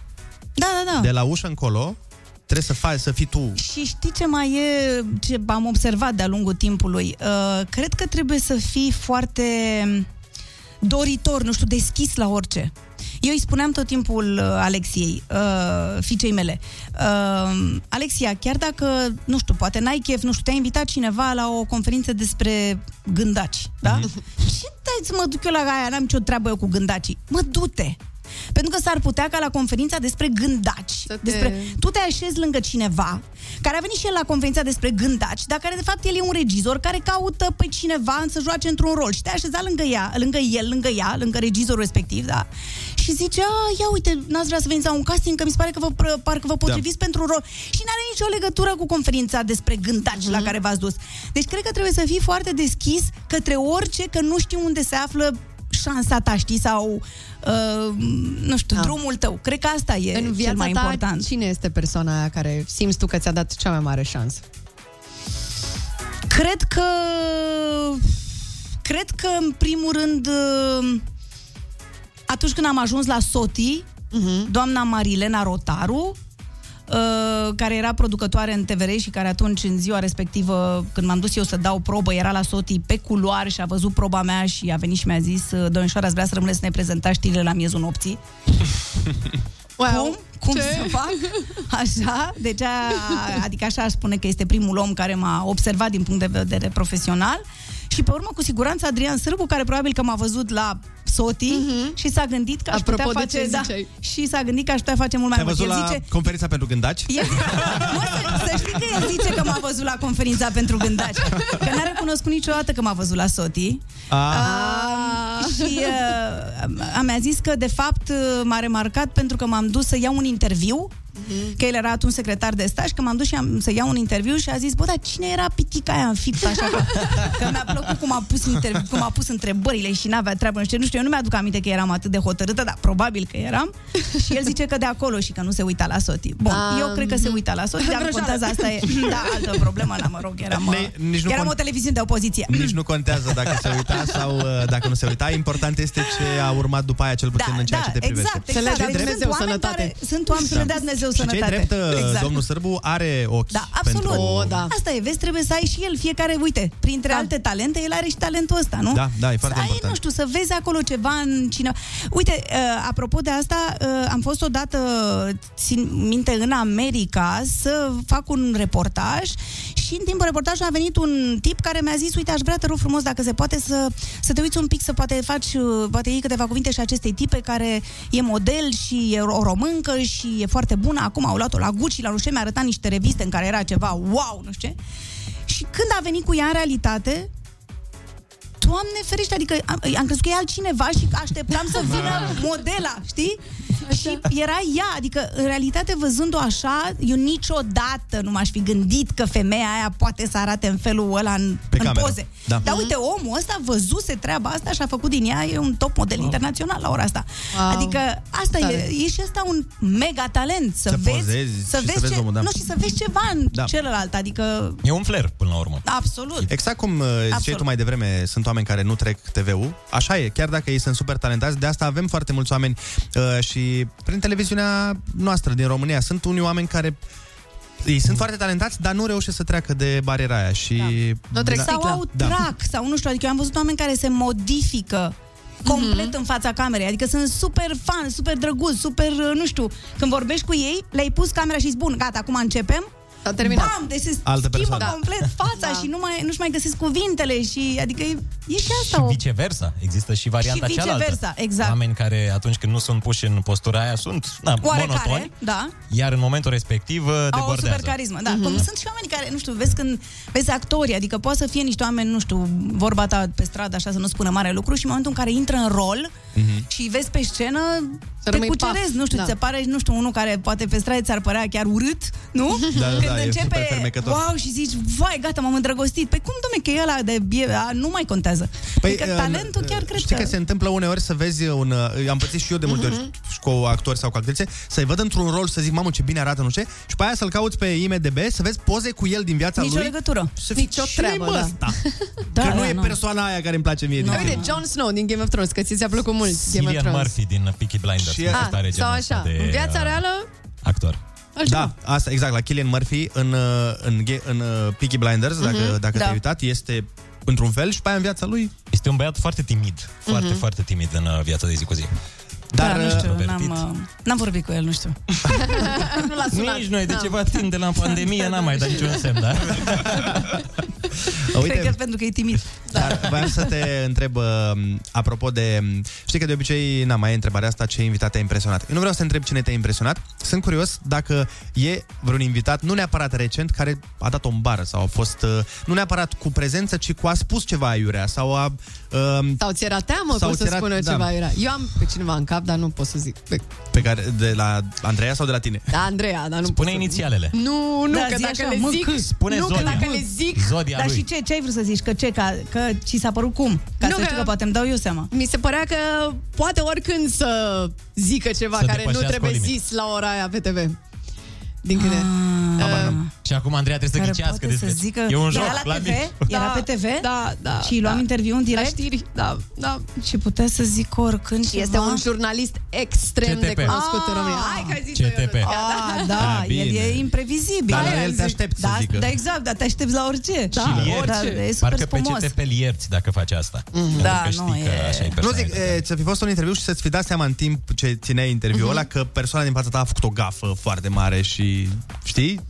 Speaker 17: Da, da, da.
Speaker 6: De la ușă încolo, trebuie să faci, să fii tu.
Speaker 17: Și știi ce mai e, ce am observat de-a lungul timpului? Uh, cred că trebuie să fii foarte doritor, nu știu, deschis la orice. Eu îi spuneam tot timpul uh, Alexiei, uh, fiicei mele, uh, Alexia, chiar dacă, nu știu, poate n-ai chef, nu știu, te-a invitat cineva la o conferință despre gândaci, da? Ce dai să mă duc eu la aia, n-am nicio treabă eu cu gândacii. Mă, du-te! Pentru că s-ar putea ca la conferința despre gândaci, te... despre tu te așezi lângă cineva care a venit și el la conferința despre gândaci, dar care de fapt el e un regizor care caută pe cineva să joace într-un rol și te-ai așezat lângă ea, lângă el, lângă ea, lângă regizorul respectiv, da? Și zice, a, ia uite, n-ați vrea să veniți la un casting, că mi se pare că vă, pră- parcă
Speaker 12: Da.
Speaker 17: vă potriviți pentru un rol. Și n-are nicio legătură cu conferința despre gândaci
Speaker 12: Mhm.
Speaker 17: la care v-ați dus. Deci cred că trebuie să fii foarte deschis către orice, că nu știi unde se află șansa ta, știi, sau uh, nu știu, da. drumul tău. Cred că asta e
Speaker 12: În viața
Speaker 17: cel mai
Speaker 12: ta,
Speaker 17: important.
Speaker 12: cine este persoana aia care simți tu că ți-a dat cea mai mare șansă?
Speaker 17: Cred că... Cred că, în primul rând, uh, atunci când am ajuns la Soti, uh-huh. doamna Marilena Rotaru, uh, care era producătoare în TVR și care atunci, în ziua respectivă, când m-am dus eu să dau probă, era la Soti pe culoar și a văzut proba mea și a venit și mi-a zis uh, Domnișoara, ați vrea să rămâneți să ne prezentați știrile la miezul nopții? Wow. Cum? Cum
Speaker 12: Ce?
Speaker 17: să fac? Așa? Deci, a, adică așa aș spune că este primul om care m-a observat din punct de vedere profesional. Și pe urmă, cu siguranță, Adrian Sârbu, care probabil că m-a văzut la Soti uh-huh. și s-a gândit că aș
Speaker 12: Mhm. Apropo de
Speaker 17: putea face...
Speaker 12: ce
Speaker 17: da,
Speaker 12: ziceai.
Speaker 17: și s-a gândit că aș putea face mult mai
Speaker 6: Te-ai
Speaker 17: mult.
Speaker 6: văzut
Speaker 17: El
Speaker 6: la
Speaker 17: zice,
Speaker 6: conferința pentru gândaci?
Speaker 17: El- să știi că el zice că m-a văzut la conferința pentru gândaci. Că n-a recunoscut niciodată că m-a văzut la Soti. Ah, și uh, a- mi-a zis că, de fapt, uh, m-a remarcat pentru că m-am dus să iau un interviu, că el era atunci secretar de staj, că m-am dus și am, să iau un interviu și a zis, bă, dar cine era pitica aia în fipt așa? Că, că mi-a plăcut cum a, pus interv- cum a pus întrebările și n-avea treabă, nu știu, nu știu, eu nu mi-aduc aminte că eram atât de hotărâtă, dar probabil că eram. Și el zice că de acolo și că nu se uita la soti. Bun,
Speaker 12: Ah,
Speaker 17: eu cred că se uita la soti, dar nu
Speaker 12: Vrăjeală.
Speaker 17: contează, asta e, da, altă problemă, la mă rog, eram,
Speaker 6: Ne- nici nu
Speaker 17: eram
Speaker 6: cont-
Speaker 17: o televiziune de opoziție.
Speaker 6: Nici nu contează dacă se uita sau uh, dacă nu se uita. Important este ce a urmat după aia, cel puțin în ceea ce te privește.
Speaker 17: Exact, exact.
Speaker 6: Ce
Speaker 17: Deci
Speaker 6: drept-
Speaker 17: sunt oameni Care, sunt oameni care dea Dumnezeu
Speaker 6: Da. Și ce
Speaker 17: sănătate.
Speaker 6: drept, exact. domnul Sârbu are ochi
Speaker 17: Da, absolut.
Speaker 6: pentru...
Speaker 17: Asta e, vezi, trebuie să ai și el fiecare, uite, printre da. alte talente, el are și talentul ăsta, nu?
Speaker 6: Da, da, e foarte
Speaker 17: să ai,
Speaker 6: important.
Speaker 17: nu știu, să vezi acolo ceva în cine. Uite, uh, apropo de asta, uh, am fost odată, țin minte, în America să fac un reportaj și în timpul reportajului a venit un tip care mi-a zis, uite, aș vrea, te rog frumos, dacă se poate să, să te uiți un pic, să poate faci, uh, poate iei câteva cuvinte și acestei tipe care e model și e o româncă și e foarte bună. Acum au luat-o la Gucci, la nu știu, ce, mi-a arătat niște reviste în care era ceva, wow, nu știu ce. Și când a venit cu ea în realitate, Doamne ferește, adică am, am crezut că e altcineva și așteptam să vină modela, știi? Și era ea, adică în realitate văzând-o așa, eu niciodată nu m-aș fi gândit că femeia aia poate să arate în felul ăla în,
Speaker 6: Pe
Speaker 17: în
Speaker 6: cameră,
Speaker 17: poze.
Speaker 6: da.
Speaker 17: Dar uite, omul ăsta văzuse treaba asta și a făcut din ea, e un top model wow. internațional la ora asta.
Speaker 12: Wow.
Speaker 17: Adică asta
Speaker 12: Tare.
Speaker 17: e, e și asta un mega talent, să,
Speaker 7: Să
Speaker 17: vezi,
Speaker 7: pozezi și să
Speaker 17: să vezi,
Speaker 7: vezi
Speaker 17: ce,
Speaker 7: omul, da.
Speaker 17: nu, și să vezi ceva în
Speaker 6: Da.
Speaker 17: celălalt, adică
Speaker 7: E un flair, până la urmă.
Speaker 17: absolut.
Speaker 6: Exact cum uh, ziceai
Speaker 17: Absolut.
Speaker 6: tu mai devreme, sunt oameni care nu trec TV-ul. Așa e, chiar dacă ei sunt super talentați, de asta avem foarte mulți oameni uh, și prin televiziunea noastră din România sunt unii oameni care ei sunt foarte talentați, dar nu reușesc să treacă de bariera aia și...
Speaker 17: Da.
Speaker 6: Da.
Speaker 17: sau au trac, sau nu știu, adică eu am văzut oameni care se modifică complet în fața camerei. Adică sunt super fan, super drăguț, super, uh, nu știu, când vorbești cu ei, le-ai pus camera și zici, bun, gata, acum începem.
Speaker 12: S-a terminat.
Speaker 17: Bam, deci se
Speaker 6: Altă
Speaker 17: Altă
Speaker 6: persoană.
Speaker 17: schimbă
Speaker 6: Da.
Speaker 17: complet fața da. și nu mai, nu-și mai găsesc cuvintele și, adică, e, e și asta o...
Speaker 7: Viceversa. Există și varianta
Speaker 17: Și
Speaker 7: cealaltă.
Speaker 17: viceversa, exact.
Speaker 7: Oameni care atunci când nu sunt puși în postura aia sunt na,
Speaker 17: Oarecare,
Speaker 7: monotoni,
Speaker 17: da.
Speaker 7: iar în momentul respectiv uh,
Speaker 17: Au o
Speaker 7: debordează.
Speaker 17: super carismă,
Speaker 6: Mhm.
Speaker 17: da. Mm-hmm. Cum sunt și oamenii care, nu știu, vezi când vezi actorii, adică poate să fie niște oameni, nu știu, vorba ta pe stradă, așa, să nu spună mare lucru și în momentul în care intră în rol
Speaker 6: Mhm.
Speaker 17: și îi vezi pe scenă,
Speaker 12: Să
Speaker 17: te
Speaker 12: rămâi
Speaker 17: cucerezi,
Speaker 12: paf,
Speaker 17: nu știu,
Speaker 12: da.
Speaker 17: da. ți se pare, nu știu, unul care poate pe stradă ți-ar părea chiar urât, nu?
Speaker 6: Da, da,
Speaker 17: Când
Speaker 6: da, e super
Speaker 17: începe,
Speaker 6: fermecător.
Speaker 17: wow, și zici, vai, gata, m-am îndrăgostit. Păi cum, domne, că e ăla de, e, a, nu mai contează. Păi, adică
Speaker 6: uh,
Speaker 17: talentul chiar crește.
Speaker 6: Știi că se întâmplă uneori să vezi un... uh, Am pățit și eu de multe
Speaker 17: Mhm.
Speaker 6: ori și cu actori sau cu actrițe, să-i văd într-un rol să zic, mamă, ce bine arată, nu știu ce, și pe aia să-l cauți pe IMDB, să vezi poze cu el din viața
Speaker 12: Nicio
Speaker 6: lui.
Speaker 17: legătură.
Speaker 6: Și să fii,
Speaker 12: Nicio
Speaker 6: "Ce-i,
Speaker 12: treabă,
Speaker 6: mă,
Speaker 12: da.
Speaker 6: ăsta?"
Speaker 12: Da,
Speaker 6: că nu
Speaker 12: da,
Speaker 6: e
Speaker 12: nu.
Speaker 6: persoană aia care îmi place mie. din film.
Speaker 12: Uite, Jon Snow din Game of Thrones, că ți se-a plăcut mult Game of
Speaker 7: Cillian
Speaker 12: Thrones.
Speaker 7: Murphy din Peaky Blinders.
Speaker 6: Și-
Speaker 7: care
Speaker 12: Ah,
Speaker 7: are
Speaker 12: sau
Speaker 7: genul ăsta
Speaker 12: așa.
Speaker 7: de,
Speaker 12: În viața
Speaker 7: uh,
Speaker 12: reală,
Speaker 7: Actor.
Speaker 6: Da, asta, exact, la Killian Murphy în, uh, în, ge- în uh, Peaky Blinders, dacă,
Speaker 7: Mhm,
Speaker 6: dacă
Speaker 7: da.
Speaker 6: te-ai uitat, este într-un fel și pe aia în viața lui.
Speaker 7: Este un băiat foarte timid, foarte,
Speaker 17: Mhm.
Speaker 7: foarte timid în uh, viața de zi cu zi.
Speaker 17: Dar, da, nu știu,
Speaker 7: introvertit.
Speaker 17: n-am, uh, n-am vorbit cu el, nu știu.
Speaker 12: nu l-a sunat.
Speaker 7: Nici noi, de
Speaker 12: Da.
Speaker 7: ceva timp de la pandemie n-am mai dat niciun semn, da?
Speaker 6: Uite,
Speaker 17: Cred că pentru că e timid.
Speaker 6: Dar voiam să te întreb, uh, apropo de... um, Știi că de obicei, na, mai e întrebarea asta, ce invitat te-a impresionat. Eu nu vreau să te întreb cine te-a impresionat. Sunt curios dacă e vreun invitat, nu neapărat recent, care a dat o în bară sau a fost, uh, nu neapărat cu prezență, ci cu a spus ceva aiurea sau a... Um,
Speaker 12: Sau ți era teamă,
Speaker 6: Sau
Speaker 12: pot să
Speaker 6: ți era-
Speaker 12: spun eu
Speaker 6: da.
Speaker 12: ceva. Era. Eu am pe cineva în cap, dar nu pot să zic. Pe-
Speaker 6: pe care, de la Andreea sau de la tine?
Speaker 12: Da, Andreea, dar nu
Speaker 6: Pune inițialele.
Speaker 12: Nu, nu,
Speaker 17: Da,
Speaker 12: că
Speaker 17: zi
Speaker 12: dacă
Speaker 17: așa,
Speaker 12: le
Speaker 17: mă,
Speaker 12: zic...
Speaker 17: că- spune
Speaker 12: nu, că
Speaker 17: zodia.
Speaker 12: dacă le zic...
Speaker 7: Zodia
Speaker 17: Dar și ce, ce ai vrut să zici? Că ce, ca, că ci s-a părut cum?
Speaker 12: Nu,
Speaker 17: Ca nu să știu
Speaker 12: că-
Speaker 17: că poate îmi dau eu seama.
Speaker 12: Mi se părea că poate oricând să zică ceva
Speaker 7: Să
Speaker 12: care nu
Speaker 7: depășească
Speaker 12: trebuie
Speaker 7: o limită.
Speaker 12: zis la ora aia pe TV. Din câte... Uh,
Speaker 7: Și acum Andreea trebuie să ghicească
Speaker 17: poate să
Speaker 7: despre...
Speaker 17: zică...
Speaker 7: E un
Speaker 17: Era
Speaker 7: joc,
Speaker 17: la TV?
Speaker 7: mic.
Speaker 17: Era pe TV?
Speaker 12: Da, da.
Speaker 17: Și luam
Speaker 12: da.
Speaker 17: interviu în direct?
Speaker 12: La știri, da, da.
Speaker 17: Și putea să zic oricând
Speaker 12: Și este un jurnalist extrem
Speaker 17: CTP.
Speaker 12: de cunoscut în România.
Speaker 17: Ah.
Speaker 12: Hai că zic
Speaker 7: CTP.
Speaker 17: Ah, da,
Speaker 7: Ah, bine.
Speaker 17: el e imprevizibil.
Speaker 7: Dar la el te aștepți să
Speaker 17: da,
Speaker 7: zică.
Speaker 17: Da, exact, dar te aștepți la orice.
Speaker 7: Da,
Speaker 17: da,
Speaker 7: și ierți.
Speaker 17: Da, e super
Speaker 7: Parcă pe
Speaker 17: spumos.
Speaker 7: CTP îl ierți dacă faci asta. Pentru
Speaker 17: Da,
Speaker 7: că știi
Speaker 17: nu,
Speaker 7: că
Speaker 17: e-
Speaker 7: așa e
Speaker 6: Nu
Speaker 7: personalitatea.
Speaker 6: zic, e, să fi fost un interviu și să-ți fi dat seama în timp ce țineai interviul ăla că persoana din fața ta a făcut o gafă foarte mare și știi?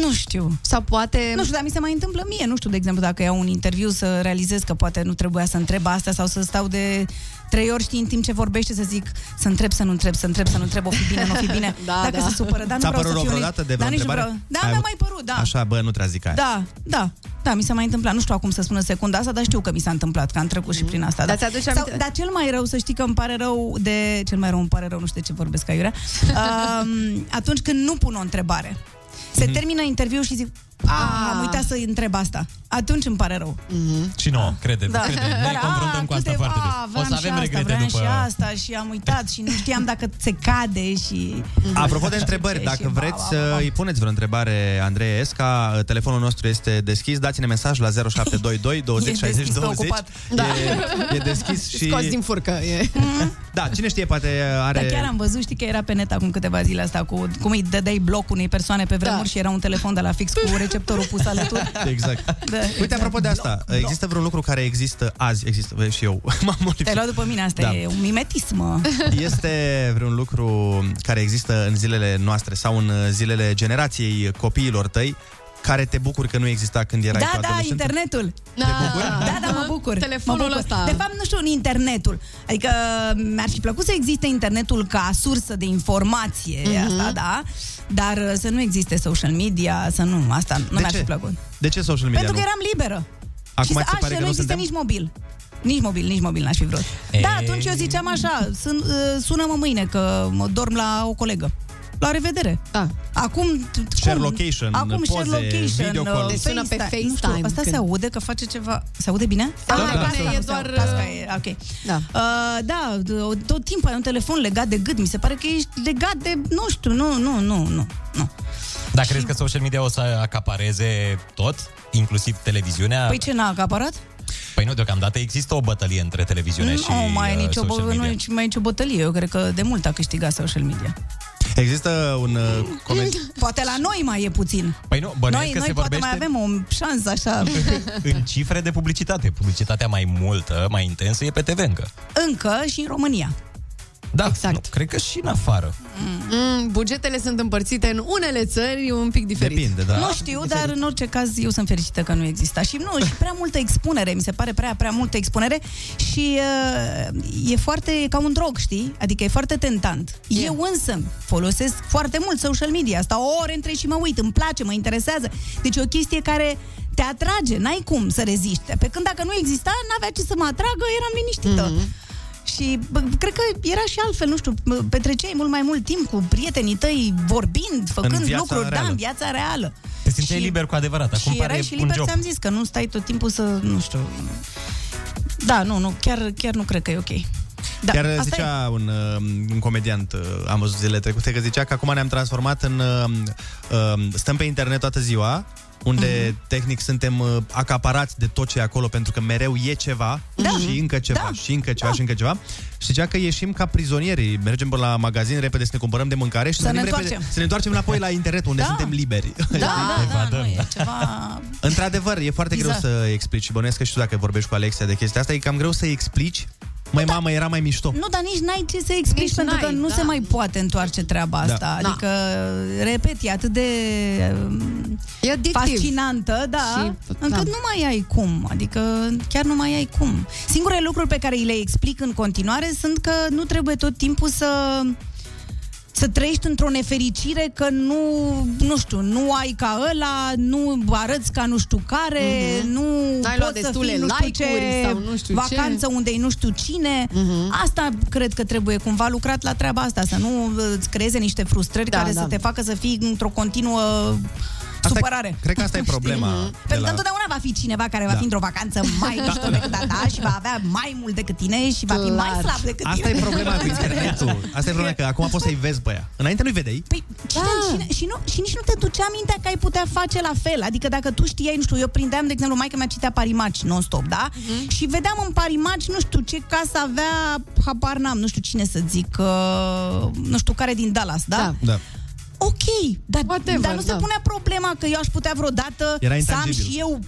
Speaker 17: Nu știu.
Speaker 12: Sau poate...
Speaker 17: Nu știu, dar mi se mai întâmplă mie. Nu știu, de exemplu, dacă iau un interviu să realizez că poate nu trebuia să întreb asta sau să stau de trei ori, știi, în timp ce vorbește să zic să întreb, să nu întreb, să întreb, să nu întreb, o fi bine, nu o fi bine.
Speaker 12: Da,
Speaker 17: dacă
Speaker 12: da.
Speaker 17: se supără, dar nu
Speaker 6: Ți-a
Speaker 17: vreau
Speaker 6: părut
Speaker 17: să fiu...
Speaker 6: vreodată de vreo
Speaker 17: da, nici nu
Speaker 6: întrebare?
Speaker 17: vreau. Da,
Speaker 6: Ai
Speaker 17: mi-a
Speaker 6: avut-
Speaker 17: mai părut, da.
Speaker 6: Așa, bă, nu trebuie să zic aia.
Speaker 17: Da, da, da, mi s-a mai întâmplat. Nu știu acum să spună secunda asta, dar știu că mi s-a întâmplat, că am trecut și prin asta.
Speaker 12: Dar ți-aduce
Speaker 17: Da, Sau,
Speaker 12: aminte-
Speaker 17: dar cel mai rău, să știi că îmi pare rău de... Cel mai rău îmi pare rău, nu știu de ce vorbesc aiurea. Um, atunci când nu pun o întrebare. Se
Speaker 12: Mhm.
Speaker 17: termină interviu și zic, a,
Speaker 12: Ah.
Speaker 17: am uitat să întreb asta. Atunci îmi pare rău.
Speaker 12: Mhm.
Speaker 7: Și nouă, crede,
Speaker 17: Da.
Speaker 7: crede. Ne
Speaker 17: Dar,
Speaker 7: confruntăm
Speaker 17: a,
Speaker 7: cu asta
Speaker 17: câte-
Speaker 7: foarte
Speaker 17: a,
Speaker 7: des. O
Speaker 17: vreau
Speaker 7: să
Speaker 17: și
Speaker 7: avem
Speaker 17: asta,
Speaker 7: regrete
Speaker 17: vreau
Speaker 7: după...
Speaker 17: și asta și am uitat și nu știam dacă se cade și...
Speaker 6: Mhm. Apropo de întrebări, dacă vreți să îi puneți vreo întrebare Andrei Esca, telefonul nostru este deschis, dați-ne mesaj la 0722 20 60
Speaker 12: deschis,
Speaker 6: 20.
Speaker 12: ocupat.
Speaker 6: Da.
Speaker 12: Da.
Speaker 6: E, e deschis și...
Speaker 12: Scos din furcă. E.
Speaker 6: Da, cine știe, poate are...
Speaker 17: Dar chiar am văzut, știi că era pe net acum câteva zile asta cu cum îi dădeai bloc unei persoane pe vremuri da. și era un telefon de la fix cu receptorul pus alături.
Speaker 6: Exact.
Speaker 17: Da,
Speaker 6: Uite,
Speaker 17: exact.
Speaker 6: apropo de asta, există vreun lucru care există azi, există bă, și eu. M-am molipsit.
Speaker 17: Te-ai luat după mine, asta
Speaker 6: Da.
Speaker 17: da. e un mimetism. mă.
Speaker 6: Este vreun lucru care există în zilele noastre sau în zilele generației copiilor tăi care te bucuri că nu exista când erai
Speaker 17: Da,
Speaker 6: tu
Speaker 17: da,
Speaker 6: adolescent?
Speaker 17: internetul. Da, da, da, mă bucur.
Speaker 12: Telefonul
Speaker 17: mă bucur.
Speaker 12: ăsta.
Speaker 17: De fapt, nu știu, internetul. Adică mi-ar fi plăcut să existe internetul ca sursă de informație,
Speaker 6: Mhm.
Speaker 17: asta, da, dar uh, să nu existe social media, să nu, asta nu
Speaker 6: De
Speaker 17: mi-ar
Speaker 6: ce?
Speaker 17: fi plăcut.
Speaker 6: De ce social media
Speaker 17: Pentru că
Speaker 6: nu?
Speaker 17: eram liberă.
Speaker 6: Acum
Speaker 17: și
Speaker 6: ți se
Speaker 17: să,
Speaker 6: pare
Speaker 17: așa,
Speaker 6: că
Speaker 17: nu
Speaker 6: nu
Speaker 17: există
Speaker 6: suntem?
Speaker 17: nici mobil. Nici mobil, nici mobil n-aș fi vrut. Da,
Speaker 6: Ei.
Speaker 17: atunci eu ziceam așa, sun, uh, sună-mă mâine că mă dorm la o colegă. La revedere.
Speaker 12: Da.
Speaker 17: Acum t- t-
Speaker 6: Share
Speaker 17: cum?
Speaker 6: location,
Speaker 17: Acum share
Speaker 6: poze,
Speaker 17: location, uh,
Speaker 6: video call. Te
Speaker 12: sună pe
Speaker 17: FaceTime. Nu știu,
Speaker 12: FaceTime
Speaker 17: asta
Speaker 12: când-
Speaker 17: se aude că face ceva. Se aude bine? Ah,
Speaker 12: Da, Da, da, care se aude, e se doar, aude.
Speaker 17: Casca e, ok.
Speaker 12: Da.
Speaker 17: Uh, da, d- tot timpul ai un telefon legat de gât, mi se pare că ești legat de, nu știu, nu, nu, nu, nu.
Speaker 7: Dar crezi că social media o să acapareze tot? Inclusiv
Speaker 6: Da.
Speaker 7: televiziunea?
Speaker 17: Păi ce n-a acaparat?
Speaker 7: Păi nu, deocamdată există o bătălie între televiziune și
Speaker 17: nu Mm, oh, mai e
Speaker 7: uh,
Speaker 17: nicio,
Speaker 7: social
Speaker 17: bă, nu
Speaker 7: media.
Speaker 17: e nici- mai e nicio bătălie. Eu cred că de mult a câștigat social media.
Speaker 6: Există un uh, coment...
Speaker 17: Poate la noi mai e puțin.
Speaker 7: Păi nu,
Speaker 17: Noi,
Speaker 7: bănuiesc că
Speaker 17: noi
Speaker 7: se
Speaker 17: poate
Speaker 7: vorbește...
Speaker 17: mai avem o șansă așa.
Speaker 7: în cifre de publicitate. Publicitatea mai multă, mai intensă, e pe TV încă.
Speaker 17: Încă și în România.
Speaker 7: Da, exact. Nu, cred că și în afară.
Speaker 12: Mm, bugetele sunt împărțite în unele țări un pic diferit.
Speaker 6: Depinde,
Speaker 17: Da. Nu știu, dar în orice caz eu sunt fericită că nu exista. Și nu, și prea multă expunere, mi se pare prea, prea multă expunere și uh, e foarte, e ca un drog, știi? Adică e foarte tentant. Yeah. Eu însă folosesc foarte mult social media, asta o ore între și mă uit, îmi place, mă interesează. Deci e o chestie care te atrage, n-ai cum să reziști. Pe când dacă nu exista, n-avea ce să mă atragă, eram liniștită. Mm-hmm. Și bă, cred că era și altfel, nu știu, bă, petreceai mult mai mult timp cu prietenii tăi, vorbind, făcând
Speaker 7: viața
Speaker 17: lucruri, da,
Speaker 7: reală.
Speaker 17: în viața reală.
Speaker 7: Te simțeai liber cu adevărat. Acum
Speaker 17: și
Speaker 7: pare
Speaker 17: erai și
Speaker 7: un
Speaker 17: liber,
Speaker 7: job.
Speaker 17: ți-am zis că nu stai tot timpul să, nu știu... Da, nu, nu, chiar, chiar nu cred că e ok.
Speaker 6: Da,
Speaker 17: Da,
Speaker 6: Chiar
Speaker 17: asta e.
Speaker 6: zicea un, uh, un comediant, uh, am văzut zilele trecute, că zicea că acum ne-am transformat în... Uh, uh, stăm pe internet toată ziua, unde
Speaker 17: Mhm.
Speaker 6: mm-hmm. tehnic suntem uh, acaparați de tot ce e acolo, pentru că mereu e ceva da. și încă ceva da. și încă ceva da. și încă ceva. Și zicea că ieșim ca prizonierii, mergem până la magazin repede să ne cumpărăm de mâncare și
Speaker 17: Să ne
Speaker 6: venim repede,
Speaker 17: întoarcem.
Speaker 6: să ne întoarcem înapoi la internet, unde
Speaker 17: Da.
Speaker 6: da. suntem liberi.
Speaker 17: Da, da, da, nu, e ceva...
Speaker 6: Într-adevăr, e foarte
Speaker 17: Bizar.
Speaker 6: greu să explici și bănuiesc că și tu dacă vorbești cu Alexia de chestia asta, e cam greu să explici Măi,
Speaker 17: Da.
Speaker 6: mamă, era mai mișto.
Speaker 17: Nu, dar nici n-ai ce să explici,
Speaker 12: Nici
Speaker 17: pentru
Speaker 12: n-ai,
Speaker 17: că nu
Speaker 12: da.
Speaker 17: se mai poate întoarce treaba
Speaker 6: Da.
Speaker 17: asta.
Speaker 6: Da.
Speaker 17: Adică, repet, e atât de um, fascinantă, da,
Speaker 12: Și-
Speaker 17: încât
Speaker 12: da.
Speaker 17: nu mai ai cum. Adică, chiar nu mai ai cum. Singurele lucruri pe care îi le explic în continuare sunt că nu trebuie tot timpul să să trăiești într-o nefericire că nu, nu știu, nu ai ca ăla, nu arăți ca nu știu care,
Speaker 12: Mhm.
Speaker 17: nu
Speaker 12: N-ai luat
Speaker 17: poți să
Speaker 12: destule
Speaker 17: fii nu știu ce
Speaker 12: like-uri sau nu știu ce.
Speaker 17: vacanță unde nu știu cine. Asta cred că trebuie cumva lucrat la treaba asta, să nu uh, îți creeze niște frustrări
Speaker 12: Da,
Speaker 17: care
Speaker 12: da.
Speaker 17: să te facă să fii într-o continuă supărare. Mm.
Speaker 6: Cred că asta e problema. de
Speaker 17: Pentru că întotdeauna va fi cineva care va
Speaker 6: Da.
Speaker 17: fi într-o vacanță mai
Speaker 6: Da.
Speaker 17: mișto decât a ta și va avea mai mult decât tine și va fi mai slab decât
Speaker 6: Asta e
Speaker 17: tine.
Speaker 6: problema cu internetul. Asta e problema, că acum poți să-i vezi pe ea. Înainte nu-i vedeai.
Speaker 17: Păi, da. și, și, nu, și nici nu te ducea mintea că ai putea face la fel. Adică dacă tu știai, nu știu, eu prindeam, de exemplu, maica mea citea parimaci non-stop, da? Uh-huh. Și vedeam în parimaci, nu știu ce casă avea, habar n-am, nu știu cine să zic, uh, nu știu care din Dallas, da? da.
Speaker 6: Da.
Speaker 17: Ok, dar, dar nu se
Speaker 12: da.
Speaker 17: punea problema că eu aș putea vreodată
Speaker 6: Era
Speaker 17: să am
Speaker 6: intangibil.
Speaker 17: și eu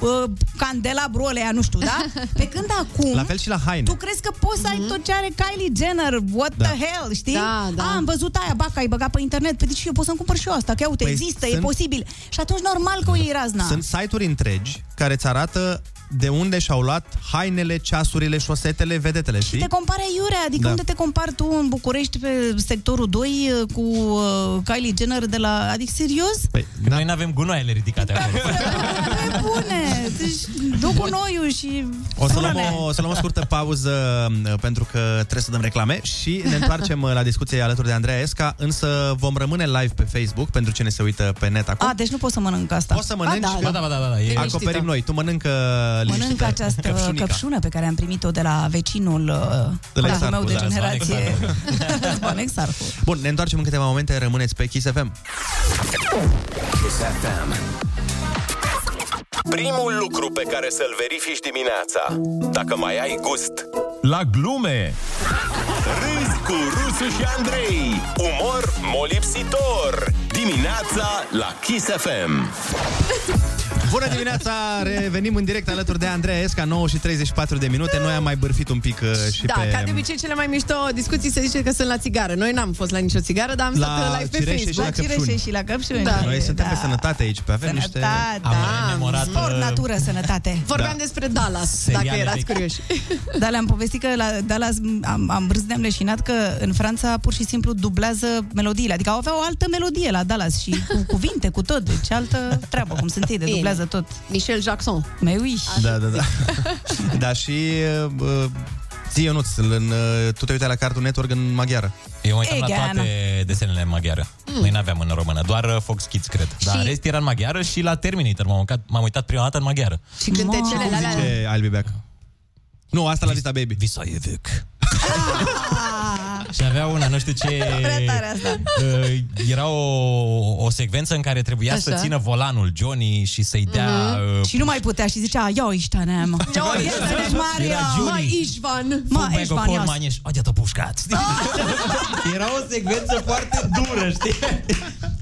Speaker 17: uh, candela brolea, nu știu, da? Pe când acum...
Speaker 6: La fel și la haine.
Speaker 17: Tu crezi că poți să ai tot ce are Kylie Jenner? What
Speaker 6: Da.
Speaker 17: the hell, știi?
Speaker 12: Mm-hmm. Da, da.
Speaker 17: A, am văzut aia, ba, că ai băgat pe internet. Păi, și eu pot să-mi cumpăr și eu asta, că ia uite,
Speaker 6: Păi
Speaker 17: există, e
Speaker 6: sunt-
Speaker 17: posibil. Și atunci normal că o iei razna.
Speaker 6: Sunt site-uri întregi care îți arată de unde și-au luat hainele, ceasurile, șosetele, vedetele, știi?
Speaker 17: Te compare iurea, adică
Speaker 6: Da.
Speaker 17: unde te compari tu în București pe sectorul 2 uh, cu uh, Kylie Jenner de la... Adică, serios?
Speaker 6: Păi,
Speaker 7: da. Noi n-avem gunoaiele ridicate
Speaker 17: Da.
Speaker 7: acolo.
Speaker 17: Pe bune! Deci, du cu noiul și...
Speaker 6: O să, luăm
Speaker 17: sună-ne.
Speaker 6: o, o să luăm o scurtă pauză uh, pentru că trebuie să dăm reclame și ne întoarcem uh, la discuție alături de Andreea Esca, însă vom rămâne live pe Facebook pentru cine se uită pe net acum.
Speaker 17: A, deci nu pot să mănânc asta.
Speaker 6: Poți să mănânci?
Speaker 17: Ba da,
Speaker 6: că
Speaker 17: da.
Speaker 6: Acoperim noi. Tu mănâncă liniștită.
Speaker 17: Mănânc această
Speaker 6: Căpșunica.
Speaker 17: căpșunica. căpșună pe care am primit-o de la vecinul
Speaker 6: De
Speaker 17: de
Speaker 6: la
Speaker 17: la
Speaker 6: Exarcu,
Speaker 17: meu de
Speaker 6: da.
Speaker 17: generație. Răzvan Exarcu.
Speaker 6: Bun, ne întoarcem în câteva momente, rămâneți pe Kiss FM.
Speaker 5: Kiss FM. Primul lucru pe care să-l verifici dimineața, dacă mai ai gust.
Speaker 23: La glume!
Speaker 5: Râzi cu Rusu și Andrei. Umor molipsitor. Dimineața la Kiss FM.
Speaker 6: Bună dimineața, revenim în direct alături de Andreea Esca, 9 și 34 de minute. Noi am mai bârfit un pic uh, și
Speaker 12: da,
Speaker 6: pe...
Speaker 12: ca de obicei, cele mai mișto discuții se zice că sunt la țigară. Noi n-am fost la nicio țigară, dar am
Speaker 6: La
Speaker 12: stat live pe
Speaker 6: cireșe și
Speaker 12: Facebook.
Speaker 6: la căpșuni. La cireșe
Speaker 17: și la căpșuni.
Speaker 12: Da.
Speaker 6: Noi suntem pe sănătate aici, pe avem niște... uh,
Speaker 17: Sănătate, da. Sport, natură, sănătate.
Speaker 12: Vorbeam despre Dallas, dacă erați curioși.
Speaker 17: Da, le-am povestit că la Dallas am, am râs, ne-am leșinat că în Franța pur și simplu dublează melodiile. Adică aveau o altă melodie la Dallas și cu cuvinte, cu tot. Deci altă treabă, cum sunt ei, de
Speaker 12: Bine.
Speaker 17: dublează tot.
Speaker 12: Michel Jackson.
Speaker 17: Mai ui.
Speaker 6: Da, da, da. da, și... Uh, zi, Ionuț, în, uh, tu te uitai la Cartoon Network în maghiară.
Speaker 7: Eu mă uitam
Speaker 17: E,
Speaker 7: la
Speaker 17: Gheana.
Speaker 7: toate desenele în maghiară.
Speaker 17: Mm.
Speaker 7: Noi n-aveam în română, doar uh, Fox Kids, cred. Dar
Speaker 17: Și-
Speaker 7: în rest era în maghiară și la Terminator m-am uitat, m-am uitat prima dată în maghiară.
Speaker 12: Și cântecele
Speaker 6: Cum
Speaker 12: alea...
Speaker 6: zice I'll be back? Nu, asta la Vista Baby.
Speaker 7: Visa e vec. Și avea una, nu știu ce...
Speaker 17: Ah. Prea tare asta.
Speaker 12: Mhm.
Speaker 7: Uh, era o, o secvență în care trebuia Așa. să
Speaker 17: Așa.
Speaker 7: țină volanul Johnny și să-i dea...
Speaker 17: Mhm.
Speaker 7: Uh,
Speaker 17: Și nu mai putea și zicea, ia iștanem.
Speaker 7: Ia uitați-ne, Maria! Era Juni.
Speaker 12: Mă, Ișvan!
Speaker 17: Mă,
Speaker 7: Fumego,
Speaker 17: ești vanios.
Speaker 7: corman, ești- Odia, te-a pușcat. Știi? Era o secvență foarte dură, știi?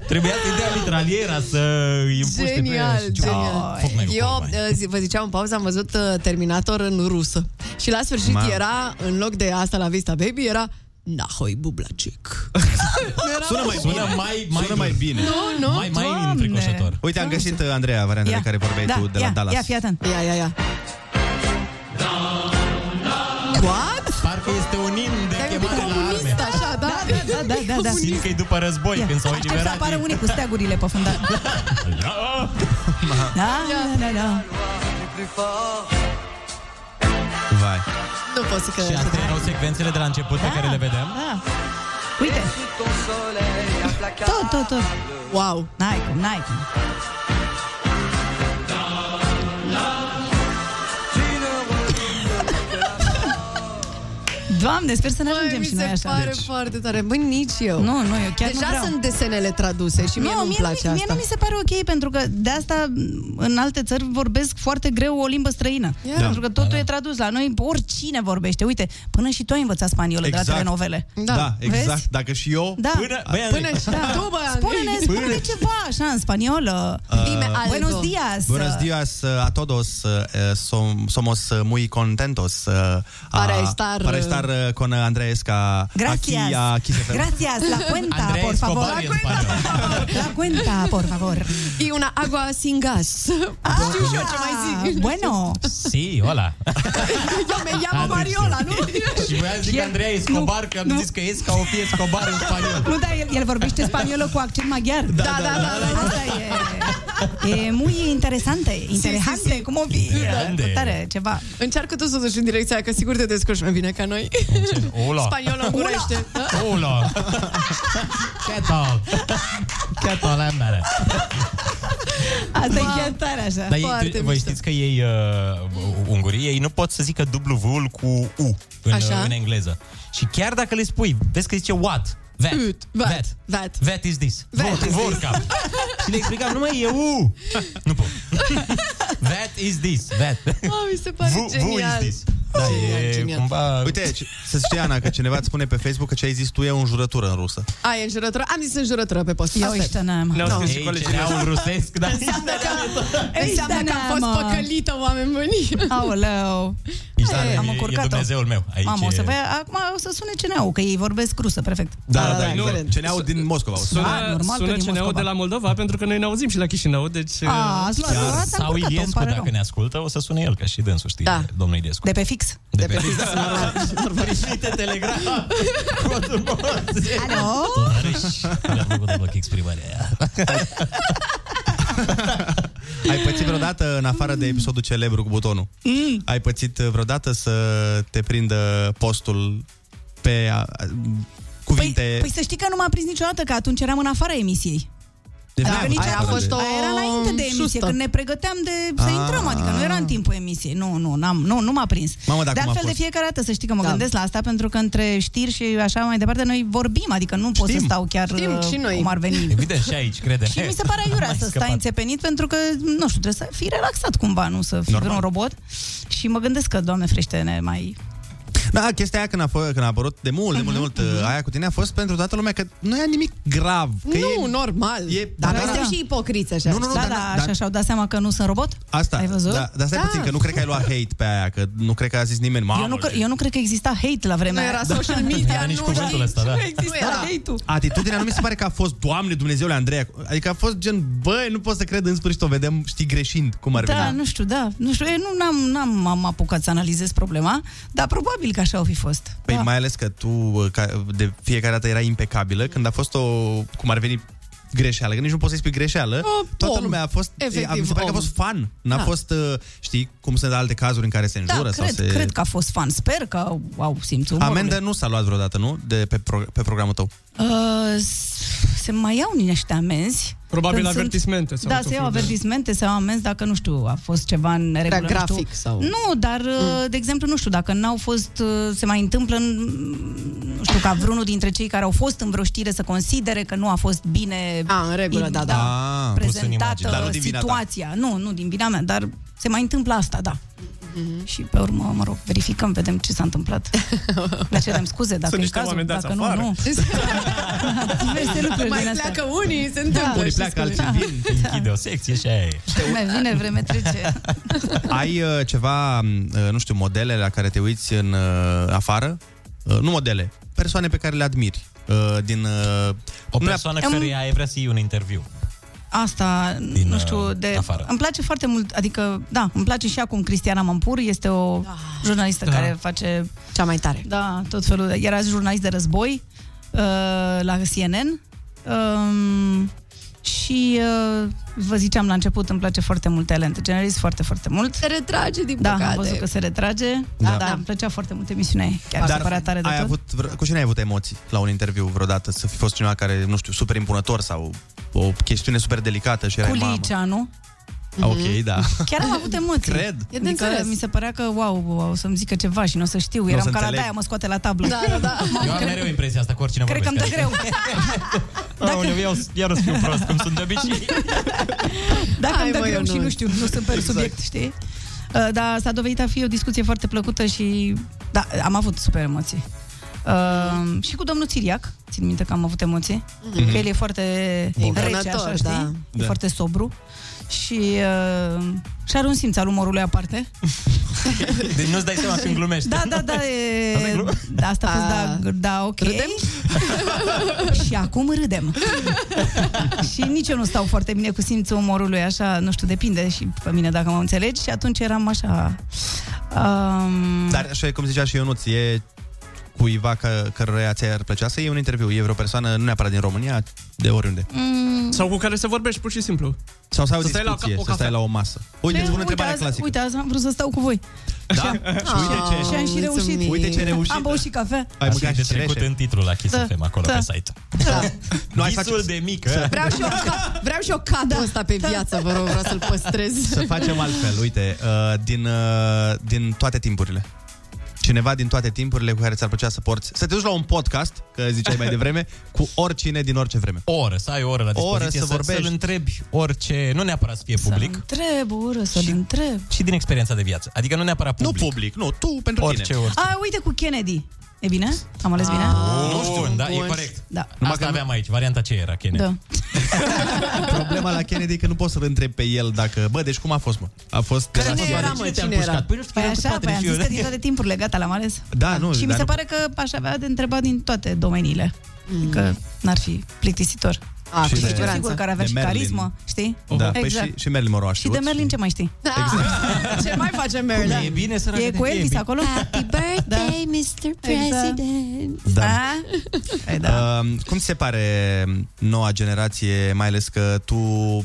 Speaker 7: Trebuia să-i dea mitraliera să îi împuște pe
Speaker 12: Genial,
Speaker 7: el și ceva. Ah,
Speaker 12: genial.
Speaker 7: Fuck, Mego,
Speaker 12: Eu uh, zi- vă ziceam în pauză, am văzut uh, Terminator în rusă. Și la sfârșit
Speaker 7: Mamă.
Speaker 12: era, în loc de asta la Vista Baby, era Nahoi Bublacek.
Speaker 6: Sună mai bine. Sună mai, mai, sună mai bine.
Speaker 12: Nu, nu, Mai- mai doamne. înfricoșător.
Speaker 6: Uite, am găsit, Andreea, varianta de care vorbeai
Speaker 12: da,
Speaker 6: tu de la
Speaker 12: ia,
Speaker 6: Dallas.
Speaker 12: Ia, fii atent. Ia, ia, ia. What?
Speaker 7: Parcă este un imn de
Speaker 17: chemare la arme.
Speaker 12: Așa, da?
Speaker 17: Da, da, da, da, da.
Speaker 7: Simt că e după război,
Speaker 17: Ia.
Speaker 7: când s-au
Speaker 17: Aștept să
Speaker 7: eliberat.
Speaker 17: apară unii cu steagurile pe fundat. Da, da, da.
Speaker 6: Vai.
Speaker 12: Nu pot să
Speaker 7: Și astea erau secvențele de la început pe care le vedem.
Speaker 17: Da. Uite. Tot, tot, tot.
Speaker 12: Wow.
Speaker 17: N-ai cum, n-ai cum. Doamne, sper să ne ajungem și
Speaker 12: Mi
Speaker 17: noi
Speaker 12: se
Speaker 17: așa. deci.
Speaker 12: pare foarte tare. Băi, nici eu.
Speaker 17: Nu, nu, eu chiar nu
Speaker 12: Deja
Speaker 17: vreau.
Speaker 12: sunt desenele traduse și mie
Speaker 17: nu,
Speaker 12: nu, mi
Speaker 17: mie,
Speaker 12: place
Speaker 17: mie,
Speaker 12: asta.
Speaker 17: nu mi se pare ok, pentru că de asta m, în alte țări vorbesc foarte greu o limbă străină.
Speaker 12: Da.
Speaker 17: Pentru că totul e tradus la noi, oricine vorbește. Uite, până și tu ai învățat spaniolă
Speaker 12: Exact.
Speaker 17: de la telenovele.
Speaker 6: Da, da exact.
Speaker 17: Vezi?
Speaker 6: Dacă și eu...
Speaker 17: Da. Spune-ne, spune-ne ceva, așa, în spaniolă.
Speaker 6: Uh, Dime algo.
Speaker 17: Buenos dias.
Speaker 6: Buenos días uh, a todos. uh, eh, som- somos uh, muy contentos uh, a-
Speaker 17: Para estar,
Speaker 6: para estar, uh, con Andrea Esca
Speaker 17: Gracias.
Speaker 6: aquí a Kiss FM.
Speaker 17: Gracias, la cuenta, por favor. La cuenta, la cuenta, por favor.
Speaker 12: E una agua sin gas. Ah, Știu și eu ce mai zic.
Speaker 17: Bueno.
Speaker 7: Si, hola.
Speaker 12: Eu me llamo
Speaker 7: Atunci.
Speaker 12: Mariola, nu?
Speaker 7: Și voiam să zic Andrei Escobar, că am zis că ies ca o fie Escobar în spaniol.
Speaker 17: Nu, dar el, el vorbește spaniolă cu accent maghiar.
Speaker 7: Da, da, da, da.
Speaker 17: Asta e. E muy interesante, interesante, si, si, si. cum o fi.
Speaker 12: Interesante.
Speaker 17: Da, tare, ceva.
Speaker 12: Încearcă tu să duci în direcția aia, că sigur te descurci mai bine ca noi.
Speaker 7: Hola.
Speaker 12: Spaniolă Ah, în gurește.
Speaker 7: Hola. Ce tal? Ce tal, emere?
Speaker 17: Asta e chiar tare așa.
Speaker 7: Dar ei, voi știți că ei, uh, ungurii, ei nu pot să zică W-ul cu U în,
Speaker 12: Așa.
Speaker 7: în engleză. Și chiar dacă le spui, vezi că zice what, that,
Speaker 12: Ut, vat,
Speaker 7: that,
Speaker 12: vat.
Speaker 7: that is this,
Speaker 12: That
Speaker 7: Vor-
Speaker 12: is this.
Speaker 7: vorca. Și le explicam, nu mai e U. Nu pot. That is this, that.
Speaker 12: Oh, mi se pare
Speaker 7: Vu- vu is
Speaker 12: genial.
Speaker 7: this.
Speaker 6: Da,
Speaker 7: Genial,
Speaker 6: e
Speaker 7: genial.
Speaker 6: cumva... Uite, ce- să știi, Ana, că cineva îți spune pe Facebook că ce ai zis tu e o înjurătură în rusă.
Speaker 12: Aia e în jurătură. Am zis în jurătură pe post.
Speaker 17: Eu
Speaker 12: Asta e.
Speaker 17: ești n-am.
Speaker 6: Ne-au scris și Ei, colegii cereau noștri.
Speaker 7: rusesc, dar...
Speaker 12: Înseamnă că,
Speaker 17: Ești
Speaker 12: înseamnă că am
Speaker 17: da, neamă.
Speaker 12: fost păcălită, oameni buni.
Speaker 17: Aoleu.
Speaker 7: Iștarem, e- e Dumnezeul meu. Aici
Speaker 17: Mamă, o să
Speaker 7: e-
Speaker 17: vă, acum o să sune CNU, că ei vorbesc rusă, perfect.
Speaker 8: Ah,
Speaker 6: Da, da, da, da, Ce ne-au din Moscova.
Speaker 8: Sună,
Speaker 17: Ah, normal că
Speaker 8: sună
Speaker 17: din
Speaker 8: CNU
Speaker 17: Moscova.
Speaker 8: de la Moldova, pentru că noi ne auzim și la Chișinău, deci...
Speaker 17: A, ați luat-
Speaker 8: Chiar.
Speaker 17: ați
Speaker 7: Sau
Speaker 17: încurcat-o, îmi
Speaker 7: Iliescu,
Speaker 17: pare
Speaker 7: dacă
Speaker 17: rău.
Speaker 7: ne ascultă, o să sune el, că și dânsul știe,
Speaker 17: Da.
Speaker 7: domnul Iliescu.
Speaker 17: De pe fix.
Speaker 7: De pe fix. Urmărite telegram.
Speaker 17: Alo?
Speaker 7: Tovarăși, mi-a Deci, plăcut de bloc exprimarea aia.
Speaker 6: Ai pățit vreodată, în afară de episodul celebru cu butonul,
Speaker 17: Mm.
Speaker 6: ai pățit vreodată să te prindă postul pe a, a, cuvinte...
Speaker 17: Păi să știi că nu m-a prins niciodată, că atunci eram în afara emisiei.
Speaker 6: de
Speaker 17: Adică
Speaker 6: vreme,
Speaker 17: nici
Speaker 6: afară de-
Speaker 17: Aia era înainte de emisie,
Speaker 12: șustă.
Speaker 17: când ne pregăteam de să
Speaker 6: Ah.
Speaker 17: intrăm, adică nu era în timpul emisiei. Nu, nu, n-am, nu, nu m-a prins.
Speaker 6: Mamă, dar
Speaker 17: de
Speaker 6: cum a
Speaker 17: altfel, de
Speaker 6: fost?
Speaker 17: fiecare dată să știi că mă
Speaker 12: Da.
Speaker 17: gândesc la asta, pentru că între știri și așa mai departe, noi vorbim, adică nu pot să stau chiar
Speaker 12: Știm și
Speaker 17: uh,
Speaker 12: noi.
Speaker 17: cum ar veni.
Speaker 7: Evident, și aici, crede.
Speaker 17: Și mi se pare aiurea să stai înțepenit pentru că, nu știu, trebuie să fii relaxat cumva, nu să fii
Speaker 6: Normal.
Speaker 17: un robot. Și mă gândesc că, doamne frește, ne mai...
Speaker 6: Da, chestia aia când a, f- când a apărut de mult, de mult,
Speaker 17: Mhm,
Speaker 6: de mult, aia cu tine a fost pentru toată lumea că nu e nimic grav. Că
Speaker 12: Nu,
Speaker 6: e,
Speaker 12: normal.
Speaker 6: E,
Speaker 12: Dar
Speaker 6: da,
Speaker 12: noi
Speaker 6: da,
Speaker 12: suntem
Speaker 6: da.
Speaker 12: și ipocriți așa.
Speaker 6: Nu, nu, nu,
Speaker 17: da,
Speaker 6: dar-
Speaker 17: da,
Speaker 6: dar-
Speaker 17: așa și-au dat seama că nu sunt robot?
Speaker 6: Asta,
Speaker 17: Ai văzut?
Speaker 6: Da, dar stai
Speaker 17: Da.
Speaker 6: puțin, că nu cred că ai luat hate pe aia, că nu cred că a zis nimeni, mamă,
Speaker 17: Eu nu, cre-
Speaker 6: ce- Da,
Speaker 17: eu nu cred că exista hate la vremea
Speaker 12: Nu era
Speaker 17: aia.
Speaker 12: social media,
Speaker 6: Era nici nu cuvântul știi, ăsta, da. nu
Speaker 17: exista
Speaker 12: era.
Speaker 17: hate-ul.
Speaker 6: Atitudinea nu mi se pare că a fost Doamne Dumnezeule Andreea Adică a fost gen Băi, nu pot să cred în sfârșit o vedem Știi greșind cum ar
Speaker 17: Da,
Speaker 6: veni
Speaker 17: nu știu, da. Nu știu, eu nu n-am, n-am am apucat să analizez problema, dar probabil că așa au fi fost.
Speaker 6: Păi mai ales că tu uh, ca, de fiecare dată era impecabilă Când a fost o, cum ar veni, greșeală Că nici nu poți să-i spui greșeală Toată
Speaker 17: Uh, om.
Speaker 6: lumea a fost,
Speaker 17: Efectiv,
Speaker 6: a, mi se pare că a
Speaker 17: om.
Speaker 6: fost fan N-a
Speaker 17: Da.
Speaker 6: fost, uh, știi, cum sunt alte cazuri în care se
Speaker 17: Da,
Speaker 6: înjură
Speaker 17: cred,
Speaker 6: sau se...
Speaker 17: cred că a fost fan. Sper că au, au simțul umorului.
Speaker 6: Amendă nu s-a luat vreodată, nu? De pe, pro- pe programul tău
Speaker 17: Uh, se mai iau niște amenzi.
Speaker 8: Probabil
Speaker 17: Când sunt-
Speaker 8: avertismente sau
Speaker 17: Da,
Speaker 8: tot
Speaker 17: să iau
Speaker 8: felul de-
Speaker 17: avertismente, să iau amenzi dacă, nu știu, a fost ceva în regulă. nu știu.
Speaker 12: grafic sau- Mm.
Speaker 17: Nu, dar, uh, de exemplu, nu știu, dacă n-au fost, uh, se mai întâmplă, în- nu știu, ca vreunul dintre cei care au fost în vreo știre să considere că nu a fost bine a, în
Speaker 12: regulă, da, da. Ah, pus în
Speaker 17: prezentată
Speaker 12: imagine, dar nu din vina ta.
Speaker 17: situația. Nu, nu din vina mea, dar se mai întâmplă asta, da. Și pe urmă, mă rog, verificăm, vedem ce s-a întâmplat. Ne cerem scuze dacă
Speaker 8: Sunt
Speaker 17: e
Speaker 8: niște
Speaker 17: cazul,
Speaker 8: oameni dați
Speaker 17: dacă nu,
Speaker 8: afară.
Speaker 17: nu. Diverse lucruri
Speaker 12: Mai
Speaker 17: din astea.
Speaker 12: pleacă unii, se
Speaker 17: Da.
Speaker 12: întâmplă.
Speaker 7: Unii
Speaker 12: știți
Speaker 7: pleacă,
Speaker 12: cum e.
Speaker 7: alții vin, te închide o secție și aia e.
Speaker 17: Mai vine, vreme trece.
Speaker 6: Ai uh, ceva, m, uh, nu știu, modele la care te uiți în uh, afară? Uh, nu modele, persoane pe care le admiri. Uh, din uh,
Speaker 7: O persoană
Speaker 17: Îmi-
Speaker 7: care ai vrea să iei un interviu.
Speaker 17: Asta,
Speaker 7: Din,
Speaker 17: nu știu,
Speaker 7: uh,
Speaker 17: de...
Speaker 7: afară.
Speaker 17: Îmi place foarte mult, adică, da, îmi place și acum Cristiana Mampur, este o jurnalistă
Speaker 12: Da.
Speaker 17: care face...
Speaker 12: Cea mai tare.
Speaker 17: Da, tot felul de... Era jurnalist de război uh, la CNN um, și uh, vă ziceam la început, îmi place foarte mult Ellen DeGeneres, foarte, foarte mult.
Speaker 12: Se retrage, din
Speaker 17: da,
Speaker 12: păcate.
Speaker 17: am văzut că se retrage.
Speaker 6: Da.
Speaker 17: Da, da, îmi plăcea foarte mult emisiunea ei. Chiar
Speaker 6: Dar
Speaker 17: Dar părea tare de
Speaker 6: ai
Speaker 17: tot.
Speaker 6: avut, vre- cu cine ai avut emoții la un interviu vreodată? Să fi fost cineva care, nu știu, super impunător sau o chestiune super delicată și erai
Speaker 17: Cu
Speaker 6: mamă.
Speaker 17: Liceanu.
Speaker 6: Ah,
Speaker 12: Mhm.
Speaker 6: Ok, da.
Speaker 17: Chiar am avut emoții.
Speaker 6: Cred. E de
Speaker 17: Adică
Speaker 6: înțeles.
Speaker 17: mi se părea că, wow, wow, o să-mi zică ceva și nu o să știu.
Speaker 7: N-o
Speaker 17: Eram
Speaker 7: să
Speaker 17: ca la
Speaker 7: înțeleg.
Speaker 17: daia, mă scoate la tablă.
Speaker 12: Da, da, da.
Speaker 7: Eu am mereu impresia asta cu oricine
Speaker 17: Cred că îmi dă
Speaker 7: vorbesc. adică-
Speaker 17: greu.
Speaker 7: Aoleu, iar, iar o să fiu prost, cum sunt de obicei.
Speaker 17: Dacă
Speaker 12: Hai,
Speaker 17: îmi dă
Speaker 12: mă,
Speaker 17: greu și
Speaker 12: Ionuț.
Speaker 17: nu știu, nu sunt pe
Speaker 12: Exact.
Speaker 17: subiect, știi? Uh, Dar s-a dovedit a fi o discuție foarte plăcută și da, am avut super emoții. Uh, și cu domnul Țiriac, țin minte că am avut emoții,
Speaker 12: Mhm.
Speaker 17: mm-hmm. că el e foarte
Speaker 12: Bun.
Speaker 17: rece,
Speaker 12: Încănator,
Speaker 17: așa,
Speaker 12: da.
Speaker 17: știi? Da. E
Speaker 12: Da.
Speaker 17: foarte sobru și uh, și are un simț al umorului aparte.
Speaker 7: Deci nu-ți dai seama când glumești.
Speaker 17: Da, da, da, e... da asta a fost, da, da, ok. Râdem? și acum râdem. și nici eu nu stau foarte bine cu simțul umorului, așa, nu știu, depinde și pe mine dacă mă înțelegi. Și atunci eram așa... Um,
Speaker 6: Dar așa e cum zicea și Ionuț, e cuiva că, căruia ți-ar plăcea să iei un interviu. E vreo persoană, nu neapărat din România, de oriunde.
Speaker 17: mm,
Speaker 8: Sau cu care să vorbești pur și simplu.
Speaker 6: Sau să ai o
Speaker 8: Să stai la
Speaker 6: discuție,
Speaker 8: ca- o
Speaker 6: să stai
Speaker 8: cafea.
Speaker 6: la o masă. Uite, îți pun
Speaker 17: uite,
Speaker 6: întrebarea
Speaker 17: azi-
Speaker 6: clasică.
Speaker 17: Uite, azi am vrut să stau cu voi.
Speaker 6: Da? Și uite ce...
Speaker 17: și am și reușit.
Speaker 6: Uite ce reușit.
Speaker 17: Am băut și cafea.
Speaker 6: Ai
Speaker 7: Așa
Speaker 6: băgat
Speaker 7: e
Speaker 6: și
Speaker 7: de trecut
Speaker 6: cireșe.
Speaker 7: în titlul la Kiss
Speaker 17: Da,
Speaker 7: FM, acolo
Speaker 17: da.
Speaker 7: pe site.
Speaker 6: Nu ai
Speaker 7: Visul de mică.
Speaker 12: Vreau și eu, ca, vreau și eu cadul da. ăsta pe viață, vă rog, vreau să-l păstrez.
Speaker 6: Să facem altfel, uite, uh, din, uh, din toate timpurile. Cineva din toate timpurile cu care ți-ar plăcea să porți. Să te duci la un podcast, că ziceai mai devreme, cu oricine din orice vreme.
Speaker 7: O oră, să ai o oră la
Speaker 6: O oră
Speaker 7: dispoziție,
Speaker 6: să vorbești.
Speaker 7: să-l întrebi orice, nu neapărat să fie public,
Speaker 17: Întreb, ură, să-l întreb.
Speaker 7: și din experiența de viață. Adică nu neapărat public. Nu
Speaker 6: public, nu, tu pentru
Speaker 7: orice, tine. Orice,
Speaker 17: A, uite cu Kennedy. E bine? Am ales bine?
Speaker 7: Nu știu, da, e corect.
Speaker 17: Da.
Speaker 7: Numai Asta aveam aici, varianta ce era, Kennedy.
Speaker 17: Da.
Speaker 6: Problema la Kennedy e că nu poți să-l întrebi pe el dacă, bă, deci cum a fost, mă? A fost...
Speaker 17: Care
Speaker 6: de la-
Speaker 17: cine era, mă,
Speaker 7: te-am
Speaker 17: cine
Speaker 7: pușcat?
Speaker 17: era?
Speaker 7: Păi nu știu,
Speaker 17: Păi
Speaker 7: eram cu
Speaker 17: așa,
Speaker 7: spatele
Speaker 17: păi am
Speaker 7: și eu,
Speaker 17: zis că
Speaker 7: da.
Speaker 17: din toate timpurile, gata, l-am ales.
Speaker 6: Da, nu,
Speaker 17: și mi
Speaker 6: dar
Speaker 17: se
Speaker 6: nu-
Speaker 17: pare că aș avea de întrebat din toate domeniile. Mm. Că n-ar fi plictisitor.
Speaker 6: A,
Speaker 17: și
Speaker 6: cu
Speaker 17: știu
Speaker 6: siguranță.
Speaker 17: sigur că ar avea
Speaker 6: De
Speaker 17: și
Speaker 6: Merlin.
Speaker 17: carismă, știi?
Speaker 6: Da, păi
Speaker 17: exact.
Speaker 6: și, și Merlin Moro a
Speaker 17: și
Speaker 6: știut.
Speaker 17: de Merlin ce mai știi?
Speaker 12: Exact. Ce mai face Merlin?
Speaker 17: Da. E cu Elvis acolo? Da. Exact. Happy birthday, Mr. President!
Speaker 6: Da.
Speaker 17: Ei,
Speaker 6: da. Uh, cum ți se pare noua generație, mai ales că tu uh,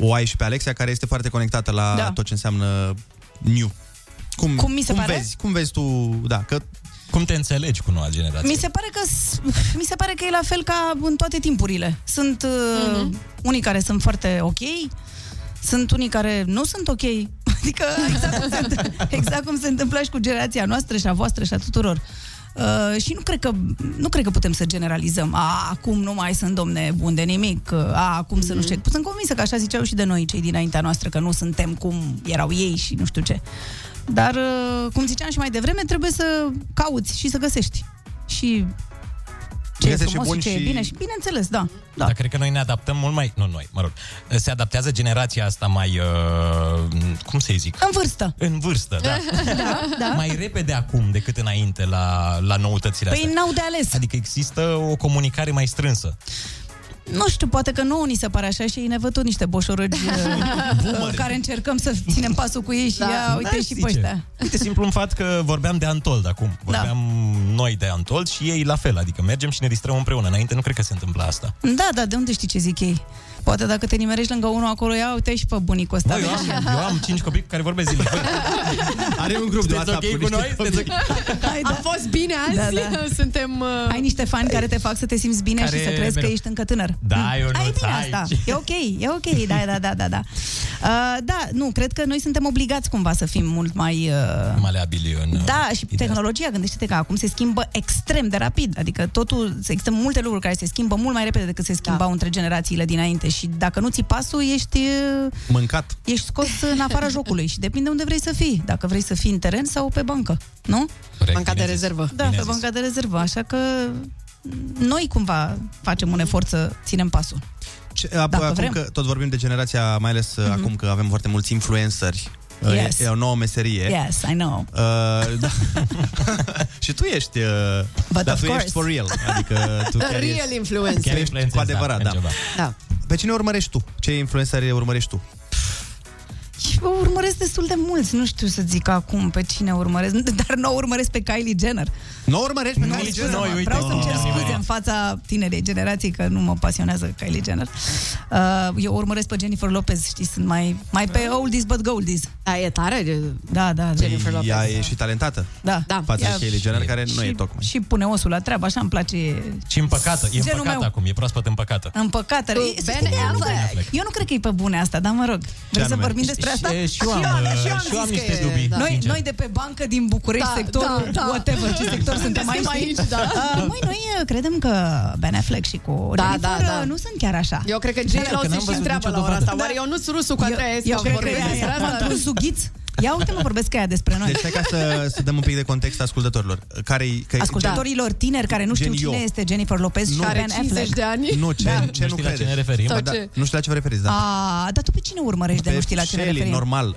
Speaker 6: o ai și pe Alexia, care este foarte conectată la
Speaker 17: Da.
Speaker 6: tot ce înseamnă new. Cum,
Speaker 17: Cum mi se
Speaker 6: cum
Speaker 17: pare?
Speaker 6: Vezi, cum vezi tu, da, că...
Speaker 7: Cum te înțelegi cu noua generație?
Speaker 17: Mi se pare că mi se pare că e la fel ca în toate timpurile. Sunt uh, unii care sunt foarte ok, sunt unii care nu sunt ok. Adică exact cum se, întâmplă- exact cum se întâmplă și cu generația noastră și a voastră și a tuturor. Uh, și nu cred, că, nu cred că putem să generalizăm. A, acum nu mai sunt domne bun de nimic. A, acum să nu știu. ce. Sunt convinsă că așa ziceau și de noi cei dinaintea noastră, că nu suntem cum erau ei și nu știu ce. Dar, uh, cum ziceam și mai devreme, trebuie să cauți și să găsești. Și ce e
Speaker 7: Găsești și
Speaker 17: frumos și,
Speaker 7: bun
Speaker 17: ce e
Speaker 7: și-
Speaker 17: bine și bineînțeles, da.
Speaker 7: Da. Dar cred că noi ne adaptăm mult mai... Nu noi, mă rog. Se adaptează generația asta mai... Uh, cum să-i zic?
Speaker 17: În vârstă.
Speaker 7: În vârstă, da.
Speaker 17: da, da.
Speaker 7: Mai repede acum decât înainte la, la noutățile
Speaker 17: Păi
Speaker 7: astea.
Speaker 17: n-au de ales.
Speaker 7: Adică există o comunicare mai strânsă.
Speaker 17: Nu știu, poate că nouă ni se pare așa și ei ne văd tot niște boșorăgi uh,
Speaker 7: Adică,
Speaker 17: care încercăm să ținem pasul cu ei și
Speaker 12: Da.
Speaker 17: da. ia, uite
Speaker 12: N-aș
Speaker 17: și
Speaker 7: zice.
Speaker 17: pe ăștia.
Speaker 7: Uite, simplu un fapt că vorbeam de Antold acum. Vorbeam da. noi de Antold și ei la fel. Adică mergem și ne distrăm împreună. Înainte nu cred că se întâmpla asta.
Speaker 17: Da, da, de unde știi ce zic ei? Poate dacă te nimerești lângă unul acolo, ia uite și pe bunicul ăsta.
Speaker 7: Bă, eu, am, eu am cinci copii cu care vorbesc zilnic.
Speaker 6: Are un grup
Speaker 7: de WhatsApp okay cu noi? Sunteți ok?
Speaker 17: Hai,
Speaker 12: da.
Speaker 17: da.
Speaker 12: A fost bine azi? Suntem... Uh...
Speaker 17: Ai niște fani care te fac să te simți bine
Speaker 7: Care
Speaker 17: și să crezi că
Speaker 7: mereu-
Speaker 17: ești încă tânăr.
Speaker 7: Da, eu
Speaker 17: Ai
Speaker 7: nu
Speaker 17: bine asta. E ok, e ok, da, da, da, da, da. Uh, da, nu, cred că noi suntem obligați cumva să fim mult mai... Uh,
Speaker 9: Maleabili în...
Speaker 17: da, și tehnologia, gândește-te că acum se schimbă extrem de rapid, adică totul, există multe lucruri care se schimbă mult mai repede
Speaker 12: Da.
Speaker 17: decât se schimbau între generațiile dinainte și dacă nu ți pasul, ești uh,
Speaker 6: Mâncat.
Speaker 17: ești scos în afara jocului și depinde unde vrei să fii. Dacă vrei să fii în teren sau pe bancă, nu?
Speaker 12: Corect, Banca bine de zis. rezervă.
Speaker 17: Da,
Speaker 12: Bine
Speaker 17: pe
Speaker 12: zis.
Speaker 17: banca de rezervă. Așa că noi cumva facem un efort să ținem pasul.
Speaker 6: Ce, ap-
Speaker 17: Dacă
Speaker 6: acum
Speaker 17: vrem. Mhm.
Speaker 6: că tot vorbim de generația, mai ales uh, acum că avem foarte mulți influenceri, uh,
Speaker 17: Yes.
Speaker 6: e, e o nouă meserie.
Speaker 17: Yes, I know.
Speaker 6: Uh, da. și tu ești uh,
Speaker 17: But
Speaker 6: Dar
Speaker 17: of
Speaker 6: tu
Speaker 17: course.
Speaker 6: ești for real Adică tu chiar
Speaker 12: Real
Speaker 6: ești,
Speaker 12: influencer.
Speaker 6: chiar ești cu adevărat da.
Speaker 12: Da.
Speaker 6: Pe cine urmărești tu? Ce influenceri urmărești tu?
Speaker 17: Și Deci vă urmăresc destul de mulți. Nu știu să zic acum pe cine urmăresc, dar nu o urmăresc pe Kylie Jenner.
Speaker 6: Nu o urmărești pe Kylie Jenner?
Speaker 17: Noi,
Speaker 6: Noi,
Speaker 17: uite,
Speaker 6: uite,
Speaker 17: Vreau să-mi
Speaker 6: nu
Speaker 17: cer
Speaker 6: ne-am
Speaker 17: scuze
Speaker 6: nimerit.
Speaker 17: în fața tinerei generații că nu mă pasionează Kylie Jenner. Uh, eu o urmăresc pe Jennifer Lopez, știi, sunt mai, mai pe oldies but goldies.
Speaker 12: Da, e tare.
Speaker 17: Da, da, da.
Speaker 6: Păi, Ea e și talentată
Speaker 17: Da. da.
Speaker 6: Față de Kylie Jenner care nu e tocmai
Speaker 17: Și pune osul la treabă, așa îmi place
Speaker 7: Și împăcată, e
Speaker 17: Genul
Speaker 7: împăcată
Speaker 17: meu.
Speaker 7: acum, e proaspăt împăcată.
Speaker 17: împăcată.
Speaker 12: Cu
Speaker 17: Să știi
Speaker 12: Ben
Speaker 17: că eu, nu
Speaker 12: Affleck.
Speaker 17: cred, eu nu cred că e pe bune asta, dar mă rog. Vrei să
Speaker 7: anume?
Speaker 17: vorbim despre
Speaker 7: Și-
Speaker 17: asta?
Speaker 7: și- și eu am, uh, și eu am
Speaker 17: zis
Speaker 7: niște
Speaker 17: că e-
Speaker 7: dubii,
Speaker 17: Noi,
Speaker 7: sincer.
Speaker 17: noi de pe bancă din București,
Speaker 12: Da,
Speaker 17: sectorul
Speaker 12: da, da.
Speaker 17: whatever, ce sector suntem aici,
Speaker 12: Suntem
Speaker 17: știi?
Speaker 12: aici, da.
Speaker 17: Uh, Măi, noi uh, credem că Ben Affleck și cu
Speaker 12: Da,
Speaker 17: Jennifer
Speaker 12: da, da.
Speaker 17: uh, nu sunt chiar așa.
Speaker 12: Eu cred că
Speaker 7: Deci,
Speaker 17: Da,
Speaker 12: J-Lo
Speaker 17: că n-am
Speaker 12: se și
Speaker 17: văzut
Speaker 12: întreabă
Speaker 17: nicio
Speaker 12: la ora asta.
Speaker 17: dovadă. Da.
Speaker 12: Oare eu nu sunt rusul cu Andreea
Speaker 17: Eu
Speaker 12: Esca și
Speaker 17: cred că
Speaker 12: vorbesc despre
Speaker 17: e
Speaker 12: asta?
Speaker 17: aia, sughiț. Ia uite mă, vorbesc că aia despre noi.
Speaker 6: Deci hai ca să, să dăm un pic de context ascultătorilor Care-i,
Speaker 7: exact.
Speaker 6: că
Speaker 17: Ascultătorilor tineri care nu știu
Speaker 6: Gen eu.
Speaker 17: cine este Jennifer Lopez și
Speaker 6: Nu.
Speaker 17: Ben Affleck.
Speaker 6: Nu, ce,
Speaker 17: Da.
Speaker 6: ce nu,
Speaker 7: știi la
Speaker 6: credeți?
Speaker 7: ce ne referim?
Speaker 17: Sau
Speaker 6: Da,
Speaker 17: ce?
Speaker 6: nu știu la ce vă referiți, da.
Speaker 17: A, dar tu pe cine urmărești de nu știi la ce ne
Speaker 6: Shelly,
Speaker 17: referim?
Speaker 6: normal. Uh,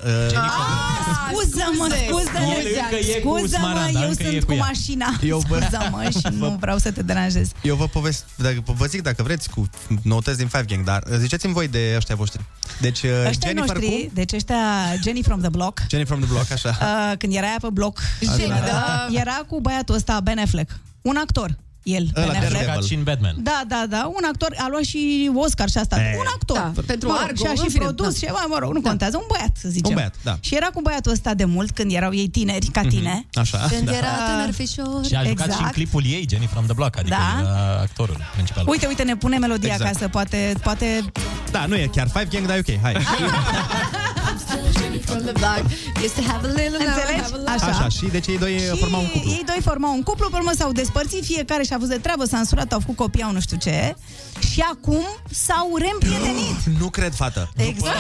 Speaker 17: Scuză-mă,
Speaker 12: Ah, scuze.
Speaker 17: scuză-mă,
Speaker 12: Scuze, încă e cu
Speaker 17: scuză-mă,
Speaker 6: Smaranda,
Speaker 17: eu
Speaker 6: încă e
Speaker 17: sunt
Speaker 6: cu
Speaker 17: cu
Speaker 6: ea.
Speaker 17: mașina.
Speaker 6: Eu vă-
Speaker 17: Scuză-mă și nu vreau să te deranjez.
Speaker 6: Eu vă povest, dacă, vă zic dacă vreți cu noutăți din Five Gang, dar uh, ziceți-mi voi de ăștia voștri. Deci uh,
Speaker 17: Ăștia ai
Speaker 6: Jennifer
Speaker 17: noștri,
Speaker 6: cum?
Speaker 17: deci ăștia Jenny from the block,
Speaker 6: Jenny from the Block, așa.
Speaker 17: uh, când era aia pe bloc, uh,
Speaker 6: Așa. Jenny,
Speaker 12: da.
Speaker 17: era cu băiatul ăsta Ben Affleck, un actor, el, Ben
Speaker 7: Ăla
Speaker 17: Affleck.
Speaker 7: care și în Batman.
Speaker 17: Da, da, da, un actor, a luat și Oscar și asta,
Speaker 7: E.
Speaker 17: un actor.
Speaker 12: Da, pentru
Speaker 17: mă rog,
Speaker 12: Argo,
Speaker 17: Și a
Speaker 12: în
Speaker 17: și
Speaker 12: fine,
Speaker 17: produs,
Speaker 12: da.
Speaker 17: și mai, mă rog, nu contează, un băiat, să zicem.
Speaker 6: Un băiat, da.
Speaker 17: Și era cu băiatul ăsta de mult, când erau ei tineri, ca tine.
Speaker 7: Așa, Când da.
Speaker 12: era tânăr fișor.
Speaker 7: Și a jucat
Speaker 17: Exact.
Speaker 7: și în clipul ei, Jenny from the Block, adică
Speaker 17: Da.
Speaker 7: era actorul principal.
Speaker 17: Uite, uite, ne pune melodia
Speaker 7: Exact.
Speaker 17: exact. ca să poate, poate
Speaker 6: Da, nu e chiar Five Gang, dar e ok, hai.
Speaker 12: From the block. Used to have a little, now I
Speaker 17: Înțelegi?
Speaker 12: have a lot.
Speaker 17: Așa.
Speaker 6: Așa, și deci ei doi
Speaker 17: Și
Speaker 6: formau un cuplu.
Speaker 17: ei doi formau un cuplu, pe urmă s-au despărțit, fiecare și-a avut de treabă, s-a însurat, au făcut copii, au nu știu ce. Și acum s-au reîmprietenit.
Speaker 6: Nu cred, fată.
Speaker 17: Exact.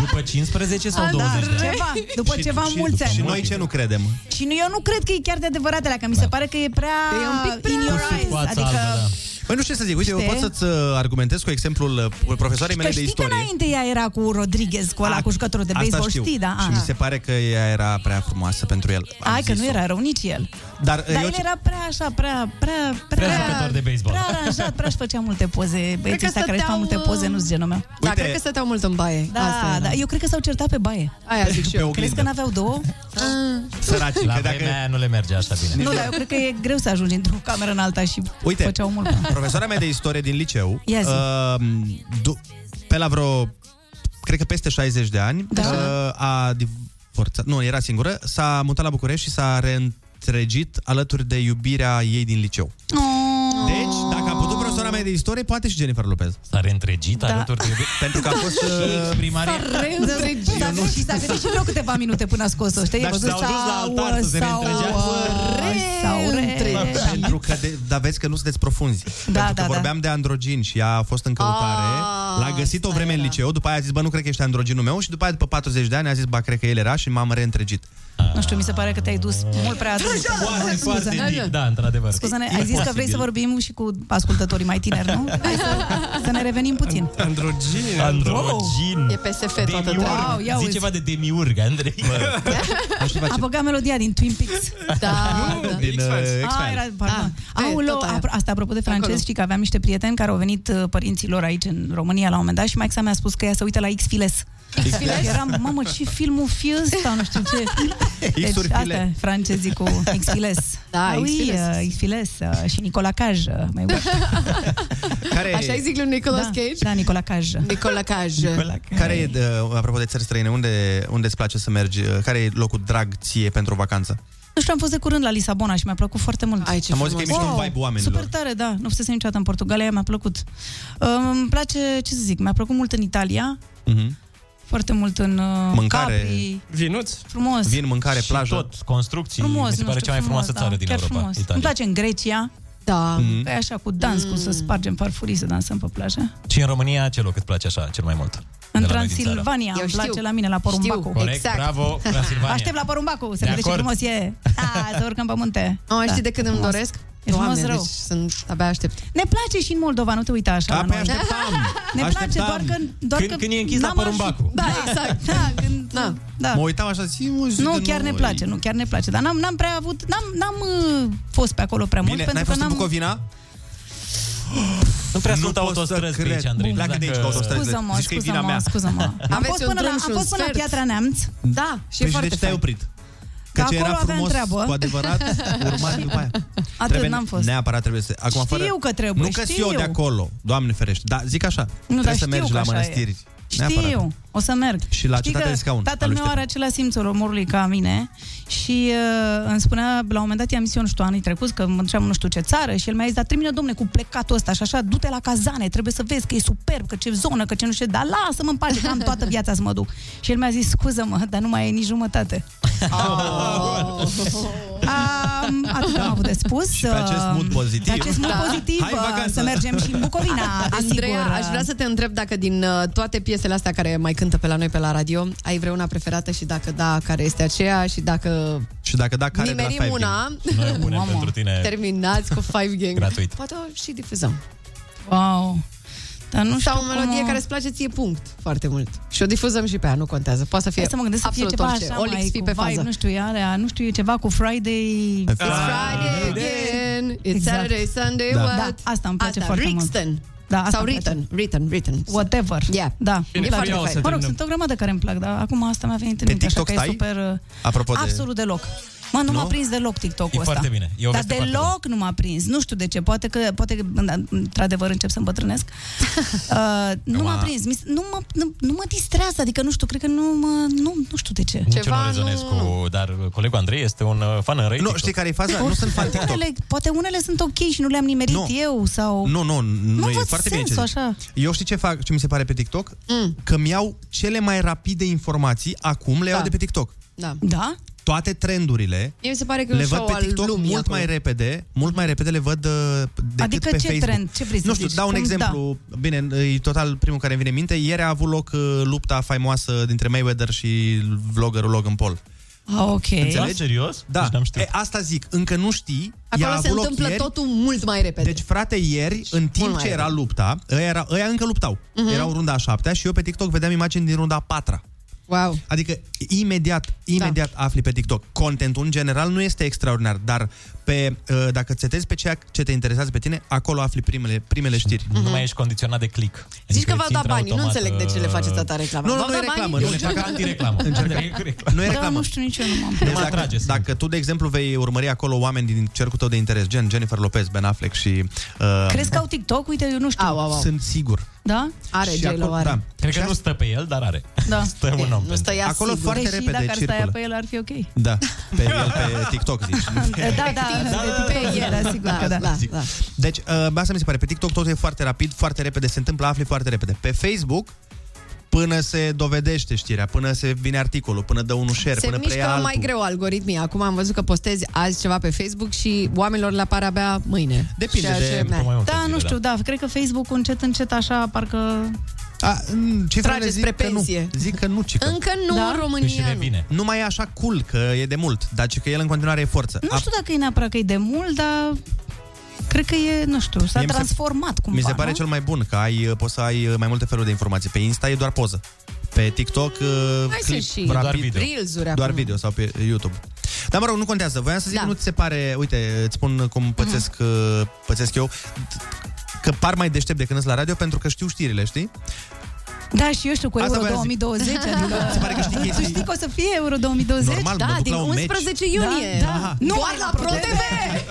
Speaker 7: După 15 sau
Speaker 17: Da,
Speaker 7: 20 de ani?
Speaker 17: ceva, după ceva mulți ani.
Speaker 6: Și noi ce nu credem?
Speaker 17: Și nu, eu nu cred că e chiar de adevărat alea, că
Speaker 6: Da.
Speaker 17: mi se pare că e prea
Speaker 12: E un pic prea-
Speaker 17: in your eyes. Adică,
Speaker 6: Păi nu știu ce să zic, uite, eu
Speaker 17: Știi?
Speaker 6: pot să-ți uh, argumentez cu exemplul uh, profesoarei
Speaker 17: că
Speaker 6: mele de
Speaker 17: știi că
Speaker 6: istorie.
Speaker 17: înainte ea era cu Rodriguez, cu ăla, cu jucătorul de
Speaker 6: Asta
Speaker 17: baseball,
Speaker 6: știu.
Speaker 17: știi, da?
Speaker 6: Și mi se pare că ea era prea frumoasă pentru el. Am
Speaker 17: Ai că nu
Speaker 6: zis-o.
Speaker 17: era rău nici el.
Speaker 6: Dar,
Speaker 17: Dar
Speaker 6: eu
Speaker 17: el
Speaker 6: ce-
Speaker 17: era prea așa, prea, prea, prea,
Speaker 6: Prea jucător de baseball.
Speaker 17: Prea aranjat, prea își făcea multe poze. Băieții
Speaker 12: că
Speaker 17: ăștia care își fac
Speaker 12: stăteau,
Speaker 17: multe poze, nu-s genul meu.
Speaker 12: Da,
Speaker 6: Uite-
Speaker 12: cred că stăteau mult în baie. Asta
Speaker 17: Da,
Speaker 12: era.
Speaker 17: da, eu cred că s-au certat pe baie.
Speaker 12: Aia zic și
Speaker 6: Pe
Speaker 12: eu. Ah.
Speaker 6: o
Speaker 17: Crezi că
Speaker 6: glindă.
Speaker 17: n-aveau două?
Speaker 6: Săraci,
Speaker 7: La
Speaker 6: că dacă-
Speaker 7: vremea aia nu le merge așa bine.
Speaker 17: Nu, dar eu cred că e greu să ajungi într-o cameră în alta și
Speaker 6: Uite.
Speaker 17: făceau mult.
Speaker 6: Profesoara mea de istorie din liceu, um,
Speaker 17: Ia zi.
Speaker 6: du- pe la vreo, cred că peste 60 de ani,
Speaker 17: Da.
Speaker 6: uh, a divorțat, nu, era singură, s-a mutat la București și s-a reîntregit alături de iubirea ei din liceu. Deci, dacă a putut profesoara mea de istorie, poate și Jennifer Lopez.
Speaker 7: S-a reîntregit da. alături de iubire.
Speaker 6: Pentru că a fost... uh,
Speaker 7: Și exprimare.
Speaker 17: S-a gândit și s-a gândit și vreo câteva minute până a scos-o, știi?
Speaker 6: Dar
Speaker 17: Ai văzut?
Speaker 6: s-au dus la altar
Speaker 17: Sau,
Speaker 6: să se
Speaker 17: sau,
Speaker 6: reîntregească.
Speaker 17: sau, re-
Speaker 6: Pentru că, de, dar vezi că nu sunteți profunzi. Da, Pentru că
Speaker 17: da, Ah, da.
Speaker 6: vorbeam de androgin și ea a fost în căutare, l-a găsit o vreme în liceu, după aia a zis, bă, nu cred că ești androginul meu și după aia, după 40 de ani, a zis, ba, cred că el era și m-am reîntregit.
Speaker 17: Nu știu, mi se pare că te-ai dus mult prea adânc.
Speaker 7: Foarte,
Speaker 17: Scuze.
Speaker 7: foarte deep, da, într-adevăr.
Speaker 17: Adică- Scuze-ne,
Speaker 7: E
Speaker 17: ai zis că
Speaker 7: posibil.
Speaker 17: vrei să vorbim și cu ascultătorii mai tineri, nu? Hai să, să ne revenim puțin.
Speaker 8: Androgin.
Speaker 7: Androgin.
Speaker 12: E PSF toată treaba.
Speaker 17: Wow, ia Da,
Speaker 7: Zi
Speaker 17: uzi.
Speaker 7: ceva de demiurg, Andrei.
Speaker 17: A băgat melodia din Twin Peaks.
Speaker 12: Da,
Speaker 7: Nu, din, uh,
Speaker 17: Ah,
Speaker 7: X-Files.
Speaker 17: era, pardon.
Speaker 12: Da, e
Speaker 17: Aulo,
Speaker 12: tot aia.
Speaker 17: apro- asta apropo de francez,
Speaker 12: Acolo.
Speaker 17: știi că aveam niște prieteni care au venit uh, părinții lor aici în România la un moment dat și maica mi-a spus că ea se uită la X-Files.
Speaker 12: X-Files?
Speaker 17: Și Eram, mamă, ce filmul fi ăsta, nu știu ce. Deci,
Speaker 12: X-uri file.
Speaker 17: asta, e, francezii cu X-Files.
Speaker 12: Da,
Speaker 17: Ah, oui,
Speaker 12: X-Files.
Speaker 17: uh, X-Files uh, și Nicola Caj, uh, mai
Speaker 6: Care,
Speaker 12: Așa îi zic lui Nicolas da. Cage? Da,
Speaker 17: Nicola Cage.
Speaker 12: Nicola
Speaker 17: Deci,
Speaker 12: Cage.
Speaker 6: care e, de- apropo de țări străine, unde, unde îți place să mergi? Care e locul drag ție pentru o vacanță?
Speaker 17: Nu știu, am fost de curând la Lisabona și mi-a plăcut foarte mult. Ai,
Speaker 6: ce Am auzit că e frumos. mișto vibe-ul oamenilor.
Speaker 17: Super tare, da. Nu fusesem niciodată în Portugalia, mi-a plăcut. Uh, Îmi place, ce să zic, mi-a plăcut mult în Italia,
Speaker 6: Mm-hmm.
Speaker 17: foarte mult în uh,
Speaker 6: Mâncare.
Speaker 17: Capri.
Speaker 8: Vinuț.
Speaker 17: Frumos.
Speaker 6: Vin, mâncare, plajă.
Speaker 7: tot, construcții.
Speaker 17: Frumos,
Speaker 7: mi se
Speaker 17: nu
Speaker 7: pare
Speaker 17: știu,
Speaker 7: cea mai
Speaker 17: frumos,
Speaker 7: frumoasă
Speaker 17: da,
Speaker 7: țară din
Speaker 17: chiar
Speaker 7: Europa,
Speaker 17: frumos. Îmi
Speaker 7: Italia.
Speaker 17: place în Grecia. Da.
Speaker 7: Mhm.
Speaker 17: Că e așa cu dans, cu să spargem farfurii, să dansăm pe plajă.
Speaker 7: Și în România, ce loc îți place așa cel mai mult?
Speaker 17: În
Speaker 7: De la noi din țară.
Speaker 17: Transilvania, îmi place la mine, la Porumbacu.
Speaker 7: Corect,
Speaker 12: Exact.
Speaker 7: bravo, Transilvania.
Speaker 17: Aștept la Porumbacu, să
Speaker 7: De
Speaker 17: vedeți ce
Speaker 7: acord.
Speaker 17: frumos e. Da, să urcăm pe munte. Da.
Speaker 12: Mă, știi de când îmi
Speaker 17: Frumos.
Speaker 12: doresc?
Speaker 17: E frumos
Speaker 12: Doamne,
Speaker 17: rău.
Speaker 12: deci sunt, abia aștept.
Speaker 17: Ne place și în Moldova, nu te uita așa.
Speaker 12: A,
Speaker 17: la
Speaker 12: păi
Speaker 17: noi.
Speaker 12: așteptam.
Speaker 17: Ne place
Speaker 6: Așteptam.
Speaker 17: doar că... Doar
Speaker 6: Când-
Speaker 17: că
Speaker 6: când e închis la
Speaker 17: n-am ajuns-
Speaker 6: Porumbacul.
Speaker 17: Da, exact. Da, când, da. da.
Speaker 6: Mă uitam așa, zi, mă, zi
Speaker 17: Nu,
Speaker 6: de
Speaker 17: chiar ne
Speaker 6: noi.
Speaker 17: place, nu, chiar ne place. Dar n-am, n-am prea avut, n-am, n-am uh, fost pe acolo prea mult.
Speaker 6: Bine,
Speaker 17: pentru
Speaker 6: n-ai
Speaker 17: că
Speaker 6: fost în
Speaker 17: n-am...
Speaker 6: Bucovina?
Speaker 7: Nu prea sunt
Speaker 6: pot
Speaker 7: autostrăzi
Speaker 6: să
Speaker 7: pe aici,
Speaker 6: cred.
Speaker 7: Andrei.
Speaker 6: Pleacă de aici cu autostrăzi.
Speaker 17: Scuză-mă,
Speaker 6: Zici că e vina mea.
Speaker 17: scuză-mă, scuză-mă. Am
Speaker 12: Aveți
Speaker 17: fost
Speaker 12: un
Speaker 17: până la,
Speaker 12: drum și
Speaker 17: am
Speaker 12: un
Speaker 17: fost până la
Speaker 12: sfert.
Speaker 17: Piatra Neamț.
Speaker 12: Da, și e
Speaker 6: Păi și
Speaker 12: foarte
Speaker 6: de ce te-ai
Speaker 12: fain.
Speaker 6: oprit? Că
Speaker 17: Că
Speaker 6: ce era
Speaker 17: acolo aveam
Speaker 6: frumos,
Speaker 17: treabă.
Speaker 6: cu adevărat, urmat după aia.
Speaker 17: Atât,
Speaker 6: Trebuie-
Speaker 17: n-am fost.
Speaker 6: Neapărat trebuie să... Acum,
Speaker 17: Știu
Speaker 6: fără,
Speaker 17: că trebuie,
Speaker 6: Nu că
Speaker 17: știu.
Speaker 6: eu de acolo, doamne ferește, dar zic așa, trebuie
Speaker 17: dar
Speaker 6: să
Speaker 17: știu
Speaker 6: mergi
Speaker 17: că
Speaker 6: la
Speaker 17: așa
Speaker 6: mănăstiri.
Speaker 17: Știu, o să merg.
Speaker 6: Și la
Speaker 17: Știi
Speaker 6: cetatea
Speaker 17: că
Speaker 6: de scaun, a
Speaker 17: Tatăl
Speaker 6: lui
Speaker 17: meu
Speaker 6: Ștefan.
Speaker 17: are același simț al umorului ca mine și uh, îmi spunea, la un moment dat i-am zis eu, nu știu, anii trecuți, că mă duceam în nu știu ce țară și el mi-a zis, dar termină, domne, cu plecatul ăsta și așa, du-te la cazane, trebuie să vezi că e superb, că ce zonă, că ce nu știu, ce, dar lasă-mă în pace, că am toată viața să mă duc. Și el mi-a zis, scuză-mă, dar nu mai e nici jumătate. Oh. Am, atât am avut de spus. Și
Speaker 6: pe acest mood pozitiv.
Speaker 17: Pe acest mood
Speaker 6: Da.
Speaker 17: pozitiv
Speaker 6: Hai în
Speaker 17: uh,
Speaker 6: vacanță.
Speaker 17: să mergem și în Bucovina,
Speaker 12: Andreea,
Speaker 17: desigur.
Speaker 12: aș vrea să te întreb dacă din uh, toate piesele astea care mai cântă pe la noi pe la radio, ai vreuna preferată și dacă da, care este aceea și dacă
Speaker 6: Și dacă da, care de la
Speaker 12: nimerim
Speaker 6: Five
Speaker 12: una,
Speaker 6: Gang? Mamă.
Speaker 12: terminați cu Five Gang.
Speaker 6: Gratuit.
Speaker 12: Poate o și difuzăm.
Speaker 17: Wow. Dar nu
Speaker 12: Sau o
Speaker 17: știu
Speaker 12: melodie
Speaker 17: cum o-
Speaker 12: care îți place ție, punct, foarte mult. Și o difuzăm și pe ea, nu contează. Poate să fie
Speaker 17: Hai să mă gândesc să fie
Speaker 12: absolut
Speaker 17: ceva
Speaker 12: orice.
Speaker 17: așa
Speaker 12: Olix
Speaker 17: mai
Speaker 12: fi
Speaker 17: cu
Speaker 12: pe
Speaker 17: vibe,
Speaker 12: fază.
Speaker 17: nu știu, are, nu știu, e ceva cu Friday...
Speaker 12: It's Friday again, it's Saturday, Sunday,
Speaker 17: da.
Speaker 12: what?
Speaker 17: Da, asta îmi place
Speaker 12: Asta,
Speaker 17: foarte
Speaker 12: Rixton.
Speaker 17: mult. Da, asta
Speaker 12: Sau
Speaker 17: îmi place.
Speaker 12: written, written, written.
Speaker 17: Whatever.
Speaker 12: Yeah.
Speaker 17: Da,
Speaker 12: Bine,
Speaker 17: îmi
Speaker 12: cu
Speaker 17: place.
Speaker 12: ea o să
Speaker 17: Mă rog,
Speaker 12: terminăm.
Speaker 17: sunt o grămadă care îmi plac, dar acum asta mi-a venit în
Speaker 6: Pe
Speaker 17: minte, așa
Speaker 6: TikTok
Speaker 17: că e
Speaker 6: stai?
Speaker 17: super... uh,
Speaker 6: Apropo de-
Speaker 17: Absolut deloc. Mă, nu,
Speaker 6: Nu?
Speaker 17: m-a prins deloc TikTok-ul
Speaker 6: E
Speaker 17: ăsta.
Speaker 6: foarte bine. E o
Speaker 17: Dar
Speaker 6: veste foarte
Speaker 17: deloc nu m-a prins. Nu știu de ce. Poate că, poate că da, într-adevăr, încep să îmbătrânesc. Uh, nu
Speaker 6: Acum-
Speaker 17: m-a prins. Mi s- Nu mă, nu, nu mă distrează. Adică, nu știu, cred că nu mă... Nu, nu știu de ce.
Speaker 7: Nici eu nu rezonez cu... Dar colegul Andrei este un uh, fan în răi. Nu, știi care e faza?
Speaker 17: Oricum, Unele, poate unele sunt ok și nu le-am nimerit
Speaker 6: Nu.
Speaker 17: eu sau...
Speaker 6: Nu, nu, nu,
Speaker 17: Nu
Speaker 6: e
Speaker 17: văd
Speaker 6: foarte bine ce
Speaker 17: sensul
Speaker 6: zici.
Speaker 17: așa.
Speaker 6: Eu știi ce fac, ce mi se pare pe TikTok? Mm. Că mi-au cele mai rapide informații, acum le iau
Speaker 12: Da.
Speaker 6: de pe TikTok.
Speaker 12: Da.
Speaker 17: Da?
Speaker 6: Toate trendurile
Speaker 12: Mie mi se pare că e
Speaker 6: le
Speaker 12: un
Speaker 6: văd
Speaker 12: show
Speaker 6: pe
Speaker 12: al
Speaker 6: TikTok
Speaker 12: lumii
Speaker 6: mult
Speaker 12: acolo.
Speaker 6: mai repede, mult mai repede le văd uh, decât
Speaker 17: Adică
Speaker 6: pe
Speaker 17: ce
Speaker 6: Facebook.
Speaker 17: trend? Ce vrei să
Speaker 6: nu știu,
Speaker 17: zici?
Speaker 6: dau un
Speaker 17: Cum-
Speaker 6: exemplu. Da. Bine, e total primul care îmi vine în minte. Ieri a avut loc uh, lupta faimoasă dintre Mayweather și vloggerul Logan Paul.
Speaker 17: Ah, ok.
Speaker 6: Înțelegi? Serios? Da.
Speaker 7: Deci
Speaker 6: E, asta zic, încă nu știi.
Speaker 12: Acolo
Speaker 6: ea a
Speaker 12: se
Speaker 6: avut loc
Speaker 12: întâmplă
Speaker 6: ieri.
Speaker 12: totul mult mai repede.
Speaker 6: Deci, frate, ieri, în timp
Speaker 12: mai
Speaker 6: ce era
Speaker 12: repede.
Speaker 6: lupta, ăia, era, ăia încă luptau.
Speaker 12: Mhm.
Speaker 6: Uh-huh. Erau runda a șaptea și eu pe TikTok vedeam imagini din runda a patra.
Speaker 12: Wow.
Speaker 6: Adică imediat, imediat da. afli pe TikTok. Contentul în general nu este extraordinar, dar pe, uh, dacă țetezi pe ceea ce te interesează pe tine, acolo afli primele, primele știri.
Speaker 7: Nu mai ești condiționat de click. Adică Zici
Speaker 12: Mhm. că v-ați dat banii, nu înțeleg de ce
Speaker 7: ă,
Speaker 12: le faceți atâta reclamă.
Speaker 6: Nu, nu,
Speaker 12: V-au
Speaker 6: nu e
Speaker 12: dat banii?
Speaker 6: reclamă.
Speaker 12: Eu
Speaker 6: nu e
Speaker 12: jur că-
Speaker 6: reclamă.
Speaker 12: Antireclamă.
Speaker 6: Încerc- Nu e
Speaker 17: Da,
Speaker 6: reclamă.
Speaker 17: nu știu, nici eu nu m-am
Speaker 12: Exact.
Speaker 6: Deci dacă, dacă tu, de exemplu, vei urmări acolo oameni din cercul tău de interes, gen Jennifer Lopez, Ben Affleck și... Uh,
Speaker 17: Crezi că au TikTok? Uite, eu nu știu.
Speaker 12: Au, au,
Speaker 6: Sunt sigur.
Speaker 17: Da?
Speaker 6: Și acolo- Da.
Speaker 7: Cred că nu stă pe el, dar are.
Speaker 17: Da.
Speaker 7: Stă un om. pentru-
Speaker 6: Acolo foarte
Speaker 17: Deși
Speaker 6: repede
Speaker 17: dacă ar
Speaker 6: circulă.
Speaker 17: sta pe el, ar fi ok.
Speaker 6: Da, pe el pe TikTok zici. nu pe-
Speaker 17: Da, da, da, pe el, da, sigur că da.
Speaker 12: da, da.
Speaker 6: Deci, uh, asta mi se pare, pe TikTok totul e foarte rapid, foarte repede, se întâmplă, afli foarte repede. Pe Facebook, până se dovedește știrea, până se vine articolul, până dă unul share,
Speaker 12: Se
Speaker 6: până
Speaker 12: mișcă
Speaker 6: preia altul.
Speaker 12: mai greu algoritmii. Acum am văzut că postezi azi ceva pe Facebook și oamenilor le apare abia mâine.
Speaker 6: Depinde
Speaker 12: Ceea
Speaker 6: de-
Speaker 12: ce-
Speaker 6: Mai multe
Speaker 17: Da,
Speaker 6: zile,
Speaker 17: nu știu, da. Cred că Facebook încet, încet, așa, parcă...
Speaker 6: A, mm,
Speaker 12: Trage spre pensie.
Speaker 6: Că nu, zic că nu, cică. Deci
Speaker 12: Încă nu da? în
Speaker 7: Păi
Speaker 12: România. Nu.
Speaker 6: Nu mai e așa cool, că e de mult, dar ci că el în continuare e forță.
Speaker 17: Nu știu dacă e neapărat că e de mult, dar cred că e, nu știu, s-a
Speaker 6: Mie mi se-
Speaker 17: transformat cumva,
Speaker 6: Mi se pare
Speaker 17: nu?
Speaker 6: cel mai bun că ai, uh, poți să ai uh, mai multe feluri de informații. Pe Insta e doar poză. Pe TikTok, uh,
Speaker 12: Hai să
Speaker 6: clip
Speaker 12: și-
Speaker 6: rapid.
Speaker 12: Doar video. Reels-uri
Speaker 6: doar
Speaker 12: acum.
Speaker 6: video sau pe YouTube. Dar mă rog, nu contează. Voiam să zic,
Speaker 12: Da.
Speaker 6: da. nu ți se pare... Uite, îți spun
Speaker 17: Mhm.
Speaker 6: cum pățesc, uh, pățesc eu. Că par mai deștept de când sunt la radio pentru că știu știrile, știi?
Speaker 17: Da, și eu știu, cu
Speaker 6: Asta
Speaker 17: Euro
Speaker 6: voiam să zic.
Speaker 17: 2020, adică...
Speaker 6: Se pare că știi
Speaker 17: Tu știi că o să fie Euro 2020?
Speaker 23: Normal, mă Da, duc la din un meci. 11 iunie.
Speaker 17: Da, da.
Speaker 23: Aha.
Speaker 17: Nu,
Speaker 23: Doar
Speaker 17: la Pro TV!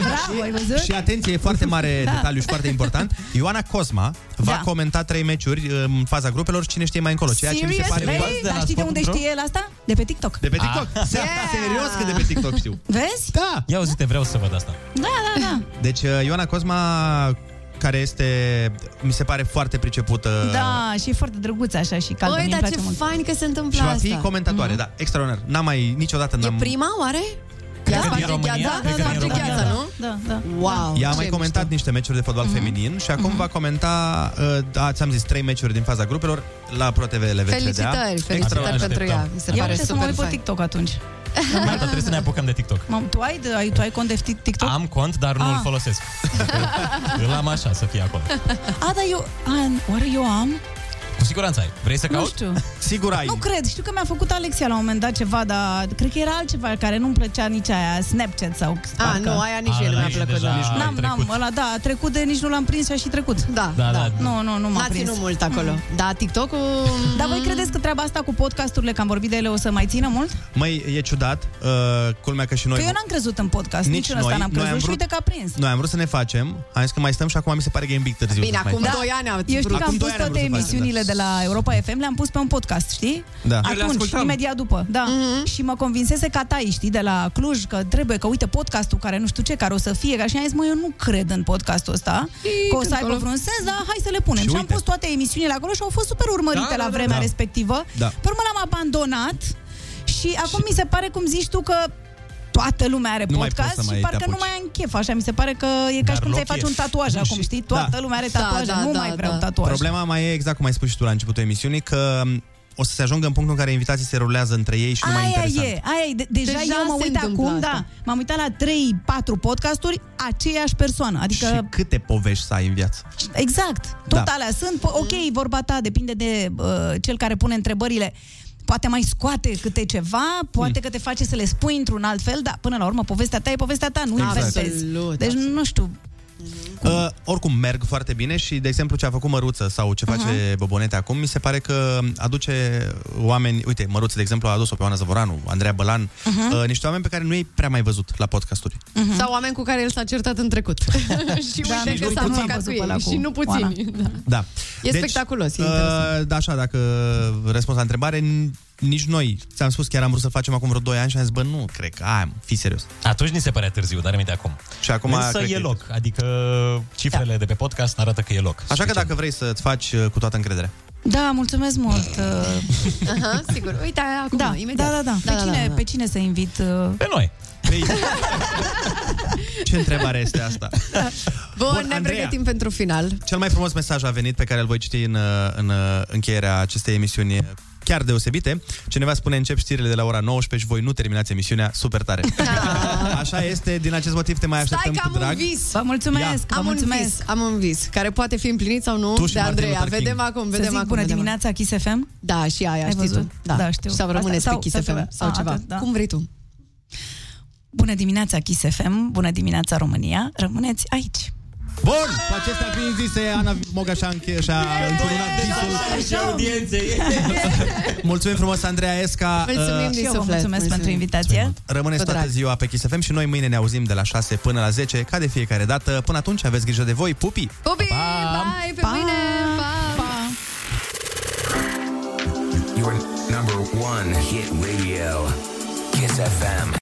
Speaker 17: Bravo, ai văzut?
Speaker 6: Și atenție, e foarte mare
Speaker 17: Da.
Speaker 6: detaliu și foarte important. Ioana Cosma va
Speaker 17: Da.
Speaker 6: comenta trei meciuri în faza grupelor, cine știe mai încolo, ceea ce mi se pare
Speaker 17: Vezi? Păi, Dar știi de unde știe el asta? De pe TikTok.
Speaker 6: De pe TikTok. Da,
Speaker 17: Ah.
Speaker 6: Se- Serios că de pe TikTok știu.
Speaker 17: Vezi?
Speaker 6: Da.
Speaker 7: Ia uite, vreau să văd asta.
Speaker 17: Da, da, da.
Speaker 6: Deci Ioana Cosma care este, mi se pare foarte pricepută
Speaker 17: Da, și e foarte drăguț așa și caldă.
Speaker 12: Băi,
Speaker 17: mi-e
Speaker 12: dar
Speaker 17: place
Speaker 12: ce
Speaker 17: mult.
Speaker 12: fain că se întâmplă
Speaker 6: și va
Speaker 12: asta. Mhm.
Speaker 6: fi comentatoare, da, extraordinar. N-am mai, niciodată n-am...
Speaker 12: Prima, oare? Ea
Speaker 6: că din
Speaker 12: face
Speaker 6: România,
Speaker 12: gheața?
Speaker 6: cred că din
Speaker 12: face
Speaker 6: România,
Speaker 12: gheața,
Speaker 6: da.
Speaker 12: nu?
Speaker 17: Da, da.
Speaker 12: Wow.
Speaker 6: Ea a
Speaker 12: ce Mhm.
Speaker 6: mai comentat niște meciuri de fotbal feminin și acum va comenta, uh, da, ți-am zis, trei meciuri din faza grupelor la Pro TV le veți vedea.
Speaker 12: Felicitări,
Speaker 6: Extraordinar.
Speaker 12: felicitări pentru ea. Mi se
Speaker 17: Eu
Speaker 12: pare
Speaker 17: trebuie să mă
Speaker 12: super
Speaker 17: uit pe
Speaker 12: fain.
Speaker 17: TikTok atunci.
Speaker 7: Gata, trebuie să ne apucăm de TikTok.
Speaker 17: Mam, tu ai, ai, tu ai cont de tic- TikTok?
Speaker 7: Am cont, dar nu-l
Speaker 17: Ah.
Speaker 7: folosesc. Îl am așa, să fie acolo.
Speaker 17: A, dar eu... A, oare eu am?
Speaker 7: Cu siguranță ai. Vrei să
Speaker 17: Nu
Speaker 7: caut?
Speaker 17: știu.
Speaker 6: Sigur
Speaker 17: Nu cred, știu că mi-a făcut Alexia la un moment dat ceva, dar cred că era altceva care nu-mi plăcea nici aia, Snapchat sau...
Speaker 12: A, nu, aia nici el nu mi-a plăcut. da.
Speaker 17: N-am, n-am, ăla, da, a trecut de nici nu l-am prins și a și trecut.
Speaker 12: Da,
Speaker 17: da.
Speaker 12: da.
Speaker 17: Nu, nu, nu m-a
Speaker 12: N-a
Speaker 17: prins.
Speaker 12: ținut mult acolo. Da, TikTok-ul...
Speaker 17: Dar voi credeți că treaba asta cu podcasturile, că am vorbit de ele, o să mai țină mult?
Speaker 6: Măi, e ciudat, uh, culmea că și noi...
Speaker 12: Păi
Speaker 17: Că eu n-am crezut în podcast,
Speaker 6: Nici
Speaker 17: nici, în ăsta
Speaker 6: noi,
Speaker 17: n-am
Speaker 6: noi
Speaker 17: crezut
Speaker 6: am
Speaker 17: și
Speaker 6: vrut-
Speaker 17: uite că a prins.
Speaker 6: Noi am vrut să ne facem, am zis că mai stăm și acum mi se pare că e un pic târziu.
Speaker 12: Bine,
Speaker 6: să mai-
Speaker 12: acum doi ani au
Speaker 17: Eu știu că
Speaker 6: Acum
Speaker 17: am
Speaker 6: doi
Speaker 17: pus
Speaker 6: ani am vrut să
Speaker 17: toate
Speaker 6: facem,
Speaker 17: emisiunile de la Europa FM, le-am pus pe un podcast, știi?
Speaker 6: Da. Eu le
Speaker 17: Atunci,
Speaker 6: ascultam. Mhm.
Speaker 17: imediat după, da. Și mă convinsese ca tai, știi, de la Cluj, că trebuie, că uite podcastul care nu știu ce, care o să fie, ca și am zis, mă, eu nu cred în podcastul ăsta,
Speaker 12: Ii,
Speaker 17: că o să
Speaker 12: când
Speaker 17: aibă
Speaker 12: acolo.
Speaker 17: vreun sens, dar hai să le punem.
Speaker 12: Și
Speaker 17: Și, am
Speaker 12: uite.
Speaker 17: pus toate emisiunile acolo și au fost super urmărite
Speaker 12: Da, da,
Speaker 17: la
Speaker 12: da,
Speaker 17: vremea
Speaker 12: da.
Speaker 17: respectivă.
Speaker 12: Da.
Speaker 17: Pe urmă l-am abandonat și acum mi se pare, cum zici tu, că toată lumea are
Speaker 6: Nu mai
Speaker 17: podcast
Speaker 6: poți să
Speaker 17: și
Speaker 6: mai te
Speaker 17: parcă nu
Speaker 6: apuci.
Speaker 17: mai am chef, așa mi se pare că e ca
Speaker 6: Dar
Speaker 17: și cum ți-ai
Speaker 6: loc
Speaker 17: face
Speaker 6: e.
Speaker 17: un tatuaj
Speaker 6: Nu,
Speaker 17: acum,
Speaker 6: și-
Speaker 17: știi? Toată
Speaker 6: da.
Speaker 17: lumea are
Speaker 12: Da,
Speaker 17: tatuaje,
Speaker 12: da,
Speaker 17: nu
Speaker 12: da,
Speaker 17: mai vreau
Speaker 12: da.
Speaker 17: tatuaje.
Speaker 6: Problema mai e, exact cum ai spus și tu la începutul emisiunii, că o să se ajungă în punctul în care invitații se rulează între ei și nu mai e
Speaker 17: Aia
Speaker 6: interesant.
Speaker 17: e, aia e. De- deja,
Speaker 12: Deja
Speaker 17: eu mă
Speaker 12: se
Speaker 17: uit
Speaker 12: întâmplă
Speaker 17: acum,
Speaker 12: asta.
Speaker 17: da, m-am uitat la 3-4 podcasturi, aceeași persoană. Adică,
Speaker 6: Și câte povești să ai în viață?
Speaker 17: exact, tot
Speaker 6: Da.
Speaker 17: alea sunt. Po- Ok, vorba ta, depinde de uh, cel care pune întrebările. Poate mai scoate câte ceva, poate
Speaker 6: Hmm.
Speaker 17: că te face să le spui într-un alt fel, dar până la urmă povestea ta e povestea ta, nu
Speaker 6: Exact.
Speaker 17: inventezi. Deci nu știu,
Speaker 6: Uh, oricum, merg foarte bine și, de exemplu, ce a făcut Măruță sau ce face uh-huh. Bobonete acum, mi se pare că aduce oameni... Uite, Măruță, de exemplu, a adus-o pe Oana Zăvoranu, Andreea Bălan, uh-huh. uh, niște oameni pe care nu i prea mai văzut la podcasturi.
Speaker 12: Sau oameni cu care el s-a certat în trecut. și
Speaker 17: Da,
Speaker 12: uite
Speaker 17: nu
Speaker 12: că s-a
Speaker 17: puțin.
Speaker 12: împăcat cu
Speaker 17: Văzut pe ăla
Speaker 12: ei.
Speaker 17: cu
Speaker 12: Și nu
Speaker 17: Oana.
Speaker 12: puțini. Da.
Speaker 6: Da.
Speaker 12: E spectaculos, e
Speaker 6: uh,
Speaker 12: interesant.
Speaker 6: da, așa, dacă răspuns la întrebare, n- nici noi, ți-am spus, chiar am vrut să facem acum vreo 2 ani și am zis, bă, nu, cred că, hai, mă, fi serios.
Speaker 7: Atunci ni se părea târziu, dar aminte acum.
Speaker 6: Și acum
Speaker 7: Însă
Speaker 6: cred că
Speaker 7: e
Speaker 6: e
Speaker 7: loc, adică cifrele
Speaker 17: Da.
Speaker 7: de pe podcast arată că e loc.
Speaker 6: Așa că dacă vrei să-ți faci uh, cu toată încrederea.
Speaker 17: da, mulțumesc mult. uh,
Speaker 12: Aha, sigur. Uite, aia acum,
Speaker 17: Da,
Speaker 12: imediat.
Speaker 17: da, da, da. Pe cine, pe cine să invit? uh,
Speaker 7: Pe noi.
Speaker 6: Ce întrebare este asta?
Speaker 12: Bun,
Speaker 6: Bun,
Speaker 12: ne
Speaker 6: Andreea.
Speaker 12: pregătim pentru final.
Speaker 6: Cel mai frumos mesaj a venit pe care îl voi citi în, uh, în uh, încheierea acestei emisiuni uh, chiar deosebite. Cineva spune încep știrile de la ora 19 și voi nu terminați emisiunea super tare. Așa este, din acest motiv te mai
Speaker 12: Da. Stai
Speaker 6: așteptăm
Speaker 12: că
Speaker 6: cu
Speaker 12: am un
Speaker 6: drag.
Speaker 12: vis.
Speaker 17: Vă mulțumesc, Ia. vă
Speaker 12: am un
Speaker 17: mulțumesc.
Speaker 12: vis, am un vis, care poate fi împlinit sau nu
Speaker 6: Tu și
Speaker 12: de
Speaker 6: Martin
Speaker 12: Andreea.
Speaker 6: Luther King.
Speaker 12: Vedem acum,
Speaker 17: Să
Speaker 12: vedem
Speaker 17: zic
Speaker 12: acum.
Speaker 17: bună
Speaker 12: vedem
Speaker 17: dimineața, Kiss FM?
Speaker 12: acum. Da, și aia,
Speaker 17: Ai
Speaker 12: știi
Speaker 17: văzut?
Speaker 12: tu. Da.
Speaker 17: Da, știu.
Speaker 12: Sau rămâneți
Speaker 17: Asta-
Speaker 12: pe Kiss
Speaker 17: sau-
Speaker 12: FM sau
Speaker 17: A,
Speaker 12: ceva.
Speaker 17: atât, da.
Speaker 12: Cum vrei tu.
Speaker 17: Bună dimineața, Kiss FM! Bună dimineața, România! Rămâneți aici!
Speaker 6: Bun, cu acestea fiind zise, Ana Moga și-a, înche- și-a întunat visul. Mulțumim frumos, Andreea Esca.
Speaker 17: Mulțumim
Speaker 6: Uh,
Speaker 17: din suflet. Mulțumesc pentru invitație.
Speaker 6: Rămâneți toată ziua pe Kiss FM și noi mâine ne auzim de la 6 până la 10, ca de fiecare dată. Până atunci, aveți grijă de voi. Pupi!
Speaker 12: Pupi, bye, pe mâine! Pa! pa.
Speaker 1: Your number one hit radio, Kiss FM.